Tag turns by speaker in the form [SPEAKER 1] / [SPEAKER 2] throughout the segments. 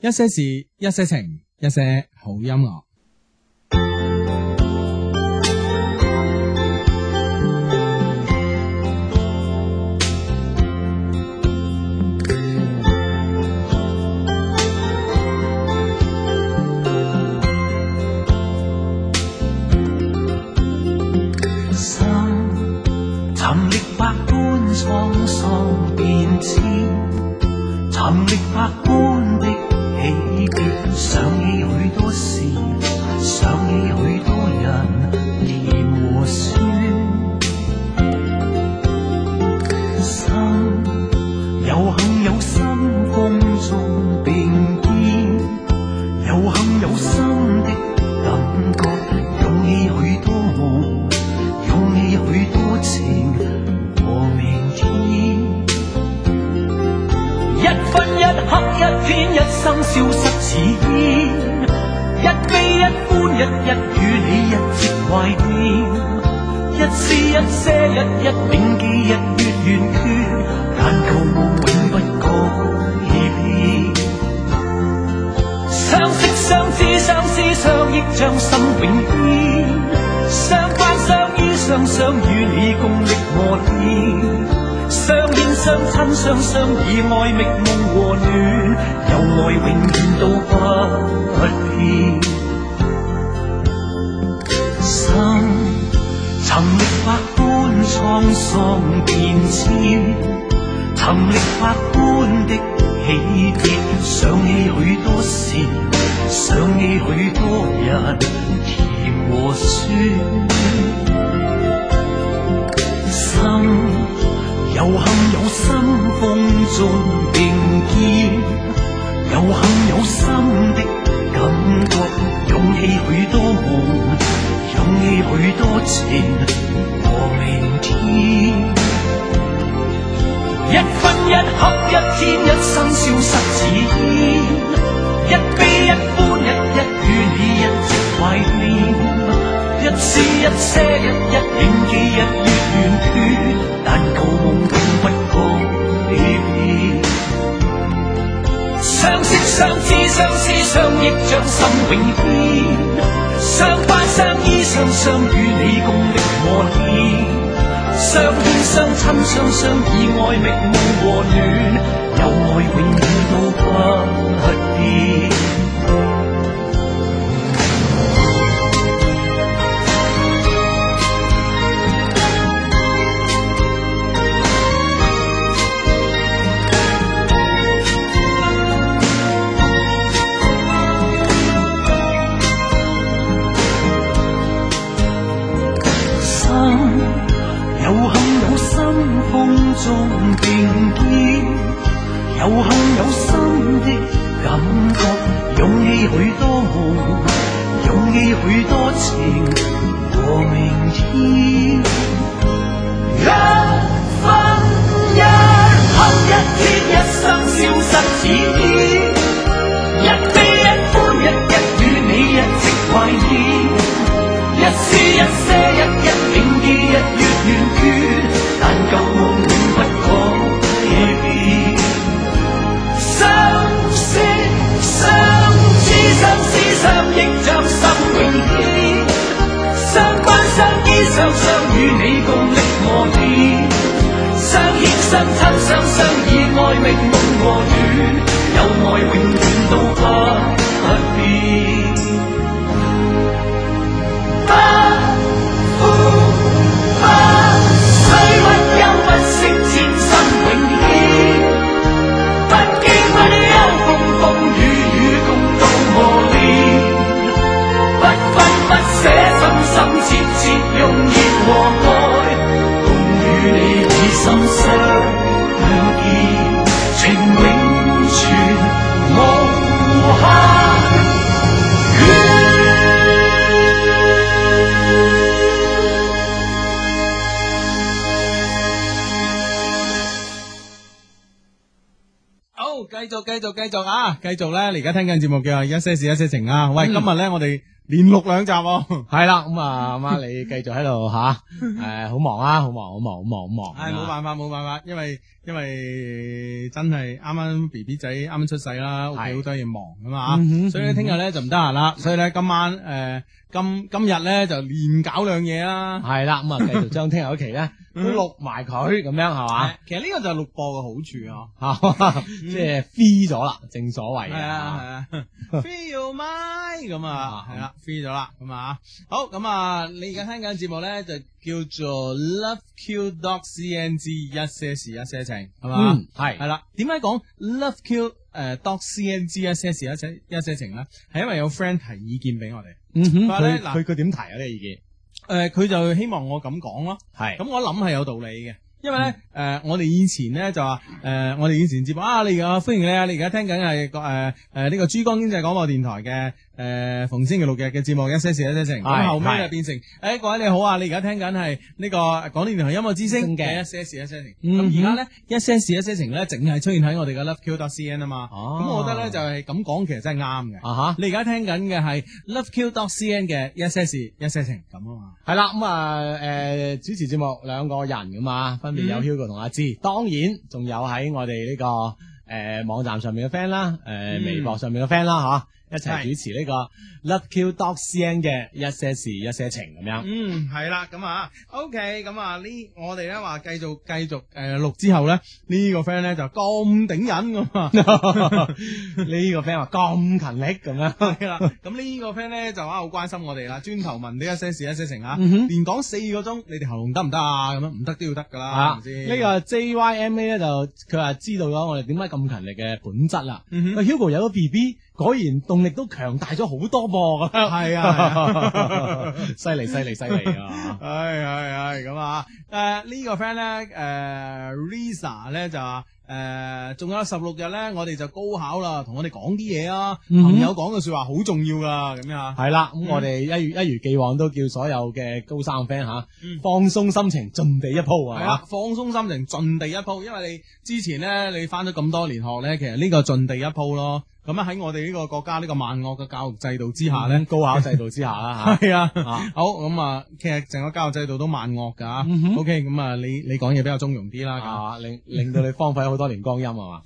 [SPEAKER 1] 一些事，一些情，一些好音樂。
[SPEAKER 2] 心沉溺百般滄桑變遷，沉溺百般的喜悅，想起許多事，想起許多人，甜和酸。心有幸有心風中並肩，有幸有心的感覺，湧起許多夢。湧起許多情和明天，一分一刻一天一生消失似煙，一悲一歡一日與你一直懷念，一絲一些一一銘記日月圓缺，但求夢永不覺已變。相識相知相思相憶，將心永牽。相關相依相想，與你共歷磨練。相戀相親相相以愛覓夢和暖，有愛永遠都不變。心沉溺百般滄桑變遷。沉溺百般的喜悅，想起許多事，想起許多人，甜和酸。心有幸有心風中並肩，有幸有心的感覺，湧起許多夢，湧起許多情和明天。一分一刻一天一生消失似煙，一悲一歡一日與你一直懷念，一絲一些一一銘記日月圓缺，但舊夢永不覺變。相識相知相思相憶，將心永牽。相關相依相相，與你共歷磨練。相戀相親相相，以愛覓夢和暖。有愛永遠都不變。心有幸有心風中並肩，有幸有心的感覺，湧起許多夢，湧起許多情和明天。一分一刻一天一生消失似煙，一悲一歡一日與你一直懷念。一絲一些一一銘記日月圓缺，但舊夢永不覺已變。相識相知相思相憶，將心永牽。相關相依相相，與你共歷磨練。相牽相親相相，以愛覓夢和暖。有愛永遠都不變。不負不須，不憂不惜，千心永牽。不驚不憂，風風雨雨共度磨練。不分不捨，心心切切，用熱和愛，共與你以心相見。情永存無限。
[SPEAKER 1] 好，繼續繼續繼續啊！繼續咧，你而家聽緊節目嘅係一些事一些情啊！喂，今日咧我哋连录两集喎。
[SPEAKER 3] 系啦，咁啊，阿妈你繼續喺度吓， 诶，好忙啊，好忙，好忙，好忙，好忙。
[SPEAKER 1] 唉，冇辦法，冇辦法，因為因為真係啱啱 B B 仔啱啱出世啦，屋企
[SPEAKER 3] 係
[SPEAKER 1] 好多嘢忙噶嘛，啊
[SPEAKER 3] 嗯哼
[SPEAKER 1] 所以咧聽日咧就唔得閒啦，所以咧今晚诶、呃今今日咧就連搞兩嘢啦。
[SPEAKER 3] 係啦，咁啊，繼續將聽日嗰期咧都
[SPEAKER 1] 嗯
[SPEAKER 3] 錄埋佢，咁樣係嘛
[SPEAKER 1] 係，其實呢個就係錄播嘅好處啊。
[SPEAKER 3] 吓， 即係 free 咗啦，正所謂
[SPEAKER 1] 係啊係啊，feel my 咁啊，係啦，feel 咗啦，咁啊，好咁啊，你而家聽緊節目咧就叫做 Love Q Dot C N G 一些事一些情，係嘛？
[SPEAKER 3] 嗯，係
[SPEAKER 1] 系啦，点解讲 Love Q 诶 dot C N G 一些事一些一些情咧？系因為有 friend 提意見俾我哋，
[SPEAKER 3] 嗯哼，
[SPEAKER 1] 但係
[SPEAKER 3] 佢
[SPEAKER 1] 呢嗱
[SPEAKER 3] 佢佢點提啊？呢意見
[SPEAKER 1] 诶、呃佢就希望我咁講咯，
[SPEAKER 3] 係
[SPEAKER 1] 咁我諗係有道理嘅。因為咧，诶、
[SPEAKER 3] 嗯
[SPEAKER 1] 我哋以前咧就話，诶、我哋以前節目啊，你而家歡迎你啊，你而家聽緊係個诶诶呢個珠江經濟廣播電台嘅诶、誒逢星期六日嘅節目一些事一些情，
[SPEAKER 3] 係
[SPEAKER 1] 咁後尾
[SPEAKER 3] 係
[SPEAKER 1] 就變成，诶、各位你好啊，你而家聽緊係呢個廣電電台音樂之星啊嘅
[SPEAKER 3] 嘅
[SPEAKER 1] 一些事一些情，
[SPEAKER 3] 嗯
[SPEAKER 1] 咁而家咧一些事一些情咧，淨係出現喺我哋嘅 Love Q dot C N 啊嘛，
[SPEAKER 3] 哦
[SPEAKER 1] 咁我覺得咧就係咁講，其實真係啱嘅。
[SPEAKER 3] 啊
[SPEAKER 1] 你而家聽緊嘅係 loveq.cn 嘅一些事一些情咁啊嘛。
[SPEAKER 3] 吓，係啦，咁啊，诶，主持節目兩個人噶嘛，分別有
[SPEAKER 1] 嗯
[SPEAKER 3] Hugo 同阿芝，當然仲有喺我哋呢個诶網站上面嘅 friend 啦，诶
[SPEAKER 1] 嗯
[SPEAKER 3] 微博上面嘅 friend 啦，吓，一齊
[SPEAKER 1] 係
[SPEAKER 3] 主持呢個 Love Q Dot C N 嘅一些事一些情咁 樣。
[SPEAKER 1] 嗯，係啦，咁啊，OK，咁啊呢，我哋咧話繼續繼續誒錄之後咧，呢個 friend 咧就咁頂癮咁 啊。
[SPEAKER 3] 呢個 friend 話咁勤力咁樣，
[SPEAKER 1] 係啦，咁呢個 friend 咧就啊好關心我哋啦，專頭問呢一些事一些情啊，
[SPEAKER 3] 嗯哼
[SPEAKER 1] 連講四個鐘，你哋喉嚨得唔得啊？咁樣唔得都要得㗎啦，係
[SPEAKER 3] 啊
[SPEAKER 1] 咪先？
[SPEAKER 3] 呢個 JYMA 咧就佢話知道咗我哋點解咁勤力嘅本質啦。
[SPEAKER 1] 嗯哼
[SPEAKER 3] 喂 Hugo 有咗 B B，果然動力都強大咗好多 噃咁
[SPEAKER 1] 係啊 係啊
[SPEAKER 3] 樣。。犀利犀利犀利啊！
[SPEAKER 1] 系系系咁啊！诶、呢、個 friend 咧，诶、Lisa 咧就話诶，仲、有十六日咧，我哋就高考啦，同我哋講啲嘢啊，
[SPEAKER 3] 嗯
[SPEAKER 1] 朋友講嘅说話好重要噶，咁樣啊，
[SPEAKER 3] 係啦，
[SPEAKER 1] 嗯
[SPEAKER 3] 咁我哋一如一如既往都叫所有嘅高三 friend 吓
[SPEAKER 1] 嗯，
[SPEAKER 3] 放鬆心情，盡地一鋪
[SPEAKER 1] 係
[SPEAKER 3] 啊
[SPEAKER 1] 啊，！放鬆心情，盡地一鋪，因為你之前咧，你翻咗咁多年學咧，其實呢個盡地一鋪咯。咁樣喺我哋呢個國家呢、個萬惡嘅教育制度之下咧，
[SPEAKER 3] 高考制度之下 啦
[SPEAKER 1] 係啊。
[SPEAKER 3] 吓，啊
[SPEAKER 1] 好咁啊，其實成個教育制度都萬惡噶
[SPEAKER 3] 嗯哼
[SPEAKER 1] OK，咁啊，你你講嘢比較中庸啲啦。咁
[SPEAKER 3] 啊令令到你荒廢好多年光陰係 嘛？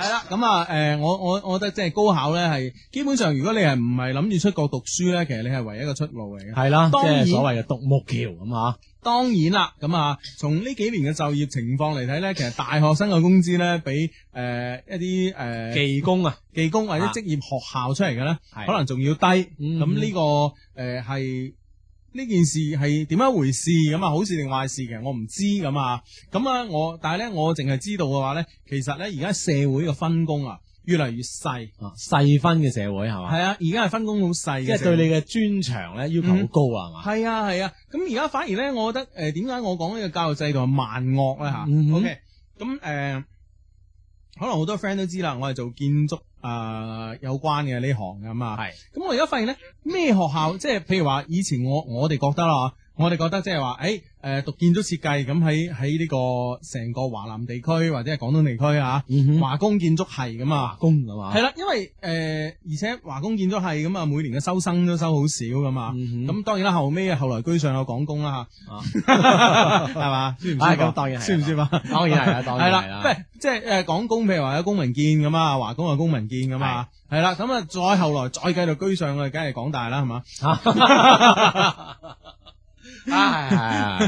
[SPEAKER 1] 系啦，咁啊，诶、我我我觉得即係高考咧，係基本上如果你係唔係諗住出國讀書咧，其實你係唯一一個出路嚟嘅。
[SPEAKER 3] 係啦，即
[SPEAKER 1] 當然
[SPEAKER 3] 係所謂嘅獨木橋咁啊。
[SPEAKER 1] 當然啦，咁啊，從呢幾年嘅就業情況嚟睇咧，其實大學生嘅工資咧，比诶、一啲诶、
[SPEAKER 3] 技工啊，
[SPEAKER 1] 技工或者職業學校出嚟嘅咧，
[SPEAKER 3] 係
[SPEAKER 1] 可能仲要低。咁呢、
[SPEAKER 3] 嗯
[SPEAKER 1] 個诶係呢件事係點一回事咁啊？好事定壞事其實我唔知咁啊。咁啊，我但係咧，我淨係知道嘅話咧，其實咧而家社會嘅分工啊，越嚟越細。
[SPEAKER 3] 啊細分嘅社會係嘛
[SPEAKER 1] 系，啊，而家係分工好細嘅，
[SPEAKER 3] 即係對你嘅專長咧要求好高啊係嘛。
[SPEAKER 1] 係啊係啊。咁而家反而咧，我覺得诶，點、解我講呢個教育制度係萬惡咧吓
[SPEAKER 3] 嗯哼
[SPEAKER 1] ？OK，咁诶、呃可能好多 friend 都知啦，我係做建築啊有關嘅呢行噶嘛。
[SPEAKER 3] 係
[SPEAKER 1] 咁我而家發現咧，咩學校即係譬如話，以前我我哋覺得啦，我哋覺得即係話，诶、诶讀建築設計咁喺喺呢個成個華南地區或者係廣東地區啊，
[SPEAKER 3] 嗯哼
[SPEAKER 1] 華工建築系咁啊
[SPEAKER 3] 華。工係嘛？
[SPEAKER 1] 系啦，因為诶、呃而且華工建築系咁啊，每年嘅收生都收好少噶嘛。
[SPEAKER 3] 嗯哼
[SPEAKER 1] 咁、當然啦，後尾後來居上有廣工啦
[SPEAKER 3] 啊
[SPEAKER 1] 吓， 係嘛？舒唔舒
[SPEAKER 3] 啊
[SPEAKER 1] 服？
[SPEAKER 3] 咁當然係
[SPEAKER 1] 舒唔舒服？
[SPEAKER 3] 當然 係啦，當然
[SPEAKER 1] 係
[SPEAKER 3] 係
[SPEAKER 1] 啦，
[SPEAKER 3] 啦
[SPEAKER 1] 即。係即係诶，广工譬如話有公民建咁啊，華工有公民建咁啊，係啦。咁啊，再後來再繼續居上，我哋梗係廣大啦，係嘛
[SPEAKER 3] 啊，系系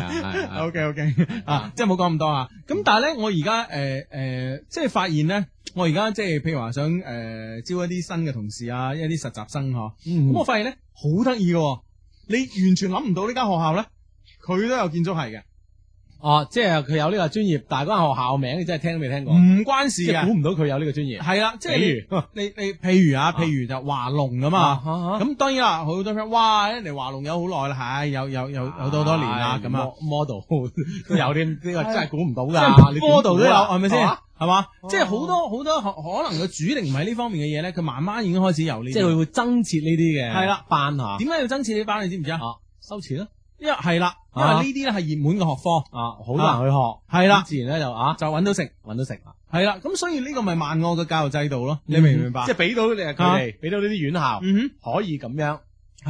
[SPEAKER 3] 系系
[SPEAKER 1] ？OK OK 啊，即係冇講咁多啊。咁但係咧，我而家诶诶，即係發現咧，我而家即係譬如話想诶、呃招一啲新嘅同事啊，一啲實習生嗬。
[SPEAKER 3] 嗯啊
[SPEAKER 1] 咁我發現咧好得意嘅喎，你完全諗唔到呢間學校咧，佢都有建築系嘅，
[SPEAKER 3] 哦，即係佢有呢個專業，但係嗰間學校名你真係聽都未聽過，
[SPEAKER 1] 唔關事
[SPEAKER 3] 即係
[SPEAKER 1] 嘅，
[SPEAKER 3] 估唔到佢有呢個專業。
[SPEAKER 1] 係啦，即係
[SPEAKER 3] 比如
[SPEAKER 1] 你你譬如啊，譬如就華龍咁啊。
[SPEAKER 3] 咁
[SPEAKER 1] 咁當然啦，好多 friend，哇！人哋華龍有好耐啦，係有有有有多多年啦，咁啊，
[SPEAKER 3] model 都有啲呢個真係估唔到
[SPEAKER 1] 即
[SPEAKER 3] 㗎，
[SPEAKER 1] 係
[SPEAKER 3] 你點
[SPEAKER 1] model 都有，
[SPEAKER 3] 估啊
[SPEAKER 1] 係咪先？係嘛？
[SPEAKER 3] 哦
[SPEAKER 1] 即係好多好多可可能佢主力唔係呢方面嘅嘢咧，佢慢慢已經開始有呢啲。
[SPEAKER 3] 即係佢會增設呢啲嘅
[SPEAKER 1] 係啦
[SPEAKER 3] 班嚇，
[SPEAKER 1] 點解要增設呢班？你知唔知啊？
[SPEAKER 3] 啊收錢咯，
[SPEAKER 1] 因為係啦，因為
[SPEAKER 3] 啊
[SPEAKER 1] 呢啲咧係熱門嘅學科，
[SPEAKER 3] 啊好難去學，
[SPEAKER 1] 係啦，
[SPEAKER 3] 自然咧就啊
[SPEAKER 1] 就揾到食。
[SPEAKER 3] 揾到食啦，嗯
[SPEAKER 1] 系啦，咁所以呢個咪萬惡嘅教育制度咯，你明唔明白？
[SPEAKER 3] 即係俾到你佢哋，俾到呢啲院校
[SPEAKER 1] 嗯
[SPEAKER 3] 可以咁樣，
[SPEAKER 1] 哼，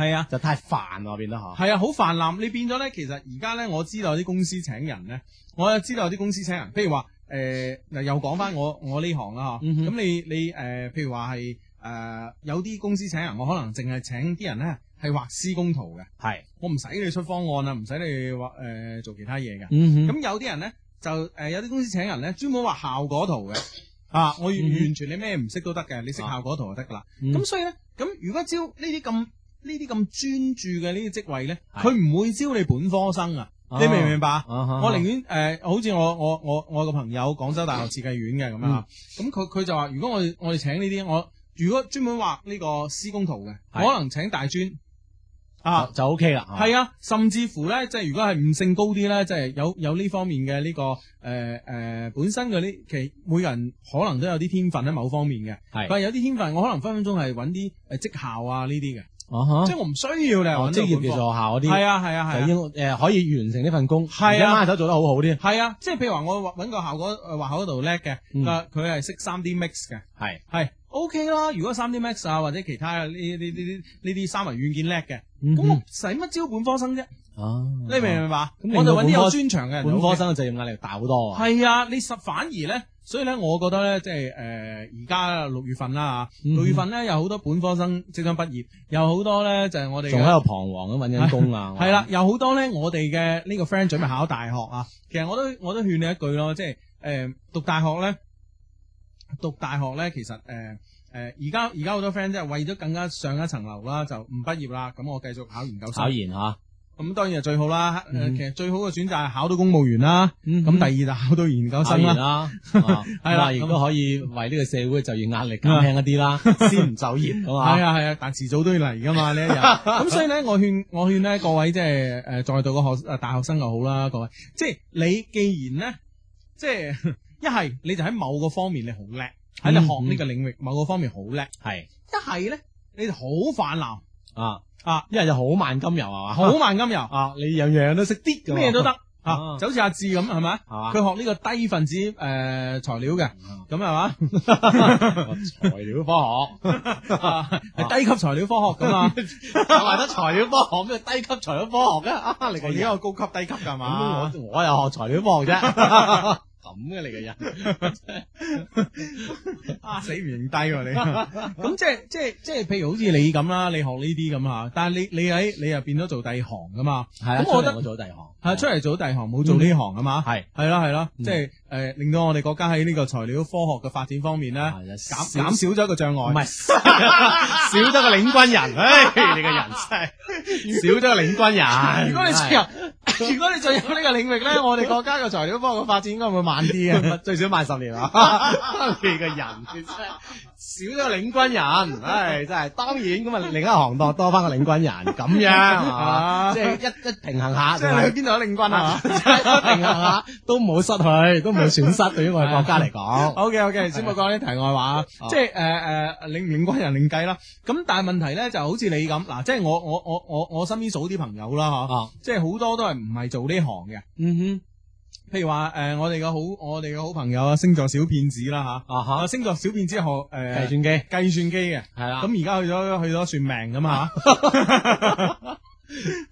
[SPEAKER 1] 系啊。
[SPEAKER 3] 就太煩啦，變得嚇。
[SPEAKER 1] 係啊，好泛濫。你變咗咧，其實而家咧，我知道有啲公司請人咧，我又知道有啲公司請人，譬如話誒嗱，又講翻我我呢行啦嚇。
[SPEAKER 3] 嗯哼
[SPEAKER 1] 咁、你你誒、呃譬如話係誒有啲公司請人，我可能淨係請啲人咧係畫施工圖嘅，
[SPEAKER 3] 係，
[SPEAKER 1] 我唔使你出方案啊，唔使你畫誒、呃做其他嘢嘅。
[SPEAKER 3] 嗯
[SPEAKER 1] 咁、有啲人咧就誒、呃有啲公司請人咧專門畫效果 圖嘅。啊！我完
[SPEAKER 3] 嗯啊哼
[SPEAKER 1] 完全你咩唔識都得嘅，你識效果圖就得噶啦。
[SPEAKER 3] 咁
[SPEAKER 1] 咁所以咧，咁如果招呢啲咁呢啲咁專注嘅呢啲職位咧，
[SPEAKER 3] 係
[SPEAKER 1] 佢唔會招你本科生啊！
[SPEAKER 3] 哦
[SPEAKER 1] 你明唔明白啊？
[SPEAKER 3] 我
[SPEAKER 1] 我寧願誒、呃好似我我我我個朋友廣州大學設計院嘅咁啊，咁
[SPEAKER 3] 嗯
[SPEAKER 1] 佢佢就話：如果我哋我哋請呢啲，我如果專門畫呢個施工圖嘅，
[SPEAKER 3] 係
[SPEAKER 1] 我可能請大專啊。
[SPEAKER 3] 就 OK 啦。
[SPEAKER 1] 係啊，甚至乎咧，即係如果係悟性高啲咧，即係有有呢方面嘅呢、個誒誒、呃呃本身嘅呢，其實每個人可能都有啲天分喺某方面嘅。
[SPEAKER 3] 係
[SPEAKER 1] 但係有啲天分，我可能分分鐘係揾啲誒績效啊呢啲嘅，
[SPEAKER 3] 啊
[SPEAKER 1] 即係我唔需要你
[SPEAKER 3] 哈，
[SPEAKER 1] 揾
[SPEAKER 3] 哦職業叫做學校嗰
[SPEAKER 1] 係
[SPEAKER 3] 啲，
[SPEAKER 1] 啊係
[SPEAKER 3] 就已
[SPEAKER 1] 啊係啊。
[SPEAKER 3] 經誒可以完成呢份工，
[SPEAKER 1] 係啊
[SPEAKER 3] 而且馬手做得好好啲。
[SPEAKER 1] 係啊，即係譬如話我揾個效果誒畫嗰度叻嘅，
[SPEAKER 3] 嗯
[SPEAKER 1] 佢佢係識三 D Max 嘅，
[SPEAKER 3] 係
[SPEAKER 1] 係 OK 啦。如果三 D Max 啊或者其他呢呢呢呢呢啲三維軟件叻嘅，咁我
[SPEAKER 3] 咁
[SPEAKER 1] 使乜招本科生啫？
[SPEAKER 3] 嗯啊，
[SPEAKER 1] 你明唔明白？
[SPEAKER 3] 咁
[SPEAKER 1] 我就揾
[SPEAKER 3] 令
[SPEAKER 1] 啲
[SPEAKER 3] 到
[SPEAKER 1] 有專長嘅人就
[SPEAKER 3] 本
[SPEAKER 1] OK
[SPEAKER 3] 科生嘅就業壓力大好多啊。
[SPEAKER 1] 係啊，你實反而咧，所以咧，我覺得咧，即係誒而家六月份啦嚇，
[SPEAKER 3] 嗯
[SPEAKER 1] 六月份咧有好多本科生即將畢業，有好多咧就係我哋嘅
[SPEAKER 3] 仲喺度彷徨咁揾緊工啊！
[SPEAKER 1] 係啦，有好多咧，我哋嘅呢個 friend 準備考大學啊。其實我都我都勸你一句咯，即係誒、呃、讀大學咧，讀大學咧，其實誒誒而家而家好多 friend 即係為咗更加上一層樓啦，就唔畢業啦，咁我繼續考研究
[SPEAKER 3] 考
[SPEAKER 1] 生。
[SPEAKER 3] 研啊嚇，
[SPEAKER 1] 咁當然係最好啦。誒、
[SPEAKER 3] 嗯
[SPEAKER 1] 其實最好嘅選擇係考到公務員啦，咁、
[SPEAKER 3] 咁
[SPEAKER 1] 第二就考到嗯研究生啦。
[SPEAKER 3] 啦，
[SPEAKER 1] 係
[SPEAKER 3] 係
[SPEAKER 1] 啦嗯
[SPEAKER 3] 啦，亦都可以為呢個社會就業壓力減輕一啲 啦，先唔就業咁
[SPEAKER 1] 啊係
[SPEAKER 3] 啊，
[SPEAKER 1] 啊係啊，但遲早都要嚟噶 嘛呢一日。咁所以咧，我勸我勸咧各位即係誒在讀嘅學誒呃大學生又好啦，各位，即係你既然咧，即係 一係你就喺某個方面你好叻，喺你學呢個領域某個方面好叻；
[SPEAKER 3] 係
[SPEAKER 1] 一係咧你就好泛濫
[SPEAKER 3] 啊
[SPEAKER 1] 啊，
[SPEAKER 3] 一係就好萬金油啊，
[SPEAKER 1] 好慢金油，
[SPEAKER 3] 啊，你樣樣都識啲㗎嘛
[SPEAKER 1] 咩都得啊，
[SPEAKER 3] 啊
[SPEAKER 1] 就好似阿志咁係咪？
[SPEAKER 3] 係嘛，
[SPEAKER 1] 佢學呢個低分子誒、呃材料嘅，咁係嘛？
[SPEAKER 3] 材料科
[SPEAKER 1] 係低級材料科學㗎嘛，
[SPEAKER 3] 學，就話得材料科學咩低級材料科學嘅 啊，你個
[SPEAKER 1] 而
[SPEAKER 3] 人
[SPEAKER 1] 家有高級低級㗎嘛
[SPEAKER 3] 咁？我我又學材料科學啫，咁嘅你個人
[SPEAKER 1] 啊 死唔認低喎你， 咁即係即係即係，譬如好似你咁啦，你學呢啲咁啊，但係你你喺你又變咗做第二行噶嘛，
[SPEAKER 3] 係啦，
[SPEAKER 1] 咁我
[SPEAKER 3] 出
[SPEAKER 1] 覺得
[SPEAKER 3] 嚟我做第二行，
[SPEAKER 1] 啊係啊出嚟做第二行冇做呢行啊嘛，
[SPEAKER 3] 係
[SPEAKER 1] 係啦係啦，
[SPEAKER 3] 嗯
[SPEAKER 1] 即係誒令到我哋國家喺呢個材料科學嘅發展方面咧，
[SPEAKER 3] 係啦
[SPEAKER 1] 啊減減少咗一個障
[SPEAKER 3] 啊唔
[SPEAKER 1] 礙，
[SPEAKER 3] 係 少咗個領軍人，唉，你個人真係少咗個領軍人。
[SPEAKER 1] 如果你進入如果你進入呢個領域咧，我哋國家嘅材料科學嘅發展應該會慢啲 嘅。
[SPEAKER 3] 最少慢十年啊！你 個人你真係少咗個領軍人，唉，真係當然咁啊，另一行當多翻個領軍人咁 樣
[SPEAKER 1] 啊
[SPEAKER 3] 啊，即係一一平衡下，
[SPEAKER 1] 即係你去邊度都領軍啊
[SPEAKER 3] 同埋平衡下啊都冇失去，都冇損失，對於我哋國家嚟講，
[SPEAKER 1] O K O K，先冇講啲題外話啊，
[SPEAKER 3] 啊
[SPEAKER 1] 即係誒誒領唔領軍人另計啦。咁但係問題咧就好似你咁，嗱，即係我我我我我身邊數啲朋友啦嚇，
[SPEAKER 3] 啊，
[SPEAKER 1] 即係好多都係唔係做呢行嘅。
[SPEAKER 3] 嗯
[SPEAKER 1] 譬如話誒、我哋嘅好我哋嘅好朋友啊，星座小騙子啦
[SPEAKER 3] 哼，啊
[SPEAKER 1] 嚇，啊
[SPEAKER 3] 哈，
[SPEAKER 1] 星座小騙子學誒、
[SPEAKER 3] 計
[SPEAKER 1] 呃、
[SPEAKER 3] 算機
[SPEAKER 1] 計算機嘅，
[SPEAKER 3] 係啦，
[SPEAKER 1] 咁而家去咗去咗算命咁啊，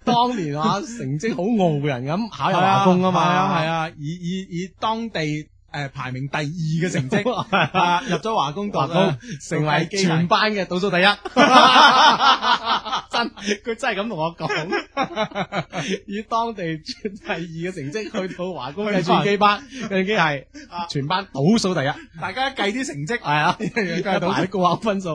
[SPEAKER 3] 當年啊成績好傲人咁考入
[SPEAKER 1] 係
[SPEAKER 3] 華工啊嘛，
[SPEAKER 1] 係啊係啊，以以以當地誒、呃排名第二嘅 成績啊入咗華工讀
[SPEAKER 3] 華工成為
[SPEAKER 1] 機械
[SPEAKER 3] 全班嘅倒數第 一，真佢真係咁同我講，以當地第二嘅成績去到華工計算機 班，計算機係全班倒數第一，係
[SPEAKER 1] 大家計啲成績，
[SPEAKER 3] 啊，
[SPEAKER 1] 計
[SPEAKER 3] 計
[SPEAKER 1] 倒
[SPEAKER 3] 到
[SPEAKER 1] 數
[SPEAKER 3] 啲高考分數，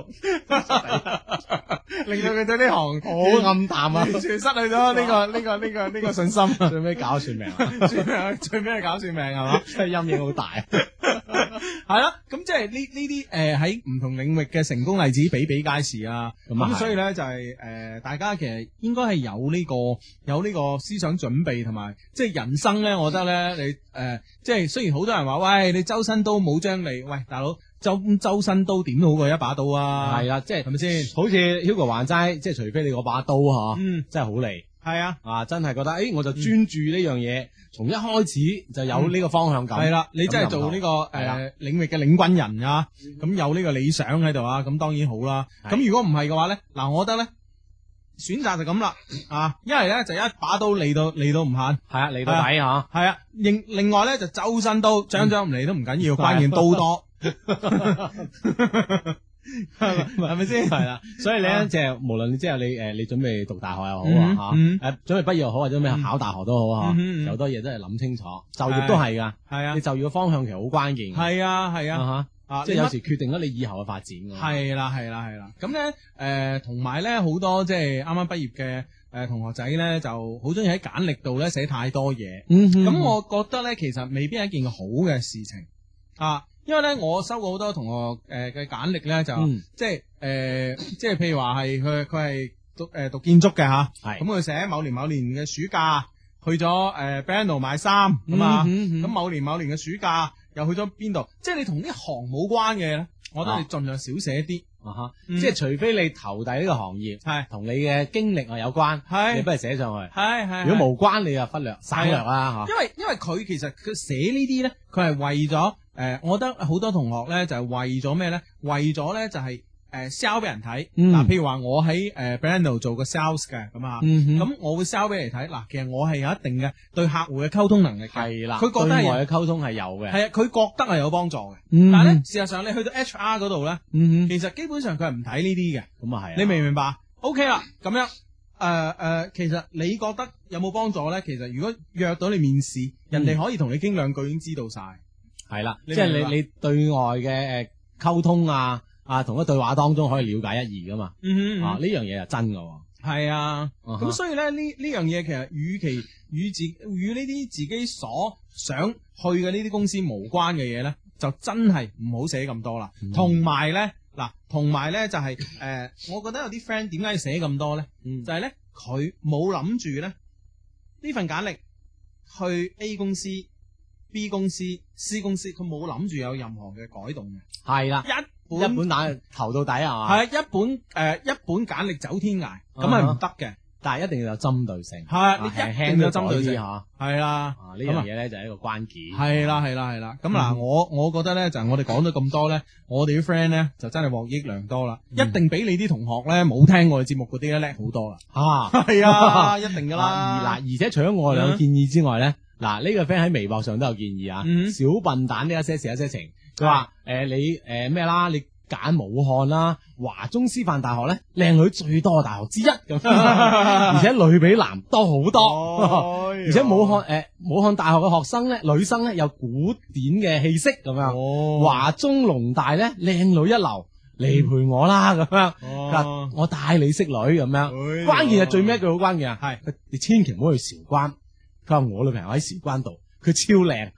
[SPEAKER 1] 令到佢對呢行
[SPEAKER 3] 好暗淡啊
[SPEAKER 1] 完！全失去咗呢、個呢、個呢、個呢、個信心。
[SPEAKER 3] 最尾 搞算命啊，
[SPEAKER 1] 最尾最尾係搞算命係嘛？
[SPEAKER 3] 真係陰影好大。啊
[SPEAKER 1] 係啦，咁即係呢呢啲誒喺唔同領域嘅成功例子比比皆是啊。
[SPEAKER 3] 咁啊係
[SPEAKER 1] 咁所以咧就係、呃大家其實應該係有呢、個有呢個思想準備同埋，即係人生咧，我覺得咧你誒、呃即係雖然好多人話喂你周身刀冇張利，喂大佬周周身刀點都好過一把刀啊，
[SPEAKER 3] 係啦，即係
[SPEAKER 1] 係咪先？
[SPEAKER 3] 好似 Hugo 話齋，即係除非你嗰把刀嚇，
[SPEAKER 1] 嗯，
[SPEAKER 3] 真係好利。
[SPEAKER 1] 系啊，嗯
[SPEAKER 3] 啊，真係覺得，诶，我哦就專注呢樣嘢，從一開始就有呢個方向感。
[SPEAKER 1] 系啦，你真係
[SPEAKER 3] 咁就唔
[SPEAKER 1] 做
[SPEAKER 3] 同
[SPEAKER 1] 呢個
[SPEAKER 3] 係啦
[SPEAKER 1] 诶领域嘅領軍人啊，咁有呢個理想喺度啊，咁當然好啦。
[SPEAKER 3] 係
[SPEAKER 1] 咁如果唔係嘅話咧，嗱，我覺得咧選擇就咁啦，啊，一係咧就一把刀嚟到嚟到唔限。
[SPEAKER 3] 係啊，嚟到底吓，
[SPEAKER 1] 系啊，另另外咧就周身刀，
[SPEAKER 3] 嗯
[SPEAKER 1] 張張唔嚟都唔緊要，關鍵刀多，係咪 先？
[SPEAKER 3] 係啦，所以
[SPEAKER 1] 啊
[SPEAKER 3] 咧，即係無論即係你诶，你準備讀大學 又好
[SPEAKER 1] 嗯
[SPEAKER 3] 啊，
[SPEAKER 1] 嗯
[SPEAKER 3] 吓，诶，準備畢業又好，或者咩
[SPEAKER 1] 嗯
[SPEAKER 3] 考大學都好啊，
[SPEAKER 1] 嗯嗯嗯
[SPEAKER 3] 有好多嘢真係諗清楚，就業都係㗎，
[SPEAKER 1] 係啊
[SPEAKER 3] 你，就業嘅方向其實好關鍵㗎。
[SPEAKER 1] 係啊，係啊，
[SPEAKER 3] 啊吓，
[SPEAKER 1] 啊，
[SPEAKER 3] 即係有時決定咗你以後嘅發展㗎。
[SPEAKER 1] 系啦，係啦，係啦。咁咧，诶，同埋咧，好多即係啱啱畢業嘅诶同學仔咧，就好中意喺簡歷度咧寫太多嘢。
[SPEAKER 3] 嗯哼，
[SPEAKER 1] 咁、
[SPEAKER 3] 咁我
[SPEAKER 1] 我覺得咧，其實未必係一件好嘅事情啊，因為咧，我收過好多同學诶嘅簡歷咧，就、
[SPEAKER 3] 嗯
[SPEAKER 1] 即係诶、呃即係譬如話係佢佢係讀诶、讀建築嘅吓。
[SPEAKER 3] 係
[SPEAKER 1] 咁佢寫某年某年嘅暑假去咗诶 b r a n d o 買衫咁啊，咁、
[SPEAKER 3] 嗯哼嗯哼
[SPEAKER 1] 某年某年嘅暑假又去咗邊度？即係你同呢行冇關嘅咧，我覺得你盡量少寫啲，
[SPEAKER 3] 啊哈，
[SPEAKER 1] 嗯
[SPEAKER 3] 即係除非你投遞呢個行業
[SPEAKER 1] 係
[SPEAKER 3] 同你嘅經歷啊有關，
[SPEAKER 1] 係
[SPEAKER 3] 你不如寫上去。
[SPEAKER 1] 係係。
[SPEAKER 3] 如果
[SPEAKER 1] 係
[SPEAKER 3] 啊無關，你就忽略省略啦
[SPEAKER 1] 因為因為佢其實佢寫呢啲咧，佢係為咗诶、呃我覺得好多同學咧就係為咗咩咧？為咗咧就係诶 sell 俾人睇。嗱、
[SPEAKER 3] 嗯
[SPEAKER 1] 譬如話我喺诶 b r a n d o 做個 sales 嘅咁
[SPEAKER 3] 吓。，
[SPEAKER 1] 啊
[SPEAKER 3] 咁
[SPEAKER 1] 咁、我會 sell 俾你睇。嗱，其實我係有一定嘅對客戶嘅溝通能力嘅。
[SPEAKER 3] 系啦，
[SPEAKER 1] 佢覺得係
[SPEAKER 3] 對外嘅溝通係有嘅，
[SPEAKER 1] 係啊，佢覺得係有幫助嘅，
[SPEAKER 3] 嗯
[SPEAKER 1] 但係咧，事實上你去到 HR 嗰度咧，
[SPEAKER 3] 嗯
[SPEAKER 1] 其實基本上佢係唔睇呢啲嘅，
[SPEAKER 3] 咁啊係，
[SPEAKER 1] 你明唔明白？OK 啦，咁樣诶诶、呃其實你覺得有冇幫助咧？其實如果約到你面試，人哋可以同你傾兩句已經知道晒，
[SPEAKER 3] 係啦，
[SPEAKER 1] 你
[SPEAKER 3] 即
[SPEAKER 1] 明白
[SPEAKER 3] 係你你對外嘅诶沟通啊啊，同一對話當中可以了解一二噶嘛，
[SPEAKER 1] 嗯
[SPEAKER 3] 啊呢樣嘢係真噶，
[SPEAKER 1] 係啊，
[SPEAKER 3] 啊
[SPEAKER 1] 咁
[SPEAKER 3] 哈
[SPEAKER 1] 所以咧呢呢樣嘢其實與其與自與呢啲自己所想去嘅呢啲公司無關嘅嘢咧，就真係唔好寫咁多啦
[SPEAKER 3] 嗯。
[SPEAKER 1] 同埋咧嗱，同埋咧就係、呃我覺得有啲 friend 點解要寫咁多咧？
[SPEAKER 3] 嗯
[SPEAKER 1] 就係咧佢冇諗住咧呢份簡歷去 A 公司、B 公司、C 公司，佢冇諗住有任何嘅改動嘅，
[SPEAKER 3] 係啦，
[SPEAKER 1] 一
[SPEAKER 3] 一
[SPEAKER 1] 本
[SPEAKER 3] 本打頭到底啊係嘛，
[SPEAKER 1] 係一本誒、呃一本簡歷走天涯，咁係唔得嘅，
[SPEAKER 3] 但係一定要有針對性，
[SPEAKER 1] 係、
[SPEAKER 3] 啊輕
[SPEAKER 1] 你一
[SPEAKER 3] 輕
[SPEAKER 1] 定要
[SPEAKER 3] 都
[SPEAKER 1] 針
[SPEAKER 3] 針對啲
[SPEAKER 1] 對性，
[SPEAKER 3] 吓，啊
[SPEAKER 1] 係啦。
[SPEAKER 3] 呢樣嘢咧就係一個關鍵，
[SPEAKER 1] 係啦，係啦，係啦。咁嗱，
[SPEAKER 3] 嗯
[SPEAKER 1] 我我覺得咧，就係我哋講咗咁多咧，我哋啲 friend 咧就真係獲益良多啦，
[SPEAKER 3] 嗯
[SPEAKER 1] 一定比你啲同學咧冇聽我哋節目嗰啲咧叻 好多啦。
[SPEAKER 3] 啊。
[SPEAKER 1] 係啊，一定噶
[SPEAKER 3] 啊而
[SPEAKER 1] 啦。
[SPEAKER 3] 嗱，而且除咗我兩個建議之外咧，嗱呢個 friend 喺微博上都有建議啊
[SPEAKER 1] 嗯，啊
[SPEAKER 3] 小笨蛋呢一些事一些情，佢話誒你誒咩啦，你揀武漢啦，華中師範大學咧靚女最多嘅大學之一咁， 而且女比男多好多。
[SPEAKER 1] 哎呀
[SPEAKER 3] 而且武漢誒、武漢大學嘅學生咧，女生咧有古典嘅氣息咁樣，
[SPEAKER 1] 哦
[SPEAKER 3] 華中農大咧靚女一流，你陪我啦咁樣，
[SPEAKER 1] 哦哎
[SPEAKER 3] 我帶你識女咁樣，關鍵係最尾一句好關鍵啊，
[SPEAKER 1] 係
[SPEAKER 3] 佢你千祈唔好去韶關。佢話我女朋友喺韶關度，佢超靚。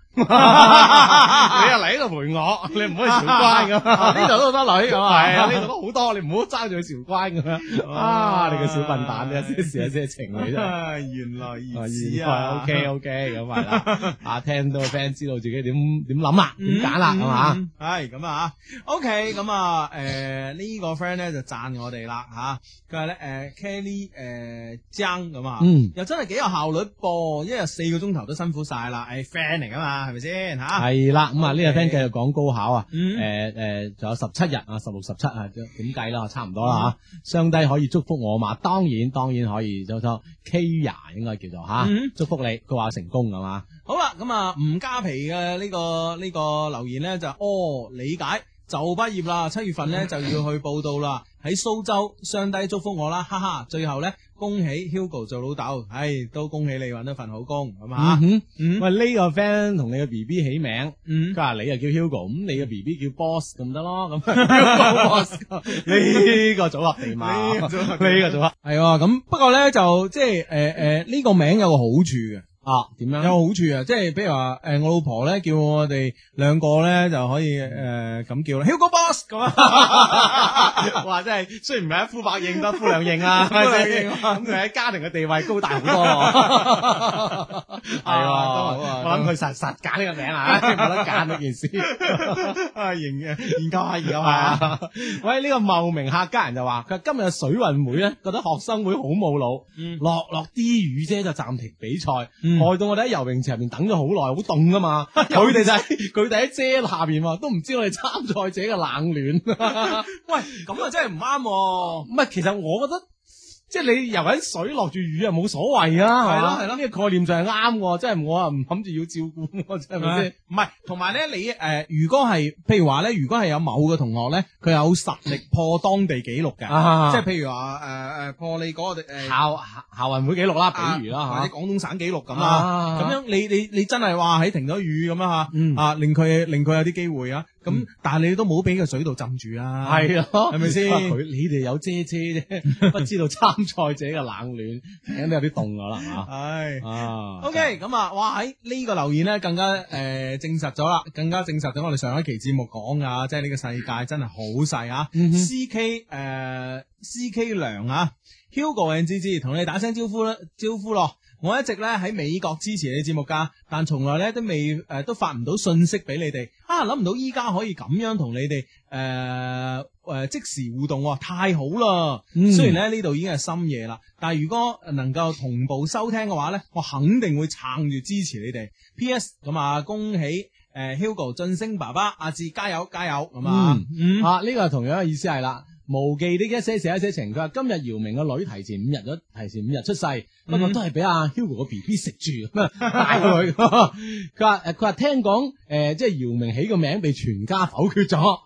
[SPEAKER 3] 你又嚟呢度陪我，你唔好去韶 關 啊咁。呢度都好多 女咁啊，係啊，呢度都好多，你唔好爭住去韶關咁樣。 啊，你個 小笨蛋，你一些事一些情你 真係。
[SPEAKER 1] 啊原來如此啊
[SPEAKER 3] 啊，OK OK，咁係啦，啊，聽到個 friend 知道自己點點諗啦，點
[SPEAKER 1] 嗯
[SPEAKER 3] 揀啦，係嘛？
[SPEAKER 1] 嗯係咁啊，OK，咁啊，诶呢個 friend 咧就讚我哋啦吓，佢話咧诶 Kelly 诶張咁啊，
[SPEAKER 3] 嗯，
[SPEAKER 1] 又真係幾有效率噃，一日四個鐘頭都辛苦晒啦，诶 friend 嚟噶嘛，係咪先吓？
[SPEAKER 3] 係啦，咁啊呢個
[SPEAKER 1] OK
[SPEAKER 3] friend 繼續講高考啊。
[SPEAKER 1] 嗯，
[SPEAKER 3] 诶诶，誒仲有十七日啊，十六十七啊，點計啦？差唔多啦吓，上帝可以祝福我嘛？當然當然可以，就就 Kya 應該叫做吓
[SPEAKER 1] 嗯，
[SPEAKER 3] 祝福你。佢話成功係嘛？
[SPEAKER 1] 好啦，咁啊吳家皮嘅呢個呢個留言咧就哦理解。就畢業啦，七月份咧就要去報到啦，喺蘇州，上帝祝福我啦，哈哈！最後咧，恭喜 Hugo 做老豆，唉，都恭喜你揾到份好工，咁
[SPEAKER 3] 嗯
[SPEAKER 1] 啊，
[SPEAKER 3] 哼，
[SPEAKER 1] 嗯
[SPEAKER 3] 喂呢個 friend 同你嘅 B B 起名，
[SPEAKER 1] 嗯
[SPEAKER 3] 佢，話你又叫 Hugo，咁你嘅 B B 叫 Boss 咁得咯， 咁 Hugo Boss 呢個組合地貌，呢
[SPEAKER 1] 呢
[SPEAKER 3] 個
[SPEAKER 1] 個組合
[SPEAKER 3] 組合
[SPEAKER 1] 係喎，咁不過咧就即係誒誒呢個名有個好處嘅，
[SPEAKER 3] 啊，点
[SPEAKER 1] 有
[SPEAKER 3] 样？
[SPEAKER 1] 好處啊！即係比如話，诶、我老婆咧叫我哋兩個咧就可以诶 咁、叫啦，Hugo Boss 咁啊！
[SPEAKER 3] 哇！真係雖然唔係一夫百應，得一夫兩應啦，
[SPEAKER 1] 夫兩
[SPEAKER 3] 係
[SPEAKER 1] 應
[SPEAKER 3] 咪先
[SPEAKER 1] 啊
[SPEAKER 3] 咁佢喺家庭嘅地位高大好多 喎。 係
[SPEAKER 1] 啊
[SPEAKER 3] 喎
[SPEAKER 1] 好啊
[SPEAKER 3] 我諗佢實實揀呢個名 啊，冇得揀呢件事。啊，研研究下研究下。啊喂，呢個茂名客家人就話：佢話今日嘅水運會咧，覺得學生會好冇腦，
[SPEAKER 1] 嗯
[SPEAKER 3] 落落啲雨啫就暫停比賽，
[SPEAKER 1] 嗯
[SPEAKER 3] 害到我哋喺游泳池入面等咗好耐，好凍噶 嘛。佢哋就係佢哋喺遮下邊喎，都唔知我哋參賽者嘅冷暖。
[SPEAKER 1] 喂，咁啊真係唔啱喎！
[SPEAKER 3] 唔係，其實我覺得即係你游緊水落住雨啊，冇所謂啊，
[SPEAKER 1] 係咯
[SPEAKER 3] 係咯，呢個概念就係啱喎，即係我啊唔諗住要照顧我，真係咪先？
[SPEAKER 1] 唔係，同埋咧，你诶、誒如果係譬如話咧，如果係有某個同學咧，佢有實力破當地紀錄嘅，
[SPEAKER 3] 啊
[SPEAKER 1] 即
[SPEAKER 3] 即
[SPEAKER 1] 係
[SPEAKER 3] 係
[SPEAKER 1] 譬如話诶诶破你嗰、個个诶、
[SPEAKER 3] 校校運會記錄啦，比如
[SPEAKER 1] 或
[SPEAKER 3] 啦
[SPEAKER 1] 者廣東省紀錄
[SPEAKER 3] 嚇，
[SPEAKER 1] 咁啦，咁、
[SPEAKER 3] 咁樣
[SPEAKER 1] 樣你你你真係話喺停咗雨咁樣吓。
[SPEAKER 3] 嗯
[SPEAKER 1] 啊，令佢令佢有啲機會啊，咁、
[SPEAKER 3] 嗯
[SPEAKER 1] 但係你都冇俾個水度浸住啊，
[SPEAKER 3] 係咯，
[SPEAKER 1] 係咪先
[SPEAKER 3] 佢你哋有遮遮 啫，不知道參賽者嘅冷暖， 肯定有啲凍㗎啦 嚇。
[SPEAKER 1] 唉。
[SPEAKER 3] 啊
[SPEAKER 1] O K，咁啊，哇！喺呢個留言咧，更加诶、呃證實咗啦，更加證實咗我哋上一期節目講啊，即係呢個世界真係好細啊。
[SPEAKER 3] 嗯哼
[SPEAKER 1] C K 诶，C K 梁啊，Hugo and G G 同你打聲招呼啦，招呼咯。我一直咧喺美國支持你節目噶，但從來咧都未诶、呃都發唔到信息俾你哋。啊，諗唔到依家可以咁樣同你哋诶诶即時互動喎，太好啦！
[SPEAKER 3] 嗯
[SPEAKER 1] 雖然咧呢度已經係深夜啦，但係如果能夠同步收聽嘅話咧，我肯定會撐住支持你哋。P.S. 咁啊，恭喜誒、呃 Hugo 晉升爸爸，阿志加油加油咁啊！嗯
[SPEAKER 3] 啊，呢個同樣嘅意思係啦。無忌的一些事一些情，佢話今日姚明個女提前五日咗，提前五日出世，不過
[SPEAKER 1] 嗯
[SPEAKER 3] 都係俾阿 Hugo 個 B B 食住， 大個女。佢話誒佢話聽講誒、呃即係姚明起個名被全家否決咗。 哦，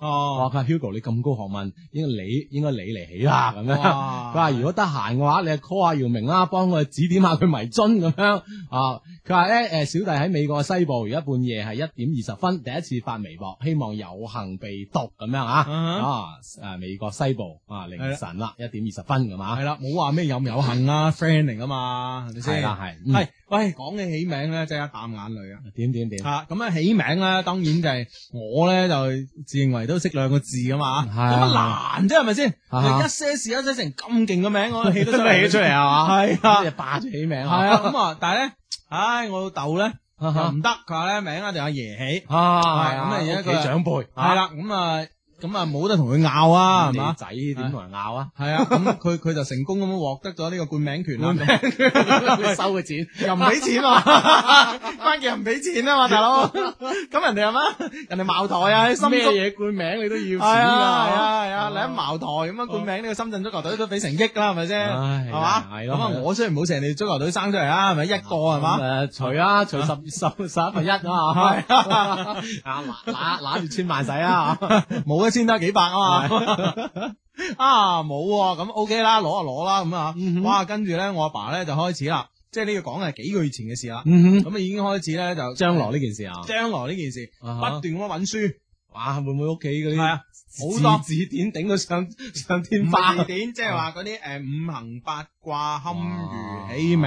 [SPEAKER 3] 佢
[SPEAKER 1] 哦，
[SPEAKER 3] 話 Hugo 你咁高學問，應該你應該你嚟起 啦咁樣。
[SPEAKER 1] 哇
[SPEAKER 3] 佢話如果得閒嘅話，你就 call 下姚明啦，幫佢指點下佢迷津咁樣啊。佢話咧誒，小弟喺美國西部，而家半夜係一點二十分，第一次發微博，希望有幸被讀咁樣啊。
[SPEAKER 1] 嗯
[SPEAKER 3] 啊誒美國西部啊凌晨啦一點二十分咁啊
[SPEAKER 1] 係。啦，冇話咩有唔有幸啊，friend 嚟噶嘛，係咪
[SPEAKER 3] 係
[SPEAKER 1] 先？
[SPEAKER 3] 啦係嗯
[SPEAKER 1] 係，喂，講起起名咧，真係一啖眼淚啊！
[SPEAKER 3] 點點點
[SPEAKER 1] 啊，咁啊起名咧，當然就係我咧就自認為都識兩個字噶嘛，
[SPEAKER 3] 係啊
[SPEAKER 1] 咁啊難啫係咪先？
[SPEAKER 3] 啊
[SPEAKER 1] 一些事一些情咁勁嘅 名，我起得出
[SPEAKER 3] 真係
[SPEAKER 1] 嚟
[SPEAKER 3] 起出嚟啊嘛
[SPEAKER 1] 係 啊，
[SPEAKER 3] 即係霸住起名
[SPEAKER 1] 係
[SPEAKER 3] 啊
[SPEAKER 1] 啊，咁啊，但係咧，唉，我老豆咧
[SPEAKER 3] 啊
[SPEAKER 1] 又
[SPEAKER 3] 哈
[SPEAKER 1] 唔得，佢話咧名一定阿爺起，
[SPEAKER 3] 啊
[SPEAKER 1] 係
[SPEAKER 3] 咁
[SPEAKER 1] 咁啊
[SPEAKER 3] 啊
[SPEAKER 1] 而
[SPEAKER 3] 而
[SPEAKER 1] 家
[SPEAKER 3] 家
[SPEAKER 1] 佢
[SPEAKER 3] 佢長輩
[SPEAKER 1] 係啦，咁啊咁啊冇得同佢拗啊，係
[SPEAKER 3] 係嘛
[SPEAKER 1] 嘛？？
[SPEAKER 3] 仔點同人拗啊
[SPEAKER 1] 係啊，咁佢佢就成功咁樣獲得咗呢個冠名權啦，咁
[SPEAKER 3] 收嘅錢
[SPEAKER 1] 又唔俾 錢啊，關鍵又唔俾錢啊嘛，大佬，咁人哋係咩？人哋茅台啊，喺
[SPEAKER 3] 咩
[SPEAKER 1] 深圳。
[SPEAKER 3] 嘢冠名你都要錢㗎
[SPEAKER 1] 系啊系
[SPEAKER 3] 啊哦
[SPEAKER 1] 啊系啊！你喺茅台咁樣冠名呢個深圳足球隊都俾成億啦，係咪先？
[SPEAKER 3] 唉
[SPEAKER 1] 係嘛？
[SPEAKER 3] 啊係
[SPEAKER 1] 咁
[SPEAKER 3] 咯
[SPEAKER 1] 啊
[SPEAKER 3] 係，咯
[SPEAKER 1] 我雖然冇成條足球隊生出嚟啊，係咪一個係嘛？
[SPEAKER 3] 誒除啊除十十十一分一啊嘛
[SPEAKER 1] 係啊
[SPEAKER 3] 啊揦揦揦住千萬使 啊！
[SPEAKER 1] 冇一千得幾百啊嘛。啊冇喎咁 OK 啦，攞就攞啦咁啊
[SPEAKER 3] 嗯哼！
[SPEAKER 1] 哇，跟住咧我阿爸咧就開始啦，即係呢個講係幾個月前嘅事啦。
[SPEAKER 3] 嗯哼，
[SPEAKER 1] 咁啊已經開始咧就
[SPEAKER 3] 將來呢件事啊，
[SPEAKER 1] 將來呢件事不
[SPEAKER 3] 啊
[SPEAKER 1] 斷咁樣揾書，
[SPEAKER 3] 哇會唔會屋企嗰
[SPEAKER 1] 係
[SPEAKER 3] 啲
[SPEAKER 1] 啊，好多
[SPEAKER 3] 字字典頂到上上天花
[SPEAKER 1] 五？字典，即係話嗰啲誒五行八卦、堪輿起名，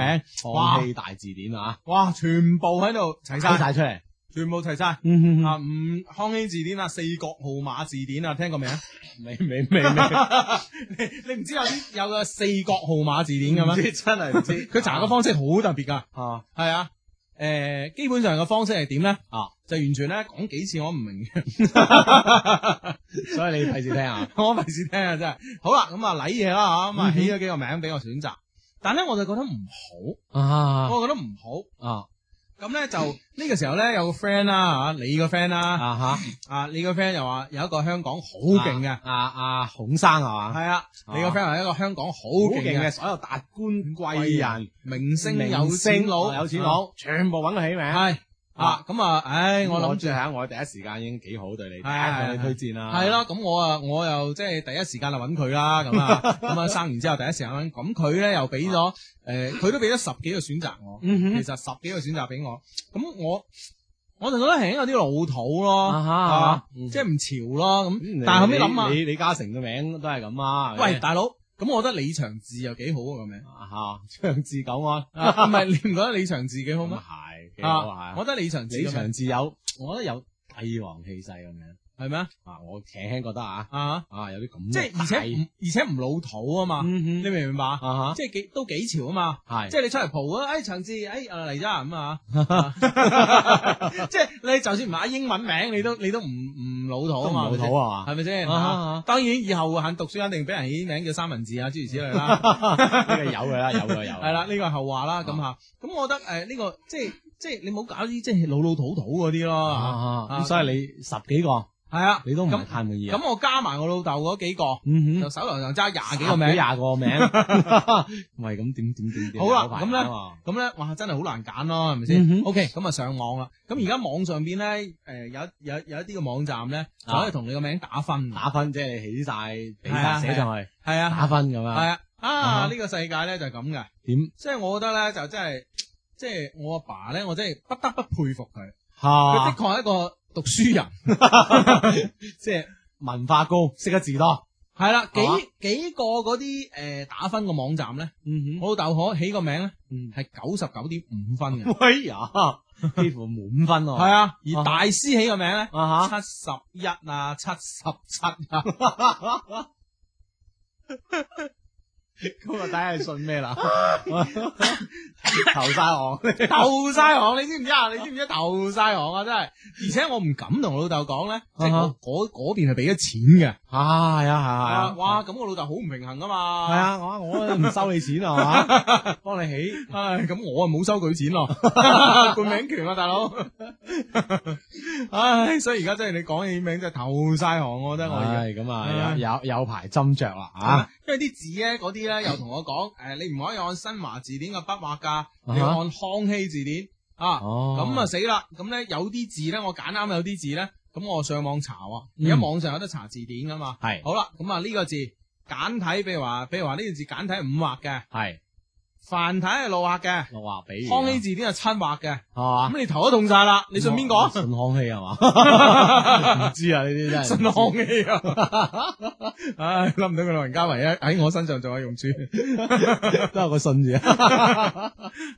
[SPEAKER 1] 哇
[SPEAKER 3] 放棄大字典啊，
[SPEAKER 1] 哇，全部喺度齊晒。
[SPEAKER 3] 晒出嚟。
[SPEAKER 1] 全部齊晒啊！
[SPEAKER 3] 嗯
[SPEAKER 1] 五康熙字典啊，四角號碼字典啊，聽過未啊？
[SPEAKER 3] 未未 未未，
[SPEAKER 1] 你你唔知有啲有個四角號碼字典嘅
[SPEAKER 3] 唔
[SPEAKER 1] 咩？
[SPEAKER 3] 知真係唔知。
[SPEAKER 1] 佢查嘅方式好特別㗎，
[SPEAKER 3] 啊，
[SPEAKER 1] 係啊，诶、基本上嘅方式係點咧？
[SPEAKER 3] 啊，
[SPEAKER 1] 就完全咧講幾次我唔明嘅，
[SPEAKER 3] 所以你費事聽啊。
[SPEAKER 1] 我費事聽啊真係。好啦，咁啊禮嘢啦吓，咁啊
[SPEAKER 3] 嗯哼
[SPEAKER 1] 起咗幾個名俾我選擇，但咧我就覺得唔
[SPEAKER 3] 啊
[SPEAKER 1] 好，我覺得唔好。
[SPEAKER 3] 啊
[SPEAKER 1] 咁咧就呢個時候咧有個 friend 啦吓，你個 friend 啦，
[SPEAKER 3] 啊嚇，
[SPEAKER 1] 啊你個 friend 又話有一個香港好
[SPEAKER 3] 好
[SPEAKER 1] 勁嘅。
[SPEAKER 3] 啊啊孔生係嘛？
[SPEAKER 1] 系啊，你個
[SPEAKER 3] 啊
[SPEAKER 1] friend 係一個香港好
[SPEAKER 3] 好
[SPEAKER 1] 勁
[SPEAKER 3] 勁嘅
[SPEAKER 1] 嘅
[SPEAKER 3] 所有達官貴人、
[SPEAKER 1] 明星
[SPEAKER 3] 明啊
[SPEAKER 1] 有錢佬，
[SPEAKER 3] 有錢佬，全部揾佢起名。
[SPEAKER 1] 係啊，咁啊，唉，我諗住
[SPEAKER 3] 係我第一時間已經幾好對你，第一向你推薦啦。
[SPEAKER 1] 係，咯，咁我啊，我又即係第一時間就揾佢啦，咁啊，咁 啊，生完之後第一時間揾，咁佢咧又俾
[SPEAKER 3] 啊
[SPEAKER 1] 咗诶，佢都俾咗十幾個選擇我，
[SPEAKER 3] 嗯
[SPEAKER 1] 其
[SPEAKER 3] 哼，
[SPEAKER 1] 實十幾個選擇俾我，咁我我就覺得係有啲老土
[SPEAKER 3] 啊
[SPEAKER 1] 咯，
[SPEAKER 3] 哈，
[SPEAKER 1] 即係唔潮咯，咁
[SPEAKER 3] 嗯
[SPEAKER 1] 但係後尾諗啊
[SPEAKER 3] 你李嘉誠嘅名都係咁啊。
[SPEAKER 1] 喂，大佬，咁我覺得李長治又幾好啊個名，
[SPEAKER 3] 吓長治久安，
[SPEAKER 1] 啊唔係你唔覺得李長治幾好
[SPEAKER 3] 咁
[SPEAKER 1] 咩？
[SPEAKER 3] 係幾好
[SPEAKER 1] 啊，我
[SPEAKER 3] 啊！
[SPEAKER 1] 覺得李長治
[SPEAKER 3] 李
[SPEAKER 1] 個名
[SPEAKER 3] 長治有，我覺得有帝王氣勢咁樣
[SPEAKER 1] 係咩
[SPEAKER 3] 啊！我輕輕覺得啊
[SPEAKER 1] 啊？
[SPEAKER 3] 啊有啲咁
[SPEAKER 1] 即係而且唔而且唔老土啊嘛，
[SPEAKER 3] 嗯
[SPEAKER 1] 你明唔明白？
[SPEAKER 3] 啊
[SPEAKER 1] 即係幾都幾潮啊嘛！
[SPEAKER 3] 吓係
[SPEAKER 1] 即係你出嚟蒲啊，哎長治，哎啊嚟咗 咁啊， 即係你就算唔嗌英文名，你都你都唔唔老土啊嘛，
[SPEAKER 3] 老土啊嘛，
[SPEAKER 1] 係咪先？
[SPEAKER 3] 啊啊
[SPEAKER 1] 啊
[SPEAKER 3] 啊
[SPEAKER 1] 當然以後肯讀書，肯定俾人起名叫三文治啊，諸如此類啦。
[SPEAKER 3] 呢個有嘅 啦，有嘅有。
[SPEAKER 1] 係啦，，呢個係後話啦，咁
[SPEAKER 3] 啊
[SPEAKER 1] 吓，咁我覺得诶呢個即係即係你唔好搞啲即係老老土土嗰啲咯，
[SPEAKER 3] 啊咁所以你十幾個
[SPEAKER 1] 係啊，
[SPEAKER 3] 你都唔係
[SPEAKER 1] 咁
[SPEAKER 3] 太滿意啊？
[SPEAKER 1] 咁我加埋我老豆嗰幾個，
[SPEAKER 3] 嗯
[SPEAKER 1] 就手頭上揸廿
[SPEAKER 3] 哼，
[SPEAKER 1] 幾個名，
[SPEAKER 3] 廿個名， 唔係咁點點點點。
[SPEAKER 1] 好啦
[SPEAKER 3] 有排
[SPEAKER 1] 咁咧
[SPEAKER 3] 啊嘛
[SPEAKER 1] 咁咧哇真係好難揀咯，係咪
[SPEAKER 3] 嗯
[SPEAKER 1] 先
[SPEAKER 3] 哼
[SPEAKER 1] ？OK，咁啊上網啦，咁而家網上邊咧诶有有有一啲嘅網站咧就
[SPEAKER 3] 啊
[SPEAKER 1] 可以同你個名打分，
[SPEAKER 3] 打分即係你起晒俾
[SPEAKER 1] 係啊
[SPEAKER 3] 晒寫上去
[SPEAKER 1] 係啊
[SPEAKER 3] 打分咁
[SPEAKER 1] 係
[SPEAKER 3] 樣，
[SPEAKER 1] 啊，啊
[SPEAKER 3] 啊
[SPEAKER 1] 呢個世界咧就係咁嘅，
[SPEAKER 3] 點
[SPEAKER 1] 即係我覺得咧就真係即係我阿爸咧，我真係不得不佩服佢，佢
[SPEAKER 3] 嚇
[SPEAKER 1] 的確係一個讀書人。
[SPEAKER 3] 即係文化高，識得字多。
[SPEAKER 1] 系啦，幾
[SPEAKER 3] 係嘛
[SPEAKER 1] 幾個嗰啲诶打分嘅網站咧，
[SPEAKER 3] 嗯
[SPEAKER 1] 我老豆可起個名咧
[SPEAKER 3] 嗯
[SPEAKER 1] 係九十九點五分 嘅，
[SPEAKER 3] 哎呀，幾乎滿分喎。
[SPEAKER 1] 係啊，而
[SPEAKER 3] 啊
[SPEAKER 1] 大師起個名咧
[SPEAKER 3] 啊
[SPEAKER 1] 七
[SPEAKER 3] 嚇，
[SPEAKER 1] 十一啊，七十七 啊，
[SPEAKER 3] 咁啊睇下你信咩 啦，投晒我。
[SPEAKER 1] 投晒行，你知唔知啊？你知唔知投晒行啊？真係，而且我唔敢同我老豆講咧，即係
[SPEAKER 3] 啊
[SPEAKER 1] 嗰嗰嗰邊係俾咗錢嘅，
[SPEAKER 3] 啊，係啊，係啊，係啊。
[SPEAKER 1] 哇，咁我老豆好唔平衡噶嘛，
[SPEAKER 3] 系，啊，我我唔收你錢啊，係嘛， 幫你起。
[SPEAKER 1] 唉，咁我啊冇收佢錢咯， 冠名權啊，大佬，唉，所以而家真係你講起名真係投晒行，我覺得我而家。
[SPEAKER 3] 唉，咁啊，
[SPEAKER 1] 唉
[SPEAKER 3] 有有有排斟酌啦啊
[SPEAKER 1] 啊！，因為啲字咧，嗰啲咧又同我講，诶、你唔可以按新華字典嘅筆畫㗎，你要
[SPEAKER 3] 啊哈
[SPEAKER 1] 按康熙字典啊。
[SPEAKER 3] 哦
[SPEAKER 1] 咁啊死啦！咁咧有啲字咧，我揀啱有啲字咧，咁我上網查啊。而
[SPEAKER 3] 嗯
[SPEAKER 1] 家網上有得查字典㗎嘛。
[SPEAKER 3] 係
[SPEAKER 1] 好啦，咁啊呢個字簡體，譬如話，譬如話呢個字簡體係五畫嘅，
[SPEAKER 3] 係，
[SPEAKER 1] 繁體係六畫嘅，
[SPEAKER 3] 我話俾
[SPEAKER 1] 康熙字典係七畫嘅。
[SPEAKER 3] 系嘛？
[SPEAKER 1] 咁你頭都痛晒啦，你信邊個？
[SPEAKER 3] 信康熙係 嘛？唔知啊，呢啲真係
[SPEAKER 1] 信康熙啊！ 唉，諗唔到佢老人家唯一喺我身上仲有用處。
[SPEAKER 3] 康都有個信字 啊。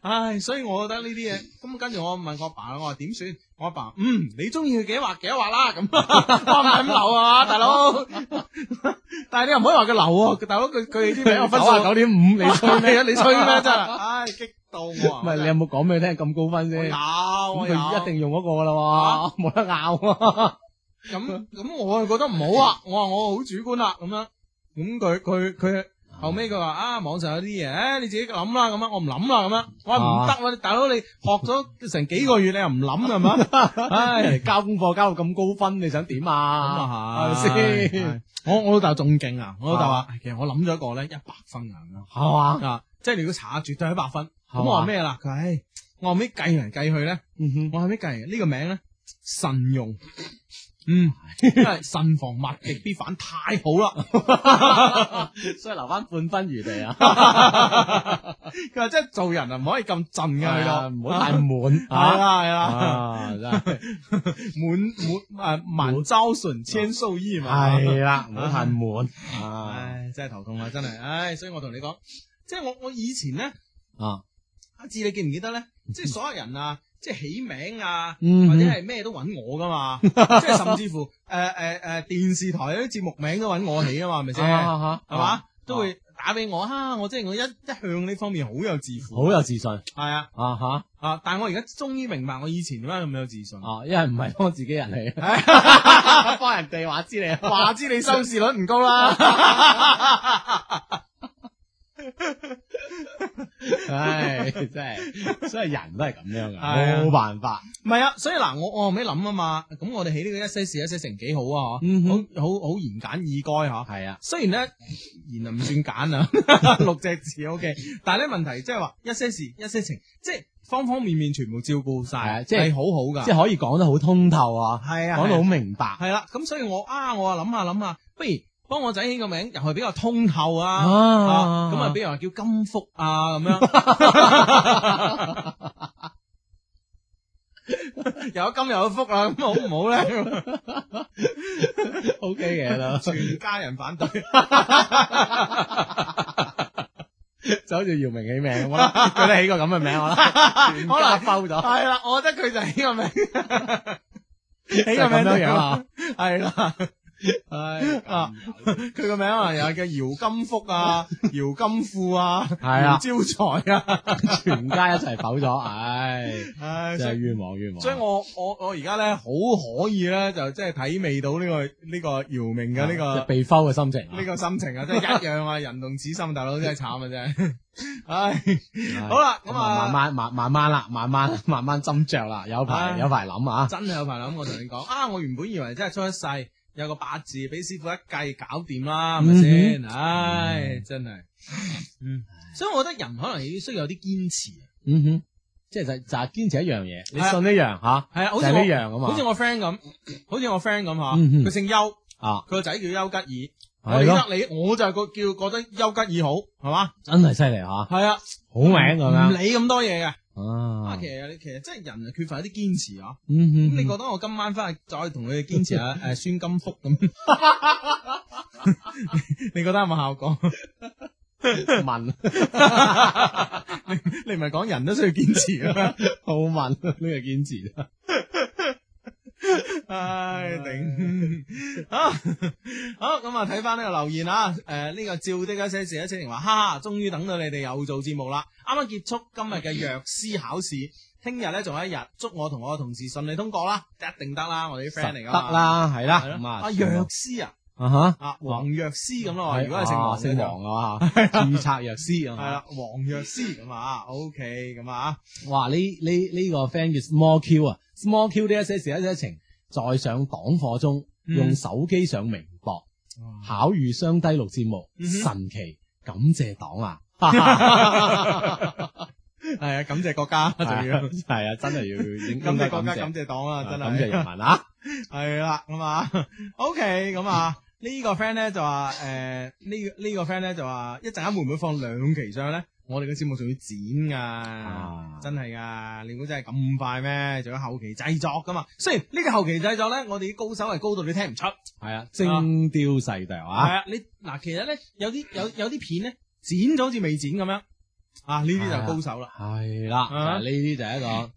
[SPEAKER 1] 唉，所以我覺得呢啲嘢，咁跟住我問我阿爸啦，我話點算？我阿爸，嗯，你中意佢幾多畫幾多畫啦，咁 我唔係咁流啊，大佬。 但係你又唔可以話佢流喎，大佬佢佢啲名我分 數
[SPEAKER 3] 九啊九點五，你吹
[SPEAKER 1] 你
[SPEAKER 3] 咩？
[SPEAKER 1] 吹咩？你吹咩真 係？唉，激到我啊！
[SPEAKER 3] 唔係你有冇講俾佢聽咁高分
[SPEAKER 1] 我
[SPEAKER 3] 先？
[SPEAKER 1] 有
[SPEAKER 3] 咁
[SPEAKER 1] 我
[SPEAKER 3] 佢
[SPEAKER 1] 有，
[SPEAKER 3] 一定用嗰個噶啦喎，冇得拗啊！
[SPEAKER 1] 咁 咁，我就覺得唔好啊！我話我好主觀啦，咁樣咁佢佢佢。後尾佢話
[SPEAKER 3] 嗯
[SPEAKER 1] 啊，網上有啲嘢，唉，你自己諗啦，咁樣我唔諗啦，咁樣我話唔
[SPEAKER 3] 啊
[SPEAKER 1] 得喎，你大佬你學咗成幾個月，你又唔諗係嘛？ 唉，
[SPEAKER 3] 人哋交功課交到咁高分，你想點啊？
[SPEAKER 1] 咁
[SPEAKER 3] 係咪
[SPEAKER 1] 係
[SPEAKER 3] 先？
[SPEAKER 1] 我我老豆仲勁啊！我老豆話，唉其實我諗咗一個咧一百分啊，咁
[SPEAKER 3] 係嘛？
[SPEAKER 1] 樣啊，即係你如果查絕對一百分。咁
[SPEAKER 3] 係嘛
[SPEAKER 1] 我話咩啦？佢話唉，我後尾計嚟計去咧，
[SPEAKER 3] 啊嗯哼。
[SPEAKER 1] 我後尾計呢個名咧慎用，嗯，因為慎防物極必反，太 好啦！
[SPEAKER 3] 所以留翻半分餘地啊，
[SPEAKER 1] 佢話即係做人啊，唔可以咁震㗎，佢
[SPEAKER 3] 啊
[SPEAKER 1] 話
[SPEAKER 3] 唔好太滿
[SPEAKER 1] 係啦
[SPEAKER 3] 啊！
[SPEAKER 1] 係啦，
[SPEAKER 3] 啊，真係
[SPEAKER 1] 滿啊滿誒滿招損，千受益嘛。
[SPEAKER 3] 係啦， 唔好太滿啊
[SPEAKER 1] 唉，真係頭痛啊，真係，唉，所以我同你講，即係我我以前咧，
[SPEAKER 3] 啊，
[SPEAKER 1] 阿志你記唔記得咧？即係所有人啊，即係起名啊，
[SPEAKER 3] 嗯
[SPEAKER 1] 或者
[SPEAKER 3] 哼
[SPEAKER 1] 係咩都揾我噶嘛， 即係甚至乎誒誒誒電視台嗰啲節目名都揾我起啊嘛，係咪先？係
[SPEAKER 3] 啊
[SPEAKER 1] 嘛？都會打俾我啊！我即係我一一向呢方面好有自負，
[SPEAKER 3] 好有自信啊
[SPEAKER 1] 係啊
[SPEAKER 3] 吓
[SPEAKER 1] 啊！但係我而家終於明白我以前點解咁有自信。
[SPEAKER 3] 啊，因為唔係幫自己人 嚟，幫人哋話知你啊
[SPEAKER 1] 話知你收視率唔高 啦，
[SPEAKER 3] 唉，真係，所以人都係咁樣噶，
[SPEAKER 1] 係啊
[SPEAKER 3] 冇辦法，
[SPEAKER 1] 唔係啊，所以嗱，我我後尾諗啊嘛，咁我哋起呢個一些事一些情幾好啊，
[SPEAKER 3] 嗯
[SPEAKER 1] 嗬
[SPEAKER 3] 哼，
[SPEAKER 1] 好好好言簡意賅吓。
[SPEAKER 3] 係啊，
[SPEAKER 1] 雖然咧言啊唔算簡啊， 六隻字 OK，但係咧問題即係話一些事一些情，即係方方面面全部照顧晒，
[SPEAKER 3] 啊即係
[SPEAKER 1] 係好好噶，
[SPEAKER 3] 即係可以講得好通透啊，
[SPEAKER 1] 係
[SPEAKER 3] 講到好明白
[SPEAKER 1] 係啦，咁所以我啊，我啊諗下諗下，不如幫我仔起個名又係比較通透啊，
[SPEAKER 3] Ờ.
[SPEAKER 1] 啊咁啊，比如話叫金 ờ, 福啊咁樣。又有金又有福啦，咁好唔好咧
[SPEAKER 3] O K 嘅啦，
[SPEAKER 1] 全家人反對，
[SPEAKER 3] 就好似姚明起名，我諗佢都起個咁嘅名，我啦， 全
[SPEAKER 1] 可能
[SPEAKER 3] 家摟咗，
[SPEAKER 1] 係啦，我覺得佢就係呢個名，
[SPEAKER 3] 起
[SPEAKER 1] 個名
[SPEAKER 3] 咁
[SPEAKER 1] 都
[SPEAKER 3] 樣樣啊，
[SPEAKER 1] 係啦。唉啊，佢個名可能又叫姚金福啊、姚金富啊、
[SPEAKER 3] 係
[SPEAKER 1] 姚
[SPEAKER 3] 啊
[SPEAKER 1] 招財啊，
[SPEAKER 3] 全家一齊摟咗， 唉，
[SPEAKER 1] 唉，
[SPEAKER 3] 真
[SPEAKER 1] 所
[SPEAKER 3] 係
[SPEAKER 1] 以
[SPEAKER 3] 冤枉冤枉。
[SPEAKER 1] 所以我我我而家咧好可以咧，就即係體味到呢個呢個姚明嘅呢
[SPEAKER 3] 即係
[SPEAKER 1] 個
[SPEAKER 3] 被摟嘅心情啊，
[SPEAKER 1] 呢個心 情啊，真係一樣啊！人同此心，大佬真係慘啊！真係，唉，
[SPEAKER 3] 唉
[SPEAKER 1] 好啦，咁
[SPEAKER 3] 咁
[SPEAKER 1] 啊，
[SPEAKER 3] 啊，慢慢慢慢慢啦，慢 慢慢慢斟酌啦，有排
[SPEAKER 1] 唉
[SPEAKER 3] 有排諗啊，
[SPEAKER 1] 真係有排諗，我同你講啊！我原本以為真係出一世有個八字，俾師傅一計搞
[SPEAKER 3] 嗯
[SPEAKER 1] 掂啦，係咪先？唉，真係，嗯，所以我覺得人可能要需要有啲堅持，啊
[SPEAKER 3] 嗯哼，即係就就係堅持一樣嘢，你
[SPEAKER 1] 係啊
[SPEAKER 3] 信呢樣吓，
[SPEAKER 1] 係啊，好
[SPEAKER 3] 就係
[SPEAKER 1] 似
[SPEAKER 3] 呢
[SPEAKER 1] 我
[SPEAKER 3] 樣啊嘛
[SPEAKER 1] 好似，我 friend 咁，好似我 friend 咁吓，
[SPEAKER 3] 嗯哼
[SPEAKER 1] 佢姓邱，
[SPEAKER 3] 啊，
[SPEAKER 1] 佢個仔叫邱吉爾，
[SPEAKER 3] 係
[SPEAKER 1] 我
[SPEAKER 3] 咯，
[SPEAKER 1] 理得你，我就個叫覺得邱吉爾好，係嘛？
[SPEAKER 3] 真係犀利吓，好
[SPEAKER 1] 係啊，
[SPEAKER 3] 名咁
[SPEAKER 1] 唔
[SPEAKER 3] 樣
[SPEAKER 1] 理咁多嘢嘅。啊，
[SPEAKER 3] 啊
[SPEAKER 1] 其，實你其實真係人啊，缺乏一啲堅持啊。咁
[SPEAKER 3] 嗯
[SPEAKER 1] 你
[SPEAKER 3] 哼
[SPEAKER 1] 覺。得我今晚翻去再同佢堅持下 誒孫金福咁？ 你覺得有冇效果？ 啊
[SPEAKER 3] 问
[SPEAKER 1] 你唔係講人都需要堅持啊嘅咩？
[SPEAKER 3] 好问呢个坚持，
[SPEAKER 1] 唉，頂好好咁啊！睇翻呢個留言啊，誒、呢、個照的一些事一些情話，哈哈，終於等到你哋又做節目啦！啱啱結束今日嘅藥師考試，聽日咧仲有一日，祝我同我同事順利通過啦，一定得啦！我哋啲 friend 嚟
[SPEAKER 3] 實
[SPEAKER 1] 㗎嘛
[SPEAKER 3] 得，啦，系啦，
[SPEAKER 1] 係
[SPEAKER 3] 咁
[SPEAKER 1] 咯
[SPEAKER 3] 啊，
[SPEAKER 1] 啊藥師啊！
[SPEAKER 3] 啊吓，
[SPEAKER 1] 啊，黃藥師咁
[SPEAKER 3] 係
[SPEAKER 1] 咯，哦如果係姓黃
[SPEAKER 3] 啊
[SPEAKER 1] 嘅
[SPEAKER 3] 姓
[SPEAKER 1] 就
[SPEAKER 3] 黃啊吓，注册药师啊
[SPEAKER 1] 係
[SPEAKER 3] 嘛，
[SPEAKER 1] 啦，黃藥師咁啊，OK 咁啊，
[SPEAKER 3] 哇，呢呢呢个 friend 叫 Small Q 啊，Small Q 呢一些事一些情，在上党課中
[SPEAKER 1] 嗯
[SPEAKER 3] 用手機上微博考遇雙低錄節目，
[SPEAKER 1] 嗯哼
[SPEAKER 3] 神奇，感謝黨 啊！係
[SPEAKER 1] 係啊，感謝國家，仲要
[SPEAKER 3] 啊 係啊，真係要應
[SPEAKER 1] 感
[SPEAKER 3] 應
[SPEAKER 1] 謝
[SPEAKER 3] 該
[SPEAKER 1] 國
[SPEAKER 3] 感謝
[SPEAKER 1] 家，感謝黨啊，真
[SPEAKER 3] 感謝
[SPEAKER 1] 係
[SPEAKER 3] 人民 啊！
[SPEAKER 1] 係啦，咁啊，OK 咁啊，呢個 friend 咧就話誒呢個呢個 friend 咧就話一陣間會唔會放兩期上咧？我哋嘅節目仲要剪噶。
[SPEAKER 3] 啊
[SPEAKER 1] 真係噶，你估真係咁快咩？仲有後期製作噶嘛？雖然呢個後期製作咧，我哋啲高手係高到你聽唔出。
[SPEAKER 3] 係啊，精雕細琢
[SPEAKER 1] 系
[SPEAKER 3] 啊！
[SPEAKER 1] 啊，你嗱，其實咧有啲有有啲片咧剪咗好似未剪咁樣啊，呢啲就係高手啦，
[SPEAKER 3] 係啦，
[SPEAKER 1] 啊
[SPEAKER 3] 嗱呢啲就係一個好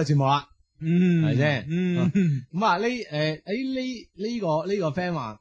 [SPEAKER 3] 嘅節目啊啦。
[SPEAKER 1] 嗯
[SPEAKER 3] 係啫
[SPEAKER 1] 嗯，
[SPEAKER 3] 咁啊呢誒誒呢呢個呢個 friend 話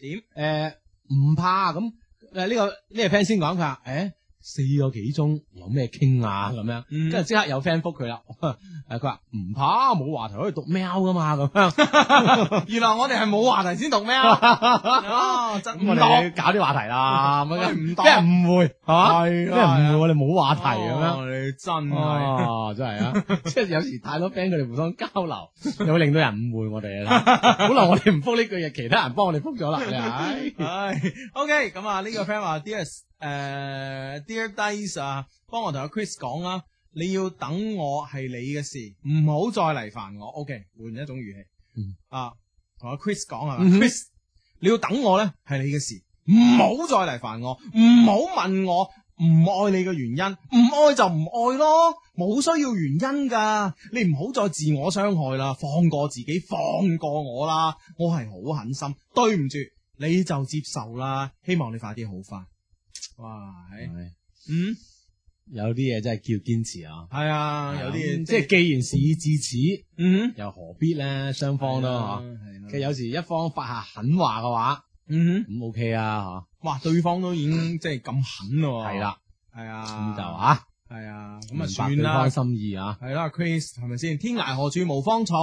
[SPEAKER 1] 點
[SPEAKER 3] 誒唔怕咁呃誒呢個呢個 friend 先講佢話誒四個幾鐘有咩傾啊咁樣。
[SPEAKER 1] 嗯
[SPEAKER 3] 跟住即刻有 friend 覆佢啦， 呃誒佢話唔怕，冇話題可以讀喵噶嘛咁樣，
[SPEAKER 1] 原來我哋係冇話題先讀 咩啊？啊，真
[SPEAKER 3] 咁我
[SPEAKER 1] 當
[SPEAKER 3] 哋搞啲話題 啦，咁
[SPEAKER 1] 我哋
[SPEAKER 3] 樣
[SPEAKER 1] 唔
[SPEAKER 3] 俾
[SPEAKER 1] 當
[SPEAKER 3] 人誤會係嘛，俾
[SPEAKER 1] 係
[SPEAKER 3] 人
[SPEAKER 1] 啊
[SPEAKER 3] 誤
[SPEAKER 1] 係
[SPEAKER 3] 會
[SPEAKER 1] 啊
[SPEAKER 3] 我哋冇話題咁樣。
[SPEAKER 1] 哦你真係
[SPEAKER 3] 哦，真係啊！ 即係有時太多 friend 佢哋互相交 流，就會令到人誤會我哋啊！本來我哋唔覆呢句嘢，其他人幫我哋覆咗啦，你哎唉，
[SPEAKER 1] 唉，OK，咁啊呢個 friend 話 Dear 誒 Dear Dice 啊，幫我同阿 Chris 講啦，你要等我係你嘅事，唔好再嚟煩我。OK，換一種語氣
[SPEAKER 3] 嗯
[SPEAKER 1] 啊，同阿 Chris 講係
[SPEAKER 3] 嗯
[SPEAKER 1] 咪
[SPEAKER 3] 哼
[SPEAKER 1] ？Chris，你要等我咧係你嘅事，唔好再嚟煩我，唔好問我。唔愛你嘅原因，唔愛就唔愛咯，冇需要原因噶。你唔好再自我傷害啦，放過自己，放過我啦。我係好狠心，對唔住，你就接受啦。希望你快啲好翻。哇，係
[SPEAKER 3] 唉
[SPEAKER 1] 嗯，
[SPEAKER 3] 有啲嘢真係叫堅持啊！
[SPEAKER 1] 係啊，有啲嘢
[SPEAKER 3] 咁即係既然事已至此，
[SPEAKER 1] 嗯，
[SPEAKER 3] 又何必咧？雙方都
[SPEAKER 1] 係
[SPEAKER 3] 嗬
[SPEAKER 1] 啊。係啊
[SPEAKER 3] 其實有時一方發下狠話嘅話，
[SPEAKER 1] 嗯哼，
[SPEAKER 3] 咁 OK 啊，
[SPEAKER 1] 哇，對方都 已經即係咁狠咯
[SPEAKER 3] 吓
[SPEAKER 1] 喎，
[SPEAKER 3] 係，啦，
[SPEAKER 1] 係
[SPEAKER 3] 咁
[SPEAKER 1] 啊，
[SPEAKER 3] 就吓，
[SPEAKER 1] 係啊，咁
[SPEAKER 3] 明
[SPEAKER 1] 啊
[SPEAKER 3] 白
[SPEAKER 1] 算
[SPEAKER 3] 對
[SPEAKER 1] 啦
[SPEAKER 3] 方，心意啊，
[SPEAKER 1] 係啦，Chris 係咪先？天涯何處無芳草，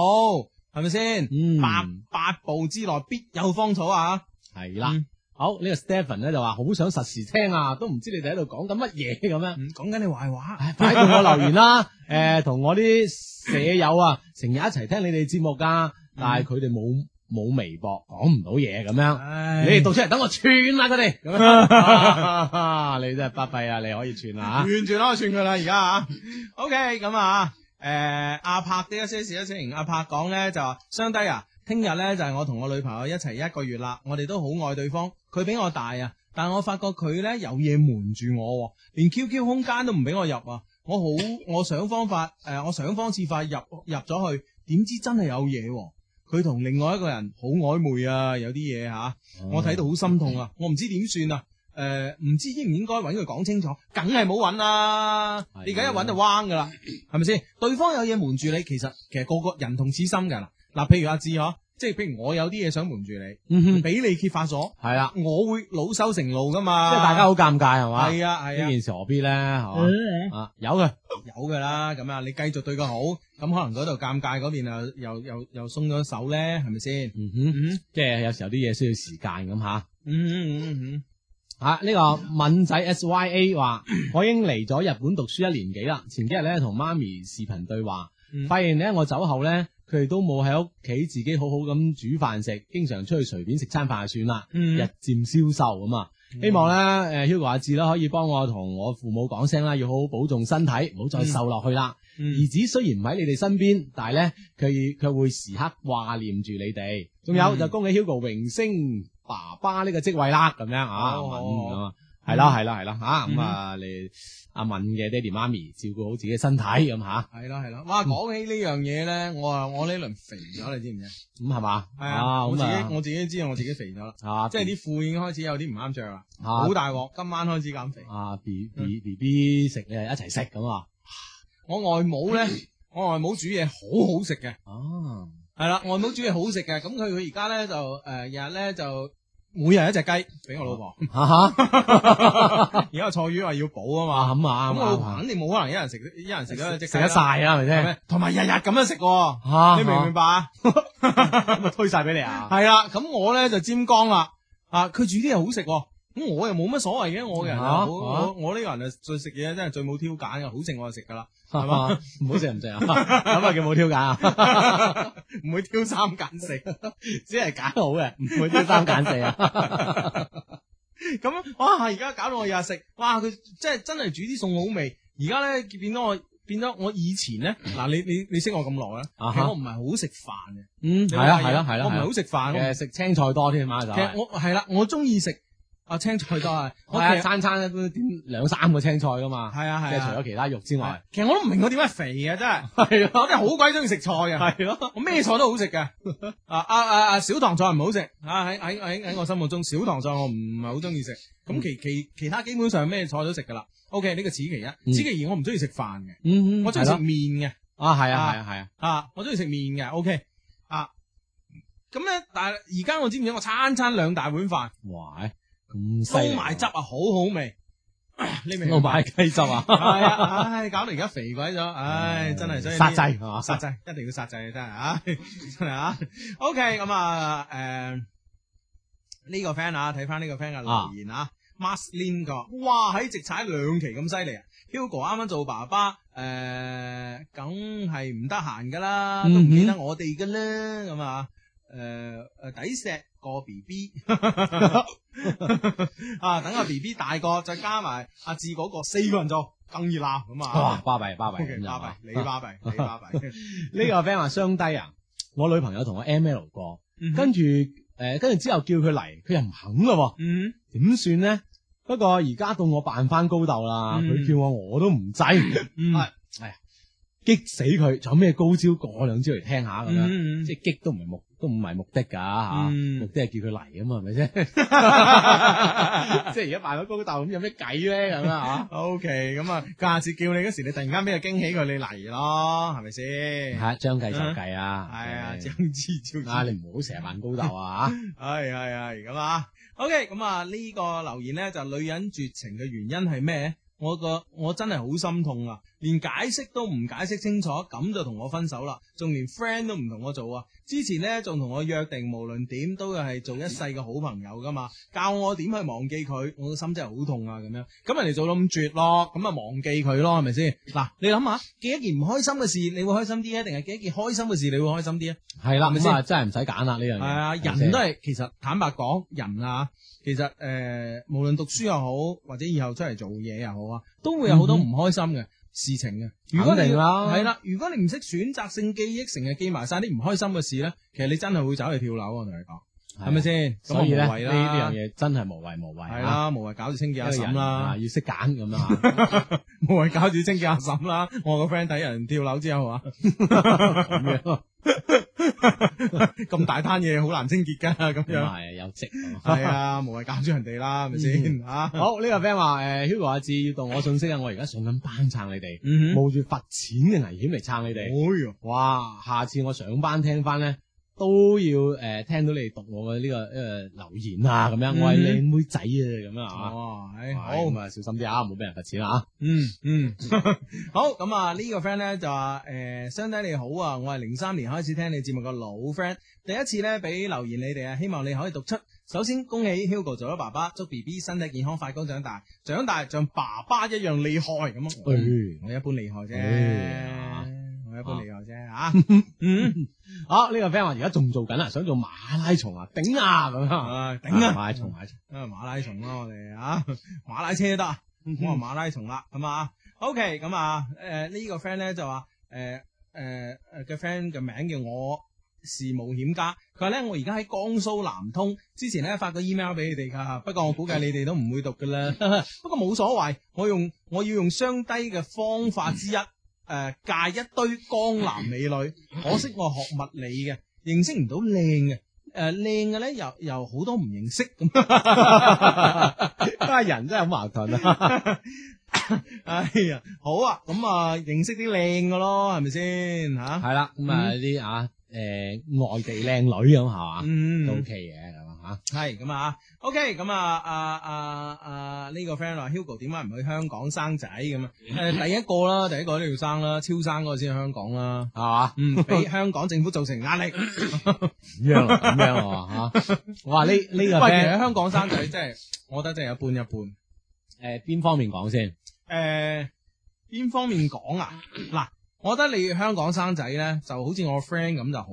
[SPEAKER 1] 係咪先？
[SPEAKER 3] 嗯，
[SPEAKER 1] 八八步之內必有芳草啊！
[SPEAKER 3] 係啦
[SPEAKER 1] 嗯。
[SPEAKER 3] 好呢個 Stephen 咧就話好想實時聽啊，都唔知你哋喺度講緊乜嘢咁 樣。
[SPEAKER 1] 嗯，講緊你壞話，
[SPEAKER 3] 唉，快叫我留言啦！诶、同我啲舍友啊，成日一齊聽你哋節目噶，但
[SPEAKER 1] 嗯
[SPEAKER 3] 係佢哋冇冇微博，講唔到嘢咁樣。
[SPEAKER 1] 唉
[SPEAKER 3] 你哋讀出嚟等我串啦佢哋，咁樣啊 你真係巴閉啊！你可以串啦
[SPEAKER 1] 完全可以算佢啦，而家啊。OK，咁啊，诶、阿柏啲一些事一些情，阿柏講咧就話，相低啊，聽日咧就係我同我女朋友一齊一個月啦，我哋都好愛對方，佢比我大啊，但我發覺佢咧有嘢瞞住我喎，連 QQ 空間都唔俾我入啊。我好我想方法诶、我想方設法入入咗去，點知真係有嘢喎、佢同另外一個人好曖昧啊，有啲嘢吓， 我
[SPEAKER 3] 嗯
[SPEAKER 1] 睇到好心痛啊，我唔知點算啊。诶，唔、知應唔應該揾佢講清楚，梗係冇揾啦。
[SPEAKER 3] 啊
[SPEAKER 1] 你而家一揾就彎噶啦，係咪先？對方有嘢瞞住你，其實其實個個人同此心噶啦。嗱，譬如阿志嗬，即係譬如我有啲嘢想瞞住你，
[SPEAKER 3] 嗯哼，
[SPEAKER 1] 俾你揭發咗，
[SPEAKER 3] 系啦，
[SPEAKER 1] 我會老羞成怒噶嘛。
[SPEAKER 3] 即系大家好尷尬係嘛？
[SPEAKER 1] 係啊嗯係
[SPEAKER 3] 呢
[SPEAKER 1] 啊，哦
[SPEAKER 3] 件事何必咧？係嘛？啊，有嘅，
[SPEAKER 1] 有噶啦。咁啊，你繼續對佢好，咁可能嗰度尷尬嗰邊又又又又鬆咗手咧，係咪先？
[SPEAKER 3] 嗯哼，即係有時候啲嘢需要時間咁吓。
[SPEAKER 1] 嗯嗯嗯
[SPEAKER 3] 啊！呢、個敏仔 S Y A 話：我已經嚟咗日本讀書一年幾啦。前幾日咧同媽咪視頻對話，
[SPEAKER 1] 嗯
[SPEAKER 3] 發現咧我走後咧，佢哋都冇喺屋企自己好好咁煮飯食，經常出去隨便食餐飯就算啦，
[SPEAKER 1] 嗯
[SPEAKER 3] 日漸消瘦咁啊！希望咧，誒 Hugo 阿志啦，可以幫我同我父母講聲啦，要好好保重身體，唔好再瘦落去啦。
[SPEAKER 1] 嗯
[SPEAKER 3] 兒子雖然唔喺你哋身邊，但係咧佢佢會時刻掛念住你哋。仲有、
[SPEAKER 1] 嗯
[SPEAKER 3] 就恭喜 Hugo 榮升爸爸呢個職位啦，咁樣啊，
[SPEAKER 1] 哦
[SPEAKER 3] 敏咁啊，係啦係啦係啦嚇，
[SPEAKER 1] 嗯
[SPEAKER 3] 咁啊你阿敏嘅爹哋媽咪照顧好自己嘅身體咁啊嚇，
[SPEAKER 1] 係啦係啦。哇，講起呢樣嘢咧，我啊我呢輪肥咗，你知唔知？
[SPEAKER 3] 咁係嘛？
[SPEAKER 1] 係啊，我
[SPEAKER 3] 咁
[SPEAKER 1] 自
[SPEAKER 3] 啊
[SPEAKER 1] 己我自己知道我自己肥咗啦，
[SPEAKER 3] 啊，
[SPEAKER 1] 即係啲褲已經開始有啲唔啱着啦，
[SPEAKER 3] 啊
[SPEAKER 1] 好嗯大鑊。今晚開始減肥，
[SPEAKER 3] 啊 B B B B 食你係一齊食咁啊，
[SPEAKER 1] 我外母咧，我外母煮嘢好好食嘅。
[SPEAKER 3] 哦，
[SPEAKER 1] 系啦，外母煮嘢好食嘅，咁佢佢而家咧就诶日日咧就每日一隻雞俾我老婆，
[SPEAKER 3] 哈哈。
[SPEAKER 1] 而家菜魚話要補啊
[SPEAKER 3] 哇，
[SPEAKER 1] 嘛，
[SPEAKER 3] 咁啊，
[SPEAKER 1] 咁
[SPEAKER 3] 啱啊
[SPEAKER 1] 我老
[SPEAKER 3] 啱
[SPEAKER 1] 婆
[SPEAKER 3] 啊，
[SPEAKER 1] 肯定冇可能一人食一人食咗一隻
[SPEAKER 3] 食
[SPEAKER 1] 雞
[SPEAKER 3] 得
[SPEAKER 1] 啦，
[SPEAKER 3] 晒啊，係咪
[SPEAKER 1] 係
[SPEAKER 3] 先？
[SPEAKER 1] 咪？同埋日日咁樣食喎，
[SPEAKER 3] 吓
[SPEAKER 1] 你明唔明白啊？
[SPEAKER 3] 咁啊，推晒俾你啊！
[SPEAKER 1] 係啦，咁我咧就尖江啦，啊佢煮啲嘢好食喎，咁我又冇乜所謂嘅，我嘅人就
[SPEAKER 3] 啊
[SPEAKER 1] 好
[SPEAKER 3] 啊
[SPEAKER 1] 我我呢個人就最食嘢真係最冇挑揀嘅，好食我就食噶啦，
[SPEAKER 3] 係嘛？唔好食唔食啊！咁啊叫冇挑揀啊，
[SPEAKER 1] 唔會挑三揀四。
[SPEAKER 3] 只係揀好嘅，唔會挑三揀四啊！
[SPEAKER 1] 咁哇，而家搞到我日日食，哇！佢即係真係煮啲餸好味。而家咧變咗我變咗我以前咧，嗱你你你識我咁耐啦，
[SPEAKER 3] 嗯啊哈
[SPEAKER 1] 其實我唔係好食飯嘅，
[SPEAKER 3] 嗯，
[SPEAKER 1] 你
[SPEAKER 3] 係
[SPEAKER 1] 有
[SPEAKER 3] 啦
[SPEAKER 1] 冇發
[SPEAKER 3] 係
[SPEAKER 1] 現
[SPEAKER 3] 啦係啦，
[SPEAKER 1] 我唔
[SPEAKER 3] 係
[SPEAKER 1] 係
[SPEAKER 3] 啦
[SPEAKER 1] 好食飯。我
[SPEAKER 3] 誒食青菜多啲嘛就
[SPEAKER 1] 其實
[SPEAKER 3] 係，啊
[SPEAKER 1] 我係啦，我中意食啊青菜多啊，
[SPEAKER 3] 我
[SPEAKER 1] 我
[SPEAKER 3] 啊
[SPEAKER 1] 其實
[SPEAKER 3] 餐餐咧都點兩三個青菜噶嘛，
[SPEAKER 1] 係啊
[SPEAKER 3] 即
[SPEAKER 1] 係
[SPEAKER 3] 係除
[SPEAKER 1] 啊
[SPEAKER 3] 咗。其他肉之
[SPEAKER 1] 係
[SPEAKER 3] 外，
[SPEAKER 1] 其實我都唔明我點解肥嘅，真係，
[SPEAKER 3] 係
[SPEAKER 1] 我真係好鬼中意食菜嘅，
[SPEAKER 3] 係咯，
[SPEAKER 1] 我咩菜都好食嘅。啊啊啊啊！小糖菜唔好食啊！喺喺喺喺我心目中，小糖菜我唔係好中意食。咁其其其他基本上咩菜都食噶啦。OK，呢個此其一，此其二我唔中意食飯嘅。
[SPEAKER 3] 嗯
[SPEAKER 1] 我中意食面嘅，
[SPEAKER 3] 啊係啊係啊係啊，
[SPEAKER 1] 啊，我中意食面嘅，OK，啊，咁咧，但系而家我知唔知我餐餐兩大碗飯，
[SPEAKER 3] 哇唉咁犀利
[SPEAKER 1] 撈埋汁啊，好好味， 你明
[SPEAKER 3] 我
[SPEAKER 1] 唔明？
[SPEAKER 3] 買雞汁啊，
[SPEAKER 1] 係 啊，唉，搞到而家肥鬼咗，唉，真係所以
[SPEAKER 3] 哦殺
[SPEAKER 1] 呢
[SPEAKER 3] 制係嘛，
[SPEAKER 1] 殺制，一定要殺制啊，真係啊， 真係啊，OK，咁啊，诶，呢個 friend 啊，睇翻呢個 friend 嘅留言啊。Maslin 個，哇喺直踩兩期咁犀利啊！Hugo 啱啱做爸爸，誒、梗係唔得閒噶啦，
[SPEAKER 3] 嗯
[SPEAKER 1] 都唔記得我哋噶啦，咁啊，誒、誒抵錫個 B B 啊，等個 B B 大個，再加埋阿志嗰個四個人做，更熱鬧咁
[SPEAKER 3] 哇
[SPEAKER 1] 啊！
[SPEAKER 3] 巴閉巴閉咁
[SPEAKER 1] OK，
[SPEAKER 3] 就
[SPEAKER 1] 巴
[SPEAKER 3] 啊
[SPEAKER 1] 閉，你巴閉，你巴閉，
[SPEAKER 3] 呢個 friend 話雙低啊，我女朋友同我 M L 過，
[SPEAKER 1] 嗯
[SPEAKER 3] 跟住誒跟住之後叫佢嚟，佢又唔肯咯，
[SPEAKER 1] 嗯
[SPEAKER 3] 點算呢？不過而家到我扮翻高竇啦，
[SPEAKER 1] 嗯
[SPEAKER 3] 佢、叫我我都 唔制，
[SPEAKER 1] 嗯
[SPEAKER 3] 係激死佢！仲有咩高招過兩招嚟聽下咁樣，
[SPEAKER 1] 嗯
[SPEAKER 3] 即係激都唔係目都唔係目的㗎嚇，
[SPEAKER 1] 嗯
[SPEAKER 3] 目的係叫佢嚟啊嘛，係咪 先？即係而家扮咗高竇咁有咩計咧咁啊
[SPEAKER 1] O K，咁啊，佢下次叫你嗰時，你突然間俾個驚喜佢，你嚟咯，係
[SPEAKER 3] 嚇？
[SPEAKER 1] 咪先？
[SPEAKER 3] 係將計就計啊！
[SPEAKER 1] 系啊，
[SPEAKER 3] 真
[SPEAKER 1] 張之照
[SPEAKER 3] 係啊你唔好成日扮高竇啊嚇！
[SPEAKER 1] 系系系咁啊。OK，咁啊呢個留言呢，就女人絕情嘅原因係咩？我個我真係好心痛啊！連解釋都唔解釋清楚，咁就同我分手啦，仲連 friend 都唔同我做啊！之前呢，仲同我約定，無論點都係做一世嘅好朋友噶嘛，教我點去忘記佢，我個心真係好痛啊！咁樣，咁人哋做到咁絕咯，咁啊忘記佢咯，係咪先？嗱，你諗下，記一件唔開心嘅事，你會開心啲啊，定係記一件開心嘅事，你會開心啲啊？
[SPEAKER 3] 係啦，
[SPEAKER 1] 係咪
[SPEAKER 3] 咁啊真係唔使揀啦呢樣嘢。
[SPEAKER 1] 系啊，
[SPEAKER 3] 係咪
[SPEAKER 1] 人
[SPEAKER 3] 先
[SPEAKER 1] 都係其實坦白講，人啊，其實诶、呃，无论读书又好，或者以後出嚟做嘢又好啊，都會有好多唔開心嘅事情嘅。如果
[SPEAKER 3] 嗯肯
[SPEAKER 1] 你
[SPEAKER 3] 定啦
[SPEAKER 1] 系啦，如果你唔識選擇性記憶，成日記埋晒啲唔開心嘅事咧，其實你真係會走去跳樓啊！我同你講，係咪先？咁啊
[SPEAKER 3] 所以咧
[SPEAKER 1] 無
[SPEAKER 3] 呢
[SPEAKER 1] 謂啦
[SPEAKER 3] 呢樣嘢真係無謂無謂啊，
[SPEAKER 1] 係啦，無謂搞住清潔
[SPEAKER 3] 一
[SPEAKER 1] 阿
[SPEAKER 3] 個
[SPEAKER 1] 嬸
[SPEAKER 3] 人
[SPEAKER 1] 啦
[SPEAKER 3] 啊，要識揀咁樣 啊。
[SPEAKER 1] 無謂搞住清潔阿嬸啦。我個 friend 睇人跳樓之 後啊，
[SPEAKER 3] 咁樣
[SPEAKER 1] 咁大攤嘢好難清潔㗎咁
[SPEAKER 3] 咁
[SPEAKER 1] 樣。
[SPEAKER 3] 啊係有職啊嘛
[SPEAKER 1] 係啊，無謂搞住人哋啦，係咪先啊？
[SPEAKER 3] 嗯好呢、個 friend 話诶，Hugo 阿志要讀我信息啊，我而家上緊班撐你哋，
[SPEAKER 1] 嗯哼，
[SPEAKER 3] 冒住罰錢嘅危險嚟撐你
[SPEAKER 1] 哎
[SPEAKER 3] 哋。
[SPEAKER 1] 呦，
[SPEAKER 3] 哇！下次我上班聽翻咧，都要诶、呃、听到你讀我嘅呢、個个呃留言啊，咁樣我係
[SPEAKER 1] 嗯
[SPEAKER 3] 靚妹仔啊，咁樣啊。
[SPEAKER 1] 哇，唉
[SPEAKER 3] 好
[SPEAKER 1] 哦哎好。
[SPEAKER 3] 咁啊，小心啲啊，唔好俾人罰錢啊！
[SPEAKER 1] 嗯嗯， 好咁啊！呢個 friend 咧就話誒，相弟你好啊，我係零三年開始聽你節目嘅老 friend，第一次咧俾留言你哋啊，希望你可以讀出。首先恭喜 Hugo 做咗爸爸，祝 B B 身體健康，快高長大，長大像爸爸一樣厲害咁啊！
[SPEAKER 3] 嗯
[SPEAKER 1] 我一般厲害啫
[SPEAKER 3] 哎啊，
[SPEAKER 1] 我一般厲害啫 嚇。嗯，
[SPEAKER 3] 好呢、個 friend 話而家仲做緊啊，想做馬拉松啊，頂啊咁樣啊，
[SPEAKER 1] 啊頂啊！
[SPEAKER 3] 馬拉松，馬拉松，
[SPEAKER 1] 啊，馬拉松啦，我哋啊， 馬拉車都得啊，唔好話馬拉松啦，咁啊，OK，咁啊，誒、呢、個 friend 咧就話誒誒誒嘅 friend 嘅名叫我是冒險家，佢話咧我而家喺江蘇南通，之前咧發個 email 俾你哋㗎，不過我估計你哋都唔會讀㗎啦， 不過冇所謂，我用我要用雙低嘅方法之一，
[SPEAKER 3] 嗯
[SPEAKER 1] 誒、嫁一堆江南美 女，可惜我學物理嘅，認識唔到靚嘅。誒靚嘅咧，又又好多唔認識咁，
[SPEAKER 3] 啊人真係好矛盾啊！
[SPEAKER 1] 哎呀，好啊，咁啊，認識啲靚嘅咯，係咪先吓？
[SPEAKER 3] 係啦，咁啊
[SPEAKER 1] 嗯
[SPEAKER 3] 啲啊诶外地靚女咁係嘛，都
[SPEAKER 1] 嗯
[SPEAKER 3] OK，嘅咁啊吓。
[SPEAKER 1] 係咁啊，OK，咁啊啊啊啊呢個 friend 話 Hugo 點解唔去香港生仔咁啊？
[SPEAKER 3] 嗯
[SPEAKER 1] 誒第一個啦，第一個都要生啦，超生嗰個先去香港啦，
[SPEAKER 3] 係嘛？
[SPEAKER 1] 嗯，俾香港政府造成壓力。
[SPEAKER 3] 咁樣 啊咁樣啊嚇！ 哇！呢呢個
[SPEAKER 1] 喂，其實
[SPEAKER 3] friend
[SPEAKER 1] 香港生仔真係，我覺得真係一半一半。
[SPEAKER 3] 誒邊方面講先？
[SPEAKER 1] 誒邊方面講啊？嗱，我覺得你香港生仔咧，就好似我 friend 咁就好，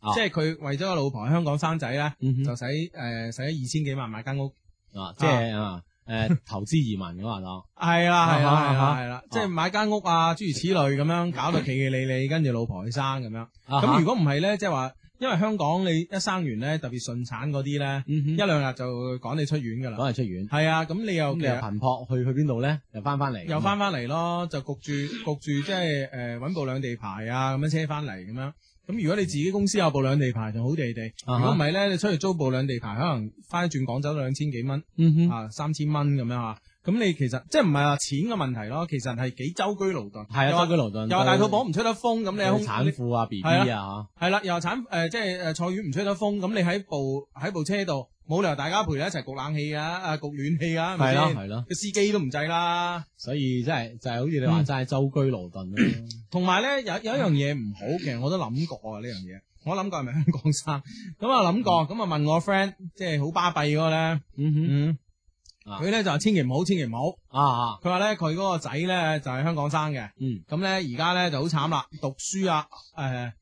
[SPEAKER 3] 啊
[SPEAKER 1] 即係佢為咗個老婆喺香港生仔咧，
[SPEAKER 3] 嗯
[SPEAKER 1] 就使誒使咗二千幾萬買間屋。
[SPEAKER 3] 啊，即係啊誒投資移民咁啊話咯。
[SPEAKER 1] 係啦
[SPEAKER 3] 啊
[SPEAKER 1] 係啦係
[SPEAKER 3] 哈啊
[SPEAKER 1] 啦
[SPEAKER 3] 哈
[SPEAKER 1] 係啦，即係買間屋啊，諸如此類咁樣，搞到企企理理，跟住老婆去生咁
[SPEAKER 3] 啊
[SPEAKER 1] 樣。咁
[SPEAKER 3] 咁
[SPEAKER 1] 如
[SPEAKER 3] 如
[SPEAKER 1] 果唔係咧，即係話，因為香港你一生完咧，特別順產嗰啲咧，一
[SPEAKER 3] 一
[SPEAKER 1] 兩日就趕你出院㗎啦。
[SPEAKER 3] 講係出院，
[SPEAKER 1] 係啊，咁你又
[SPEAKER 3] 咁你
[SPEAKER 1] 其
[SPEAKER 3] 又
[SPEAKER 1] 實
[SPEAKER 3] 頻撲去去邊度咧？又翻翻嚟，
[SPEAKER 1] 又翻翻嚟咯，就焗住焗住，即係誒揾部兩地牌啊，咁樣車翻嚟咁樣。咁如果你自己公司有部兩地牌就好地地，
[SPEAKER 3] 啊哈
[SPEAKER 1] 如果唔係咧，你出去租部兩地牌，可能翻一轉廣州都兩千幾蚊
[SPEAKER 3] 嗯哼，
[SPEAKER 1] 啊，三千蚊咁樣啊。咁你其實即係唔係話錢嘅問題咯，其實係幾周居勞頓。
[SPEAKER 3] 係
[SPEAKER 1] 又
[SPEAKER 3] 啊，周
[SPEAKER 1] 話
[SPEAKER 3] 居勞頓，
[SPEAKER 1] 又話大肚婆唔吹得風，咁
[SPEAKER 3] 有
[SPEAKER 1] 你喺空
[SPEAKER 3] 產婦啊、B B 啊
[SPEAKER 1] 係
[SPEAKER 3] 嚇。
[SPEAKER 1] 係啦，又話產誒即係誒坐月唔吹得風，咁你喺部喺部車度冇理由大家陪你一齊焗冷氣啊，啊焗暖氣啊，係咪
[SPEAKER 3] 係咯
[SPEAKER 1] 先？
[SPEAKER 3] 係咯，
[SPEAKER 1] 個司機都唔制啦。
[SPEAKER 3] 所以真係就係好似你
[SPEAKER 1] 嗯
[SPEAKER 3] 話齋周居勞頓咯。
[SPEAKER 1] 同埋咧，有有一樣嘢唔好，其實我都諗過啊呢樣嘢，我諗過係咪香港生，咁啊諗過，咁啊問我 friend，即係好巴閉嗰個咧，
[SPEAKER 3] 嗯
[SPEAKER 1] 嗯，
[SPEAKER 3] 啊
[SPEAKER 1] 佢咧就話千祈唔好，千祈唔好，
[SPEAKER 3] 哼，啊啊，
[SPEAKER 1] 佢話咧佢嗰個仔咧就係香港生嘅，
[SPEAKER 3] 嗯，
[SPEAKER 1] 咁咧而家咧就好慘啦，讀書啊，誒、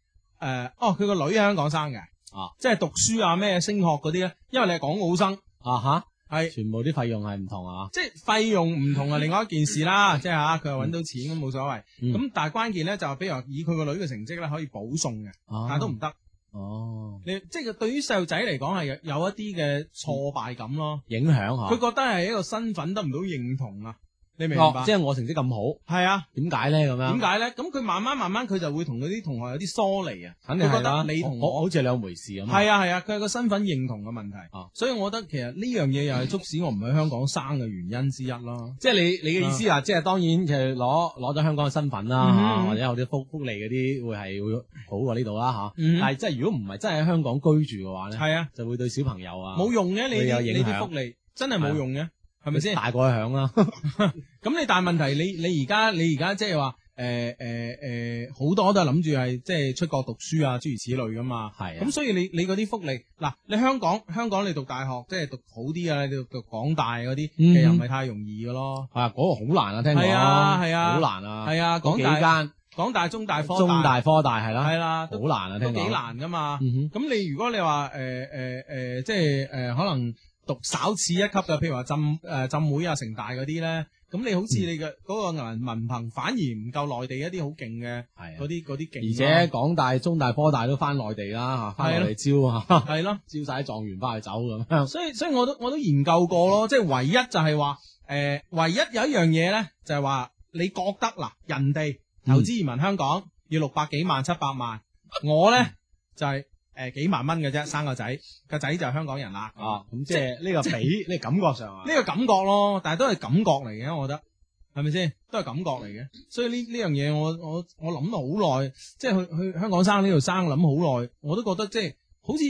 [SPEAKER 1] 誒，哦佢個女喺香港生嘅，
[SPEAKER 3] 啊，
[SPEAKER 1] 即係讀書啊咩升學嗰啲咧，因為你係港澳生，
[SPEAKER 3] 啊嚇，
[SPEAKER 1] 係。
[SPEAKER 3] 全部啲費用係唔同啊。
[SPEAKER 1] 即係費用唔同啊，另外一件事啦，即係吓佢又揾到錢咁冇所謂，
[SPEAKER 3] 嗯
[SPEAKER 1] 咁、但係關鍵咧就係比如話以佢個女嘅成績咧可以保送嘅，啊
[SPEAKER 3] 啊
[SPEAKER 1] 但係都唔得。
[SPEAKER 3] 哦，
[SPEAKER 1] 你即係對於細路仔嚟講係有有一啲嘅挫敗感咯，
[SPEAKER 3] 影響啊
[SPEAKER 1] 佢
[SPEAKER 3] 嚇。
[SPEAKER 1] 覺得係一個身份得唔到認同啊，你明唔明
[SPEAKER 3] 哦
[SPEAKER 1] 白？
[SPEAKER 3] 即係我成績咁好，
[SPEAKER 1] 係啊，
[SPEAKER 3] 點解咧咁樣
[SPEAKER 1] 點？解咧？咁佢慢慢慢慢佢就會同嗰啲同學有啲疏離啊，
[SPEAKER 3] 肯定係啦
[SPEAKER 1] 佢覺得你同
[SPEAKER 3] 好
[SPEAKER 1] 我
[SPEAKER 3] 好似係兩回事咁。
[SPEAKER 1] 係啊係啊，佢係個身份認同嘅問題
[SPEAKER 3] 啊，
[SPEAKER 1] 所以我覺得其實呢樣嘢又係促使我唔去香港生嘅原因之一咯。
[SPEAKER 3] 即係你你嘅意思啊話，即係當然就係攞攞咗香港嘅身份啦，
[SPEAKER 1] 啊
[SPEAKER 3] 啊
[SPEAKER 1] 嗯哼
[SPEAKER 3] 嚇或者有啲福福利嗰啲會係會好過呢度啦嚇。
[SPEAKER 1] 嗯
[SPEAKER 3] 但係即係如果唔係真係喺香港居住嘅話咧，
[SPEAKER 1] 係啊，
[SPEAKER 3] 就會對小朋友啊
[SPEAKER 1] 冇用嘅，你
[SPEAKER 3] 會有
[SPEAKER 1] 啲
[SPEAKER 3] 影
[SPEAKER 1] 你啲
[SPEAKER 3] 響啊
[SPEAKER 1] 福利真係冇用嘅，係咪先？
[SPEAKER 3] 大過響 啦。
[SPEAKER 1] 咁你但係問題，你你而家你而家即係話誒誒誒，好、多都係諗住係即係出國讀書啊，諸如此類噶嘛。
[SPEAKER 3] 係啊
[SPEAKER 1] 咁所以你你嗰啲福利，嗱，你香港香港你讀大學即係讀好啲啊，你讀讀港大嗰啲，
[SPEAKER 3] 嗯
[SPEAKER 1] 其實又唔係太容易噶咯。
[SPEAKER 3] 啊，嗰個好難啊，聽講
[SPEAKER 1] 係啊係啊
[SPEAKER 3] 好難啊。
[SPEAKER 1] 係啊，
[SPEAKER 3] 嗰
[SPEAKER 1] 港
[SPEAKER 3] 幾
[SPEAKER 1] 大、
[SPEAKER 3] 間
[SPEAKER 1] 港大、中大、科
[SPEAKER 3] 中大、科大係啦，
[SPEAKER 1] 係啦，
[SPEAKER 3] 好
[SPEAKER 1] 都
[SPEAKER 3] 難啊，
[SPEAKER 1] 都
[SPEAKER 3] 聽
[SPEAKER 1] 幾
[SPEAKER 3] 講。
[SPEAKER 1] 難噶嘛。
[SPEAKER 3] 嗯
[SPEAKER 1] 咁你如果你話誒誒啊誒，即係誒、可能讀稍次一級嘅，譬如話浸誒、浸會啊、城大嗰啲咧，咁你好似你嘅嗰個文文憑反而唔夠內地一啲好勁嘅
[SPEAKER 3] 係啊
[SPEAKER 1] 嗰啲嗰啲勁
[SPEAKER 3] 而
[SPEAKER 1] 咯
[SPEAKER 3] 且港大、中大、科大都翻內地啦，翻內地招啊，
[SPEAKER 1] 係咯，
[SPEAKER 3] 招晒啲狀元翻去走咁樣。
[SPEAKER 1] 所以所以我都我都研究過咯，即係唯一就係話，诶、唯一有一樣嘢咧，就係話你覺得嗱，人哋投資移民香港
[SPEAKER 3] 嗯
[SPEAKER 1] 要六百幾萬、七百萬，我咧就係诶幾萬蚊嘅啫，生個仔，個仔就係香港人啦，
[SPEAKER 3] 啊，咁即係呢個 比呢個感覺上啊
[SPEAKER 1] 呢，個感覺咯，但係都係感覺嚟嘅，我覺得係咪先？都係感覺嚟嘅，所以呢呢樣嘢我我我諗咗好耐，即係去去香港生呢度生諗好耐，我都覺得即係好似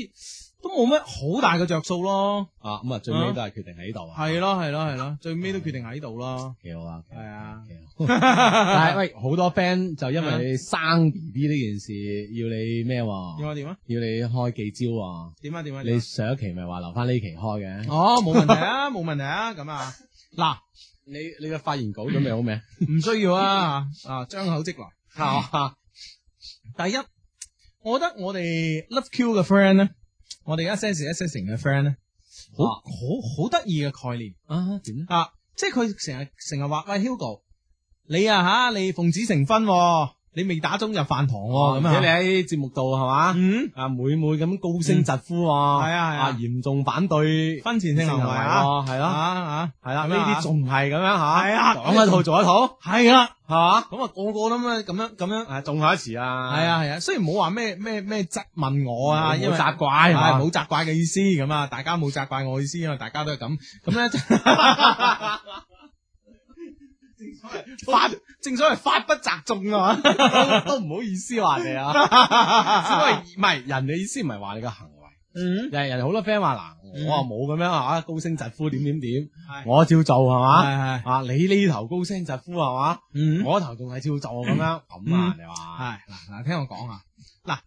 [SPEAKER 1] 都冇乜好大嘅着數咯。
[SPEAKER 3] 啊咁啊，最尾都係決定喺度啊，
[SPEAKER 1] 系咯系咯系咯，最尾都決定喺度咯。
[SPEAKER 3] 幾好啊，
[SPEAKER 1] 係啊
[SPEAKER 3] 幾好。但係啊喂，好多 friend 就因為你生 B B 呢件事，要你咩
[SPEAKER 1] 點
[SPEAKER 3] 喎？
[SPEAKER 1] 啊點啊
[SPEAKER 3] 要你開記招喎。
[SPEAKER 1] 點啊點啊！點啊
[SPEAKER 3] 你上一期咪話留翻呢期開嘅？
[SPEAKER 1] 哦冇問題啊 冇問題啊咁啊嗱
[SPEAKER 3] 你你嘅發言稿準備 好未？啊
[SPEAKER 1] 唔需 要啊啊張口即來。
[SPEAKER 3] 係
[SPEAKER 1] 第一，我覺得我哋 Love Q 嘅 friend 咧，我哋一些事一些情嘅 friend 咧，好
[SPEAKER 3] 啊
[SPEAKER 1] 好好得意嘅概念
[SPEAKER 3] 啊，點咧？
[SPEAKER 1] 啊！即係佢成日成日話喂 Hugo，你啊吓你奉子成婚喎，你未打鐘入飯堂喎咁
[SPEAKER 3] 哦而且你
[SPEAKER 1] 啊，
[SPEAKER 3] 喺節目度係嘛？
[SPEAKER 1] 嗯，
[SPEAKER 3] 啊，每每咁高聲疾呼喎，
[SPEAKER 1] 係啊係啊
[SPEAKER 3] 嚴重反對
[SPEAKER 1] 婚前性行為啊，
[SPEAKER 3] 係
[SPEAKER 1] 啊
[SPEAKER 3] 咯，
[SPEAKER 1] 啊
[SPEAKER 3] 係啦，
[SPEAKER 1] 咁
[SPEAKER 3] 呢
[SPEAKER 1] 樣啊
[SPEAKER 3] 啲仲唔係咁樣吓，
[SPEAKER 1] 係啊
[SPEAKER 3] 講一套做一套，
[SPEAKER 1] 係啦。
[SPEAKER 3] 係嘛，
[SPEAKER 1] 咁啊，個個都咁樣咁樣咁樣，
[SPEAKER 3] 啊，仲有一次啊，
[SPEAKER 1] 係，啊係啊，雖然冇話咩咩咩質問我啊，因為
[SPEAKER 3] 冇責怪
[SPEAKER 1] 係
[SPEAKER 3] 係嘛
[SPEAKER 1] 冇責怪嘅意思咁啊，大家冇責怪我意思，因為大家都係咁咁咧。 發正所謂發不責眾 啊嘛，
[SPEAKER 3] 都唔好意思話你 啊，只不過唔係人哋意思唔係話你嘅行為，
[SPEAKER 1] 嗯，
[SPEAKER 3] 人人好多 friend 話嗱，我啊冇咁樣啊，高聲疾呼點點點，
[SPEAKER 1] 係
[SPEAKER 3] 我照做係嘛，
[SPEAKER 1] 係係，
[SPEAKER 3] 啊你呢頭高聲疾呼係嘛，
[SPEAKER 1] 嗯
[SPEAKER 3] 我頭仲係照做咁樣，咁啊你話
[SPEAKER 1] 係嗱嗱，聽我講啊，嗱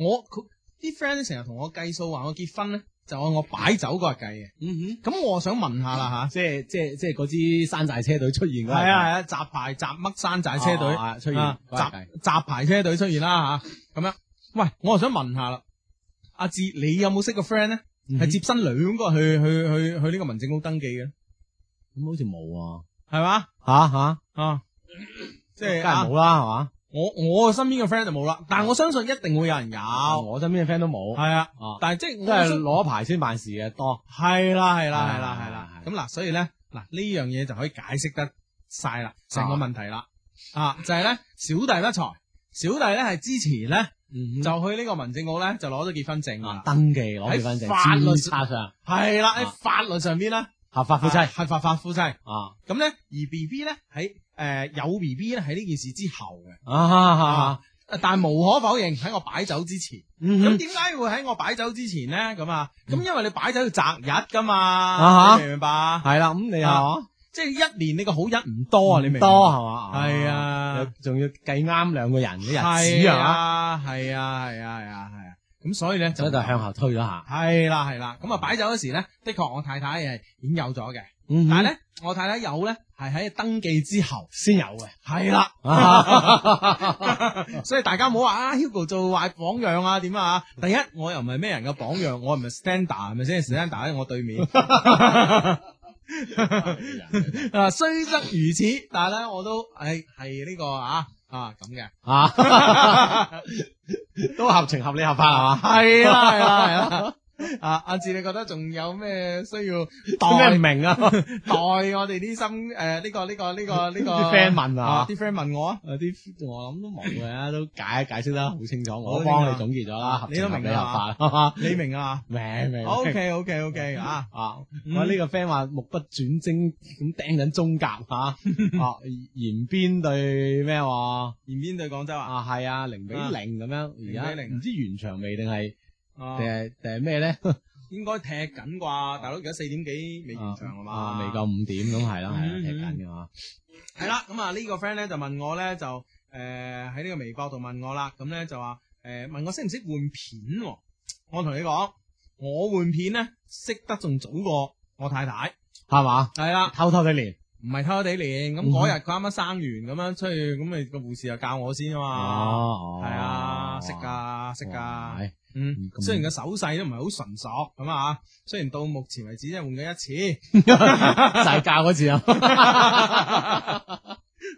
[SPEAKER 1] 我佢啲 friend 咧成日同我計數話我結婚咧就按我擺酒嗰日計嘅，
[SPEAKER 3] 嗯哼，
[SPEAKER 1] 咁我想問下 啦吓。
[SPEAKER 3] 即係即係即係嗰支山寨車隊出現嗰
[SPEAKER 1] 系
[SPEAKER 3] 日
[SPEAKER 1] 啊系啊，集牌集乜山寨車隊
[SPEAKER 3] 啊啊出現
[SPEAKER 1] 啊
[SPEAKER 3] 嗰日計
[SPEAKER 1] 集集牌車隊出現啦吓，咁樣。喂，我又想問下啦，阿志，你有冇識個 friend 咧？
[SPEAKER 3] 嗯哼
[SPEAKER 1] 係接新娘嗰日去去去去呢個民政局登記嘅，
[SPEAKER 3] 咁好似冇啊，
[SPEAKER 1] 係嘛？
[SPEAKER 3] 吓吓，
[SPEAKER 1] 啊，即
[SPEAKER 3] 梗
[SPEAKER 1] 係
[SPEAKER 3] 係
[SPEAKER 1] 啊
[SPEAKER 3] 冇啦，係嘛？
[SPEAKER 1] 我我身邊嘅 friend 就冇啦，但我相信一定會有人有，
[SPEAKER 3] 啊，
[SPEAKER 1] 係
[SPEAKER 3] 我身邊嘅 friend 都冇，
[SPEAKER 1] 啊。
[SPEAKER 3] 啊，
[SPEAKER 1] 但係即係
[SPEAKER 3] 都
[SPEAKER 1] 我相
[SPEAKER 3] 係攞牌先辦事嘅多。
[SPEAKER 1] 係啦係啦
[SPEAKER 3] 啊
[SPEAKER 1] 係啦係啦
[SPEAKER 3] 係。
[SPEAKER 1] 咁嗱，所以咧嗱呢樣嘢就可以解釋得晒啦，成個問題啦。啊，就係咧小弟不才，小弟咧係之前咧。
[SPEAKER 3] 嗯就
[SPEAKER 1] 就去呢個民政局咧，就攞咗結婚證啦。
[SPEAKER 3] 啊登記攞結婚
[SPEAKER 1] 喺法律
[SPEAKER 3] 證，註冊上
[SPEAKER 1] 係啦，
[SPEAKER 3] 啊
[SPEAKER 1] 喺法律上邊咧，
[SPEAKER 3] 合法夫妻
[SPEAKER 1] 係合法法夫妻。咁
[SPEAKER 3] 啊
[SPEAKER 1] 咧，而 B B 咧喺誒有 B B 咧喺呢件事之後嘅，
[SPEAKER 3] 啊
[SPEAKER 1] 啊，但係無可否認喺我擺酒之前。咁
[SPEAKER 3] 咁
[SPEAKER 1] 點解會喺我擺酒之前咧？咁啊，咁因為你擺酒要擇日噶嘛，
[SPEAKER 3] 嗯啊哈
[SPEAKER 1] 你明唔明白啊？
[SPEAKER 3] 係啦，咁你係嘛？
[SPEAKER 1] 即係一年呢個好日唔多啊，你明唔明
[SPEAKER 3] 多係嘛？
[SPEAKER 1] 係
[SPEAKER 3] 啊，
[SPEAKER 1] 啊
[SPEAKER 3] 又，仲要計啱兩個人嘅日子
[SPEAKER 1] 係
[SPEAKER 3] 啊，
[SPEAKER 1] 啊，係啊，係啊，係啊，係啊。咁所以咧
[SPEAKER 3] 所以就向後推咗下。
[SPEAKER 1] 系啦系啦，咁啊擺酒嗰時咧，的確我太太係已經有咗嘅，
[SPEAKER 3] 但
[SPEAKER 1] 但係咧我太太有咧係喺登記之後
[SPEAKER 3] 先有嘅，
[SPEAKER 1] 係啦，
[SPEAKER 3] 嗯 啊
[SPEAKER 1] 所以大家唔好話啊 Hugo 做壞榜樣啊點啊，第一我又唔係咩人嘅榜樣，我又唔係 standard 係咪先？standard 喺我對面。啊，雖則如此，但係咧我都係係呢個啊啊咁嘅，
[SPEAKER 3] 啊， 都合情合理合法係嘛？
[SPEAKER 1] 係啦係啦係啦， 啊阿志你覺得仲有咩需要
[SPEAKER 3] 有咩
[SPEAKER 1] 代
[SPEAKER 3] 唔明啊？
[SPEAKER 1] 代我哋啲心誒呢個呢個呢個呢個
[SPEAKER 3] 啲 friend 問啊
[SPEAKER 1] 啊，。啲 friend 問我啊，
[SPEAKER 3] 有啲我諗都冇嘅，都解解釋得好清楚，
[SPEAKER 1] 好
[SPEAKER 3] 我
[SPEAKER 1] 清楚
[SPEAKER 3] 幫你總結咗啦，合
[SPEAKER 1] 你都明
[SPEAKER 3] 你合
[SPEAKER 1] 㗎啦
[SPEAKER 3] 法啦，
[SPEAKER 1] 你明啊
[SPEAKER 3] 明明。
[SPEAKER 1] ？O K O K O K 啊，
[SPEAKER 3] 啊！
[SPEAKER 1] 嗯
[SPEAKER 3] 我呢個 friend 話目不轉睛咁盯緊中甲吓，啊 延邊對咩喎？
[SPEAKER 1] 延邊對廣州啊，
[SPEAKER 3] 啊係啊，零比
[SPEAKER 1] 啊
[SPEAKER 3] 零咁樣，而家
[SPEAKER 1] 0-0
[SPEAKER 3] 唔知完場未定係
[SPEAKER 1] 啊
[SPEAKER 3] 定係定係咩咧？
[SPEAKER 1] 應該踢緊啩，大佬而家四點幾未完場啊
[SPEAKER 3] 啊
[SPEAKER 1] 嘛，
[SPEAKER 3] 未夠。五點咁係啦，係啦，
[SPEAKER 1] 嗯
[SPEAKER 3] 踢緊嘅嘛。
[SPEAKER 1] 係啦，咁啊呢個 friend 咧就問我咧就誒呃喺呢個微博度問我啦，咁咧就話誒問我識唔識換片喎？我同你講，我換片咧識得仲早過我太太，
[SPEAKER 3] 係嘛？
[SPEAKER 1] 係啦。
[SPEAKER 3] 偷偷地練
[SPEAKER 1] 唔係偷偷地練，咁
[SPEAKER 3] 嗯
[SPEAKER 1] 嗰日佢啱啱生完咁樣出去，咁咪個護士又教我先啊嘛。
[SPEAKER 3] 哦，
[SPEAKER 1] 系啊，識噶識
[SPEAKER 3] 哇
[SPEAKER 1] 噶，，
[SPEAKER 3] 係
[SPEAKER 1] 嗯，
[SPEAKER 3] 咁
[SPEAKER 1] 雖然個手勢都唔係好純熟咁啊，雖然到目前為止即係換過一次，
[SPEAKER 3] 就係教嗰次 啊，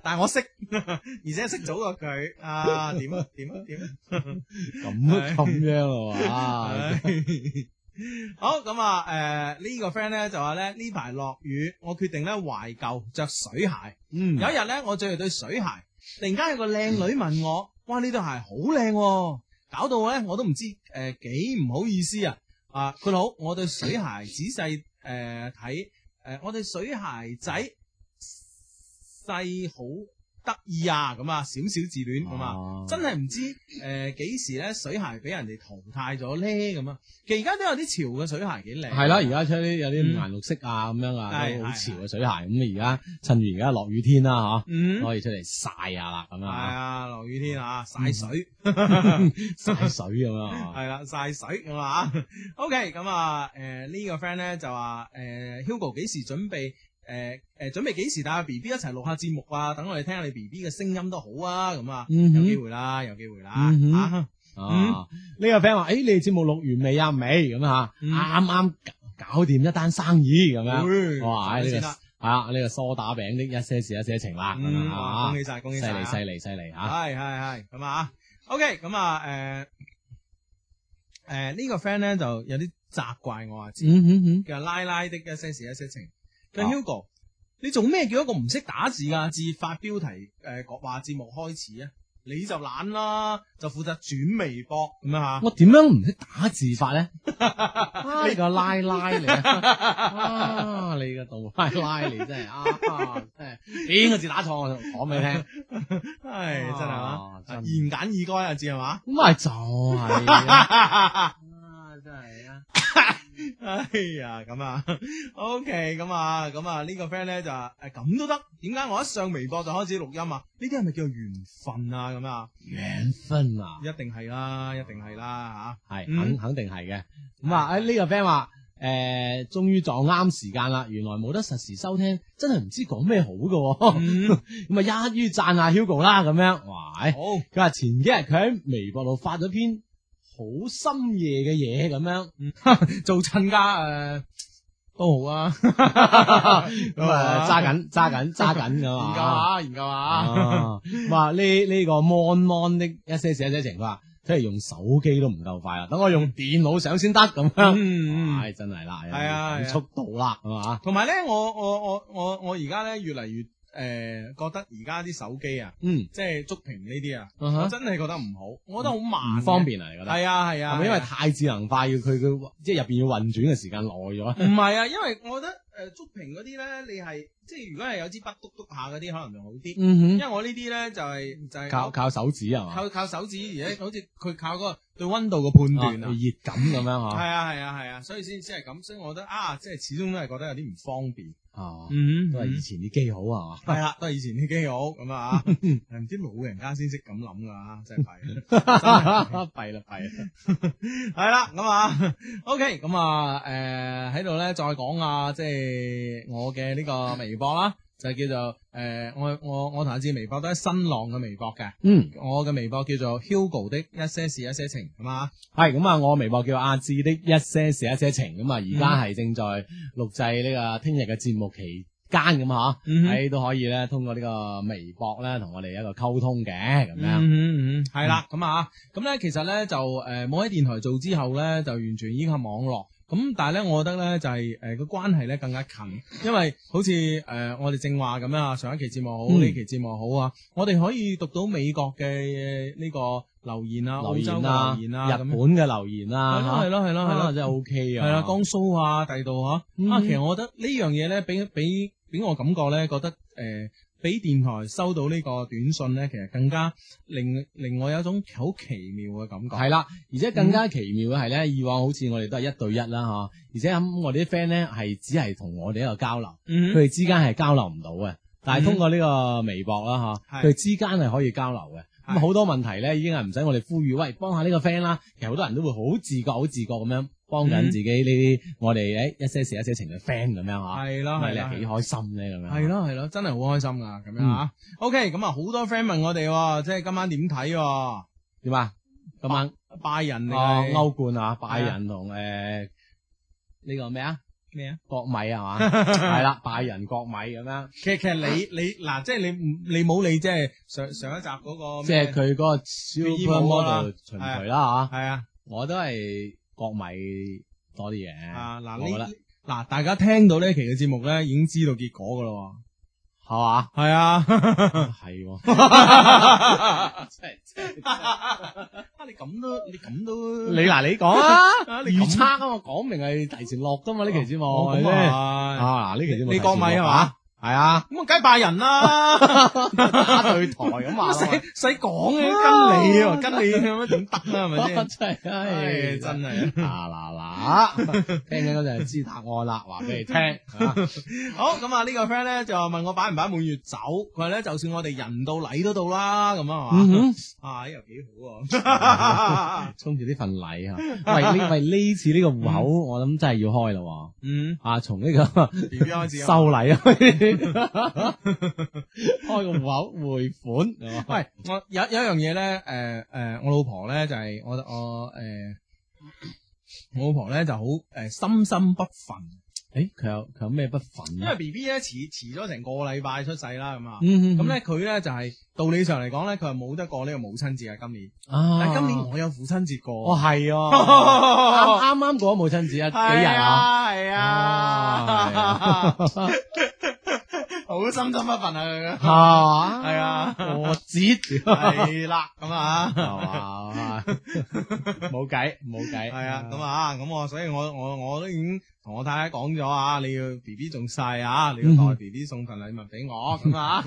[SPEAKER 1] 但係我識， 而且識早過佢啊，點啊點啊點啊！
[SPEAKER 3] 咁咁樣咯，啊，
[SPEAKER 1] 唉好咁啊！诶、呢、個 friend 咧就話咧呢排落雨，我決定咧懷舊着水鞋。
[SPEAKER 3] 嗯
[SPEAKER 1] 有一日咧，我着住對水鞋，突然間有個靚女問我：，哇！呢對鞋好靚、喎！」搞到咧我都唔知诶、幾唔好意思啊！啊，佢好，我對水鞋仔細诶睇，诶、我對水鞋仔細好得意啊！咁啊，小小自
[SPEAKER 3] 嗯
[SPEAKER 1] 戀咁啊。
[SPEAKER 3] 哦
[SPEAKER 1] 真係唔知诶幾、時咧水鞋俾人哋淘汰咗咧咁啊！其實而家都有啲潮嘅水鞋幾靚，
[SPEAKER 3] 係啦，而家出啲有啲
[SPEAKER 1] 嗯
[SPEAKER 3] 五顏六色啊，咁樣啊，
[SPEAKER 1] 係
[SPEAKER 3] 都好
[SPEAKER 1] 係
[SPEAKER 3] 潮嘅水鞋。咁而家趁住而家落雨天啦，
[SPEAKER 1] 嗯
[SPEAKER 3] 吓可以出嚟晒下啦，咁
[SPEAKER 1] 係
[SPEAKER 3] 啊，
[SPEAKER 1] 啊，落雨天啊，晒水
[SPEAKER 3] 晒水咁 樣啊。
[SPEAKER 1] 啊係啦，晒水咁啊！OK，咁啊诶呢個 friend 咧就話诶 Hugo 幾時準備？诶诶，準備幾時帶阿 B B 一齊錄下節目啊？等我哋聽下你 B B 嘅聲音都好啊！咁啊，
[SPEAKER 3] 嗯
[SPEAKER 1] 有
[SPEAKER 3] 哼
[SPEAKER 1] 機會啦，有機會啦
[SPEAKER 3] 嗯哼
[SPEAKER 1] 啊！
[SPEAKER 3] 啊！呢個 friend 話：，诶，你哋節目錄完未啊？未咁啊，
[SPEAKER 1] 嗯
[SPEAKER 3] 啱啱搞搞掂一單生意咁樣。
[SPEAKER 1] 會
[SPEAKER 3] 哇
[SPEAKER 1] 咁
[SPEAKER 3] 呢個
[SPEAKER 1] 先啦
[SPEAKER 3] 啊，呢個梳打餅的一些事一些情啦，咁
[SPEAKER 1] 嗯
[SPEAKER 3] 樣
[SPEAKER 1] 哇
[SPEAKER 3] 啊
[SPEAKER 1] 恭，喜晒，恭喜
[SPEAKER 3] 犀
[SPEAKER 1] 晒啊！
[SPEAKER 3] 利犀利犀利吓。
[SPEAKER 1] 系系系咁啊。OK，咁啊，诶、诶、呢個 friend 咧就有啲責怪我啊，
[SPEAKER 3] 嗯哼哼，
[SPEAKER 1] 叫拉拉的一些事一些情。佢
[SPEAKER 3] 啊
[SPEAKER 1] Hugo，你做咩叫一個唔識打字噶自發標題诶，講話節目開始啊？你就懶啦，就負責轉微博咁樣吓。
[SPEAKER 3] 我點樣唔識打字法 咧？啊你個拉拉嚟啊！啊你個杜拉拉你真係啊，真係邊個字打錯我就講俾你聽。
[SPEAKER 1] 唉，真 係啊，
[SPEAKER 3] 啊真係
[SPEAKER 1] 言簡意賅啊，字係嘛？
[SPEAKER 3] 咁咪就係 啊啊真係啊！
[SPEAKER 1] 哎呀，咁啊，OK，咁啊，咁啊，呢個 friend 咧就話誒咁都得，點解我一上微博就開始錄音啊？呢啲係咪叫緣分啊？咁啊，
[SPEAKER 3] 緣分啊！
[SPEAKER 1] 一定係啦，一定係啦
[SPEAKER 3] 系
[SPEAKER 1] 嗯
[SPEAKER 3] 肯肯定系嘅。咁啊，誒呢個 friend 話诶，誒終於撞啱時間啦，原來冇得實時收聽，真係唔知講咩好
[SPEAKER 1] 嚇。
[SPEAKER 3] 嘅
[SPEAKER 1] 嗯，
[SPEAKER 3] 喎。 咁啊，一於讚下 Hugo 啦，咁樣。哇！誒
[SPEAKER 1] 好，
[SPEAKER 3] 佢話前幾日佢喺微博度發咗篇好深夜嘅嘢咁樣，
[SPEAKER 1] 做親家誒 都好啊，
[SPEAKER 3] 咁啊揸緊揸緊揸緊咁
[SPEAKER 1] 研究
[SPEAKER 3] 啊。
[SPEAKER 1] 下，研究下。
[SPEAKER 3] 啊！哇！呢呢個 mon mon 的一些事一些情，佢話睇嚟用手機都唔夠快啦，啊等我用電腦上先得咁樣。
[SPEAKER 1] 嗯，
[SPEAKER 3] 唉，真係啦，
[SPEAKER 1] 係啊
[SPEAKER 3] 有
[SPEAKER 1] 係啊
[SPEAKER 3] 速度啦，係嘛？
[SPEAKER 1] 同埋咧，我我我我我而家咧越嚟越誒、覺得而家啲手機啊，
[SPEAKER 3] 嗯，
[SPEAKER 1] 即係觸屏呢啲啊，
[SPEAKER 3] 嗯
[SPEAKER 1] 我
[SPEAKER 3] 哼
[SPEAKER 1] 真係覺得唔好，我覺得好慢，
[SPEAKER 3] 唔方。便啊，你覺得？
[SPEAKER 1] 係啊係
[SPEAKER 3] 係
[SPEAKER 1] 啊，
[SPEAKER 3] 咪因為太智能化，要佢佢即係入邊要運轉嘅時間耐咗？
[SPEAKER 1] 唔係啊，因為我覺得诶觸屏嗰啲咧，你係即係如果係有支筆篤篤下嗰啲，可能仲好啲。
[SPEAKER 3] 嗯
[SPEAKER 1] 因為我呢啲咧就係就係
[SPEAKER 3] 靠靠手指啊係嘛？
[SPEAKER 1] 靠嗯靠手指，而且好似佢靠嗰個對温度嘅判斷
[SPEAKER 3] 啊
[SPEAKER 1] 啊。
[SPEAKER 3] 熱感咁樣
[SPEAKER 1] 係
[SPEAKER 3] 嚇。
[SPEAKER 1] 啊係啊係啊，所以先先係咁，所以我覺得啊，即係始終都係覺得有啲唔方便。
[SPEAKER 3] 哦，
[SPEAKER 1] 嗯
[SPEAKER 3] 都係以前啲機好啊係嘛？
[SPEAKER 1] 系啦，都係以前啲機好咁 啊，唔知老人家先識咁諗噶，真 係弊。真係
[SPEAKER 3] 弊啦弊啦！
[SPEAKER 1] 系啦，咁啊，OK，咁 啊，诶喺度咧再講啊，即係我嘅呢個微博啦，就叫做诶、呃我我我同阿志微博都係新浪嘅微博嘅，
[SPEAKER 3] 嗯，
[SPEAKER 1] 我嘅微博叫做 Hugo 的一些事一些情，係嘛，
[SPEAKER 3] 係咁啊！我微博叫阿志的一些事一些情咁啊，而
[SPEAKER 1] 嗯
[SPEAKER 3] 家係正在錄製呢個聽日嘅節目期間咁嚇，
[SPEAKER 1] 嗯哼
[SPEAKER 3] 喺都可以咧通過呢個微博咧同我哋一個溝通嘅咁樣。
[SPEAKER 1] 嗯嗯嗯，系啦，咁啊，咁咧其實咧就诶冇喺電台做之後咧，就完全依靠網絡。咁但係咧，我覺得咧就係呃誒個關係咧更加近，因為好似誒、呃我哋正話咁樣啊，上一期節目好，
[SPEAKER 3] 嗯
[SPEAKER 1] 呢、期節目好啊，我哋可以讀到美國嘅呢個留言啊、澳
[SPEAKER 3] 留
[SPEAKER 1] 洲
[SPEAKER 3] 言
[SPEAKER 1] 嘅
[SPEAKER 3] 啦，
[SPEAKER 1] 留言
[SPEAKER 3] 日
[SPEAKER 1] 啊，咁
[SPEAKER 3] 本嘅留言啦，
[SPEAKER 1] 係咯係咯係
[SPEAKER 3] 啊
[SPEAKER 1] 咯係
[SPEAKER 3] 真係
[SPEAKER 1] 咯，
[SPEAKER 3] O K 啊，
[SPEAKER 1] 係啦，江蘇啊、第度啊，
[SPEAKER 3] 嗯
[SPEAKER 1] 啊，其實我覺得呢樣嘢咧，俾俾俾我感覺咧，覺得誒。呃俾電台收到呢個短信咧，其實更加令令我有一種好奇妙嘅感覺。
[SPEAKER 3] 係啦，而且更加
[SPEAKER 1] 嗯
[SPEAKER 3] 奇妙嘅係咧，以往好似我哋都係一對一啦吓，而且咁我哋啲 friend 咧係只係同我哋一個交流，
[SPEAKER 1] 嗯
[SPEAKER 3] 佢哋之間係交流唔到嘅。但係
[SPEAKER 1] 嗯
[SPEAKER 3] 通過呢個微博啦吓，
[SPEAKER 1] 係
[SPEAKER 3] 佢哋之間係可以交流嘅。咁
[SPEAKER 1] 係
[SPEAKER 3] 好多問題咧已經係唔使我哋呼籲，喂幫下呢個 friend 啦。其實好多人都會好自覺、好自覺咁樣幫緊
[SPEAKER 1] 嗯
[SPEAKER 3] 自己呢啲我哋誒一些事、一些情嘅 friend 咁樣吓，
[SPEAKER 1] 係咯，
[SPEAKER 3] 咁啊
[SPEAKER 1] 係
[SPEAKER 3] 你啊
[SPEAKER 1] 啦
[SPEAKER 3] 係幾開心咧咁樣。
[SPEAKER 1] 係咯係咯，真係好開心噶咁樣啊。OK，咁啊好多 friend 問我哋喎，即係今晚點睇喎？
[SPEAKER 3] 點啊？今晚
[SPEAKER 1] 拜仁
[SPEAKER 3] 啊
[SPEAKER 1] 定
[SPEAKER 3] 欧冠啊，拜仁同诶呢個咩啊？
[SPEAKER 1] 咩啊？
[SPEAKER 3] 國米係 嘛？係啦，拜仁國米咁樣，
[SPEAKER 1] 其實其實你你嗱，即係你唔你冇理即係上上一集嗰個
[SPEAKER 3] 即係
[SPEAKER 1] 咩
[SPEAKER 3] 佢嗰個
[SPEAKER 1] 伊姆啊
[SPEAKER 3] supermodel 巡迴啦吓，
[SPEAKER 1] 係啊
[SPEAKER 3] 我都係國米多啲嘢。
[SPEAKER 1] 啊嗱
[SPEAKER 3] 嗯我覺
[SPEAKER 1] 呢
[SPEAKER 3] 得
[SPEAKER 1] 嗱，大家聽到呢期嘅節目咧，已經知道結果噶啦。
[SPEAKER 3] 係 嘛？
[SPEAKER 1] 係啊，
[SPEAKER 3] 係 喎，真係真係
[SPEAKER 1] 啊你咁都你咁都
[SPEAKER 3] 你嗱你講啊，
[SPEAKER 1] 你咁
[SPEAKER 3] 預測啊嘛，我講明係提前落噶嘛呢期節目
[SPEAKER 1] 哦
[SPEAKER 3] 係咪
[SPEAKER 1] 咁
[SPEAKER 3] 先
[SPEAKER 1] 啊
[SPEAKER 3] 啊嗱呢期節目
[SPEAKER 1] 你
[SPEAKER 3] 提前
[SPEAKER 1] 國米係嘛
[SPEAKER 3] 落？係啊，
[SPEAKER 1] 係，咁啊梗係拜仁 啦。啊
[SPEAKER 3] 打對台咁話
[SPEAKER 1] 使
[SPEAKER 3] 喎，
[SPEAKER 1] 使講嘅，跟你喎，跟你咁樣點得啊？係咪
[SPEAKER 3] 哇
[SPEAKER 1] 先？
[SPEAKER 3] 真係
[SPEAKER 1] 唉，
[SPEAKER 3] 唉
[SPEAKER 1] 真係。
[SPEAKER 3] 嗱嗱嗱，聽緊嗰陣就知答案啦，話俾你 聽。啊
[SPEAKER 1] 好咁啊！呢個 friend 咧就問我擺唔擺滿月酒，佢話咧就算我哋人到禮都到啦，咁啊
[SPEAKER 3] 嗯
[SPEAKER 1] 係嘛，啊呢又 幾好啊！
[SPEAKER 3] 衝住呢份禮啊！喂呢喂呢次呢個户口，我諗真係要開啦。
[SPEAKER 1] 嗯
[SPEAKER 3] 啊，從呢個
[SPEAKER 1] ，B B 開始
[SPEAKER 3] 收
[SPEAKER 1] 啊
[SPEAKER 3] 禮 啊，開個户口匯款。係嘛
[SPEAKER 1] 喂，我有有一樣嘢咧，诶、诶、我老婆咧就係我我诶、 我老婆咧就好诶、深心不忿，啊
[SPEAKER 3] 誒佢有佢有咩不忿
[SPEAKER 1] 因
[SPEAKER 3] 啊
[SPEAKER 1] 為 B B 咧遲遲咗成個禮拜出世啦，咁啊，
[SPEAKER 3] 嗯
[SPEAKER 1] 咁咧佢咧就係道理上嚟講咧，佢係冇得過呢個母親節嘅今年。
[SPEAKER 3] 啊
[SPEAKER 1] 但係今年我有父親節
[SPEAKER 3] 哦
[SPEAKER 1] 過，
[SPEAKER 3] 係啊，
[SPEAKER 1] 啱
[SPEAKER 3] 啱啱啱過咗母親節啊幾日啊？
[SPEAKER 1] 啊，係啊
[SPEAKER 3] 啊，
[SPEAKER 1] 好心心不忿啊，佢
[SPEAKER 3] 啊
[SPEAKER 1] 係啊
[SPEAKER 3] 我知。
[SPEAKER 1] 係啦，咁啊，
[SPEAKER 3] 係嘛？冇計冇計，
[SPEAKER 1] 係啊，
[SPEAKER 3] Ừ.
[SPEAKER 1] 咁，啊，咁我所以我我我都已經同我太太講咗啊，你要 B B 仲細啊，
[SPEAKER 3] 嗯
[SPEAKER 1] 你要代 B B 送份禮物俾我 咁啊，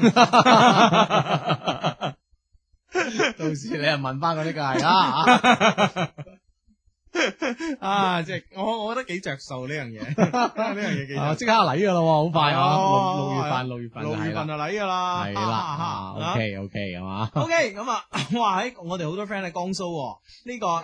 [SPEAKER 3] 到時你又問翻嗰啲梗係啦，
[SPEAKER 1] 啊，即係我我覺得幾着數呢樣嘢， 呢樣嘢幾
[SPEAKER 3] 啊
[SPEAKER 1] 着數
[SPEAKER 3] 即刻嚟噶啦喎，好快啊！
[SPEAKER 1] 哦
[SPEAKER 3] 六六月份，六月份，
[SPEAKER 1] 六月份就嚟㗎啦，啊
[SPEAKER 3] 係 啦，OK 啊 OK 係嘛？
[SPEAKER 1] O K，咁啊， 哇！喺我哋好多 friend 喺江蘇喎，呢、個誒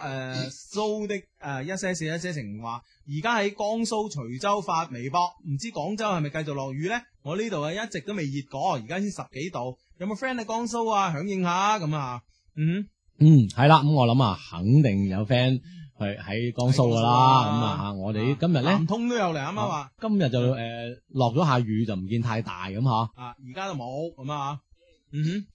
[SPEAKER 1] 蘇、的誒、呃一些事一些情話，而家喺江蘇徐州發微博，唔知廣州係咪繼續落雨呢？我呢度啊一直都未熱過，而家先十幾度，有冇 friend 喺江蘇啊？響應下咁啊，嗯
[SPEAKER 3] 嗯，係啦，咁我諗啊，肯定有 friend 去喺江蘇噶啦，
[SPEAKER 1] 喺江蘇
[SPEAKER 3] 咁
[SPEAKER 1] 啦
[SPEAKER 3] 啊，我
[SPEAKER 1] 哼，
[SPEAKER 3] 哋今日咧
[SPEAKER 1] 南，通都有嚟啱啱啊話嗯
[SPEAKER 3] 今日就誒落咗下雨就唔見太大咁嗬，
[SPEAKER 1] 啊，而家就冇咁啊，嗯哼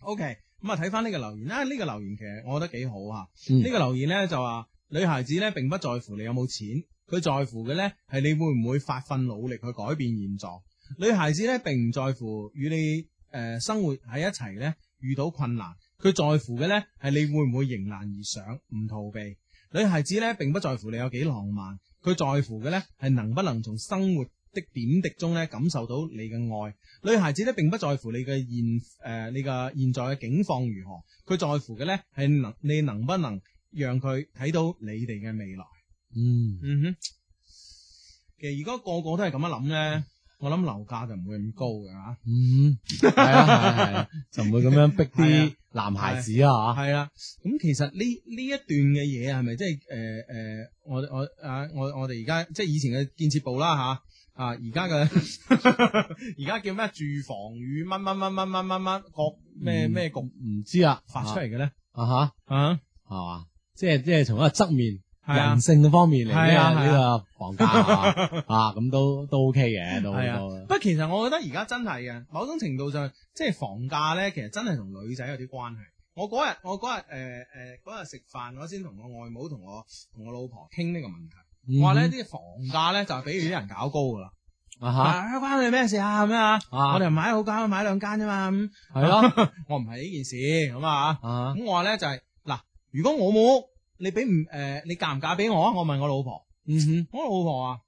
[SPEAKER 1] ，O K，咁啊睇翻呢個留言啦，呢、個留言其實我覺得幾好啊。
[SPEAKER 3] 嗯
[SPEAKER 1] 呢個留言呢，就話女孩子呢並不在乎你有冇錢，佢在乎嘅呢係你會唔會發奮努力去改變現狀。女孩子呢並唔在乎與你誒、呃生活喺一齊呢遇到困難，佢在乎嘅呢係你會唔會迎難而上，唔逃避。女孩子呢並不在乎你有幾浪漫，佢在乎嘅呢係能不能從生活的點滴中呢感受到你嘅愛。女孩子呢並不在乎你嘅現誒、呃你嘅現在嘅境況如何。佢在乎嘅咧係能你能不能讓佢睇到你哋嘅未來。
[SPEAKER 3] 嗯，
[SPEAKER 1] 嗯哼，其實如果個個都係咁樣諗咧，我諗樓價就唔會咁高嘅嚇。
[SPEAKER 3] 嗯，係啊係啊係啊，就唔會咁樣逼啲男孩子啊嚇，
[SPEAKER 1] 啊係啦，咁其實呢呢一段嘅嘢係咪即係誒誒，我我啊我我哋而家即係以前嘅建設部啦嚇。啊！而家嘅而家叫咩住房與乜乜乜乜乜乜乜各咩咩局
[SPEAKER 3] 唔知啊，
[SPEAKER 1] 發出嚟嘅咧
[SPEAKER 3] 啊嚇。
[SPEAKER 1] 啊？
[SPEAKER 3] 系嘛？即系即系从一个侧面、
[SPEAKER 1] 係啊
[SPEAKER 3] 人性嘅方面嚟
[SPEAKER 1] 係啊
[SPEAKER 3] 呢
[SPEAKER 1] 係啊
[SPEAKER 3] 呢個房價 啊啊，咁都都 OK 嘅，都
[SPEAKER 1] 係啊
[SPEAKER 3] 都
[SPEAKER 1] 不過其實我覺得而家真係嘅，某種程度上即係房價咧，其實真係同女仔有啲關係。我嗰日我嗰日誒誒嗰日食飯，我先同我外母同我同我老婆傾呢個問題。我話咧
[SPEAKER 3] 嗯
[SPEAKER 1] 啲房價咧就係俾啲人搞高噶啦。
[SPEAKER 3] 啊
[SPEAKER 1] 啊，
[SPEAKER 3] 吓
[SPEAKER 1] 關你咩事啊？咁樣啊？我
[SPEAKER 3] 啊，
[SPEAKER 1] 哋買好價，買兩間啫嘛。咁
[SPEAKER 3] 系咯
[SPEAKER 1] 我唔係呢件事咁啊。
[SPEAKER 3] 啊
[SPEAKER 1] 咁我話咧就係、嗱，如果我冇屋，你俾唔誒你嫁唔嫁俾我啊？我問我老婆。
[SPEAKER 3] 嗯哼
[SPEAKER 1] 我老婆啊，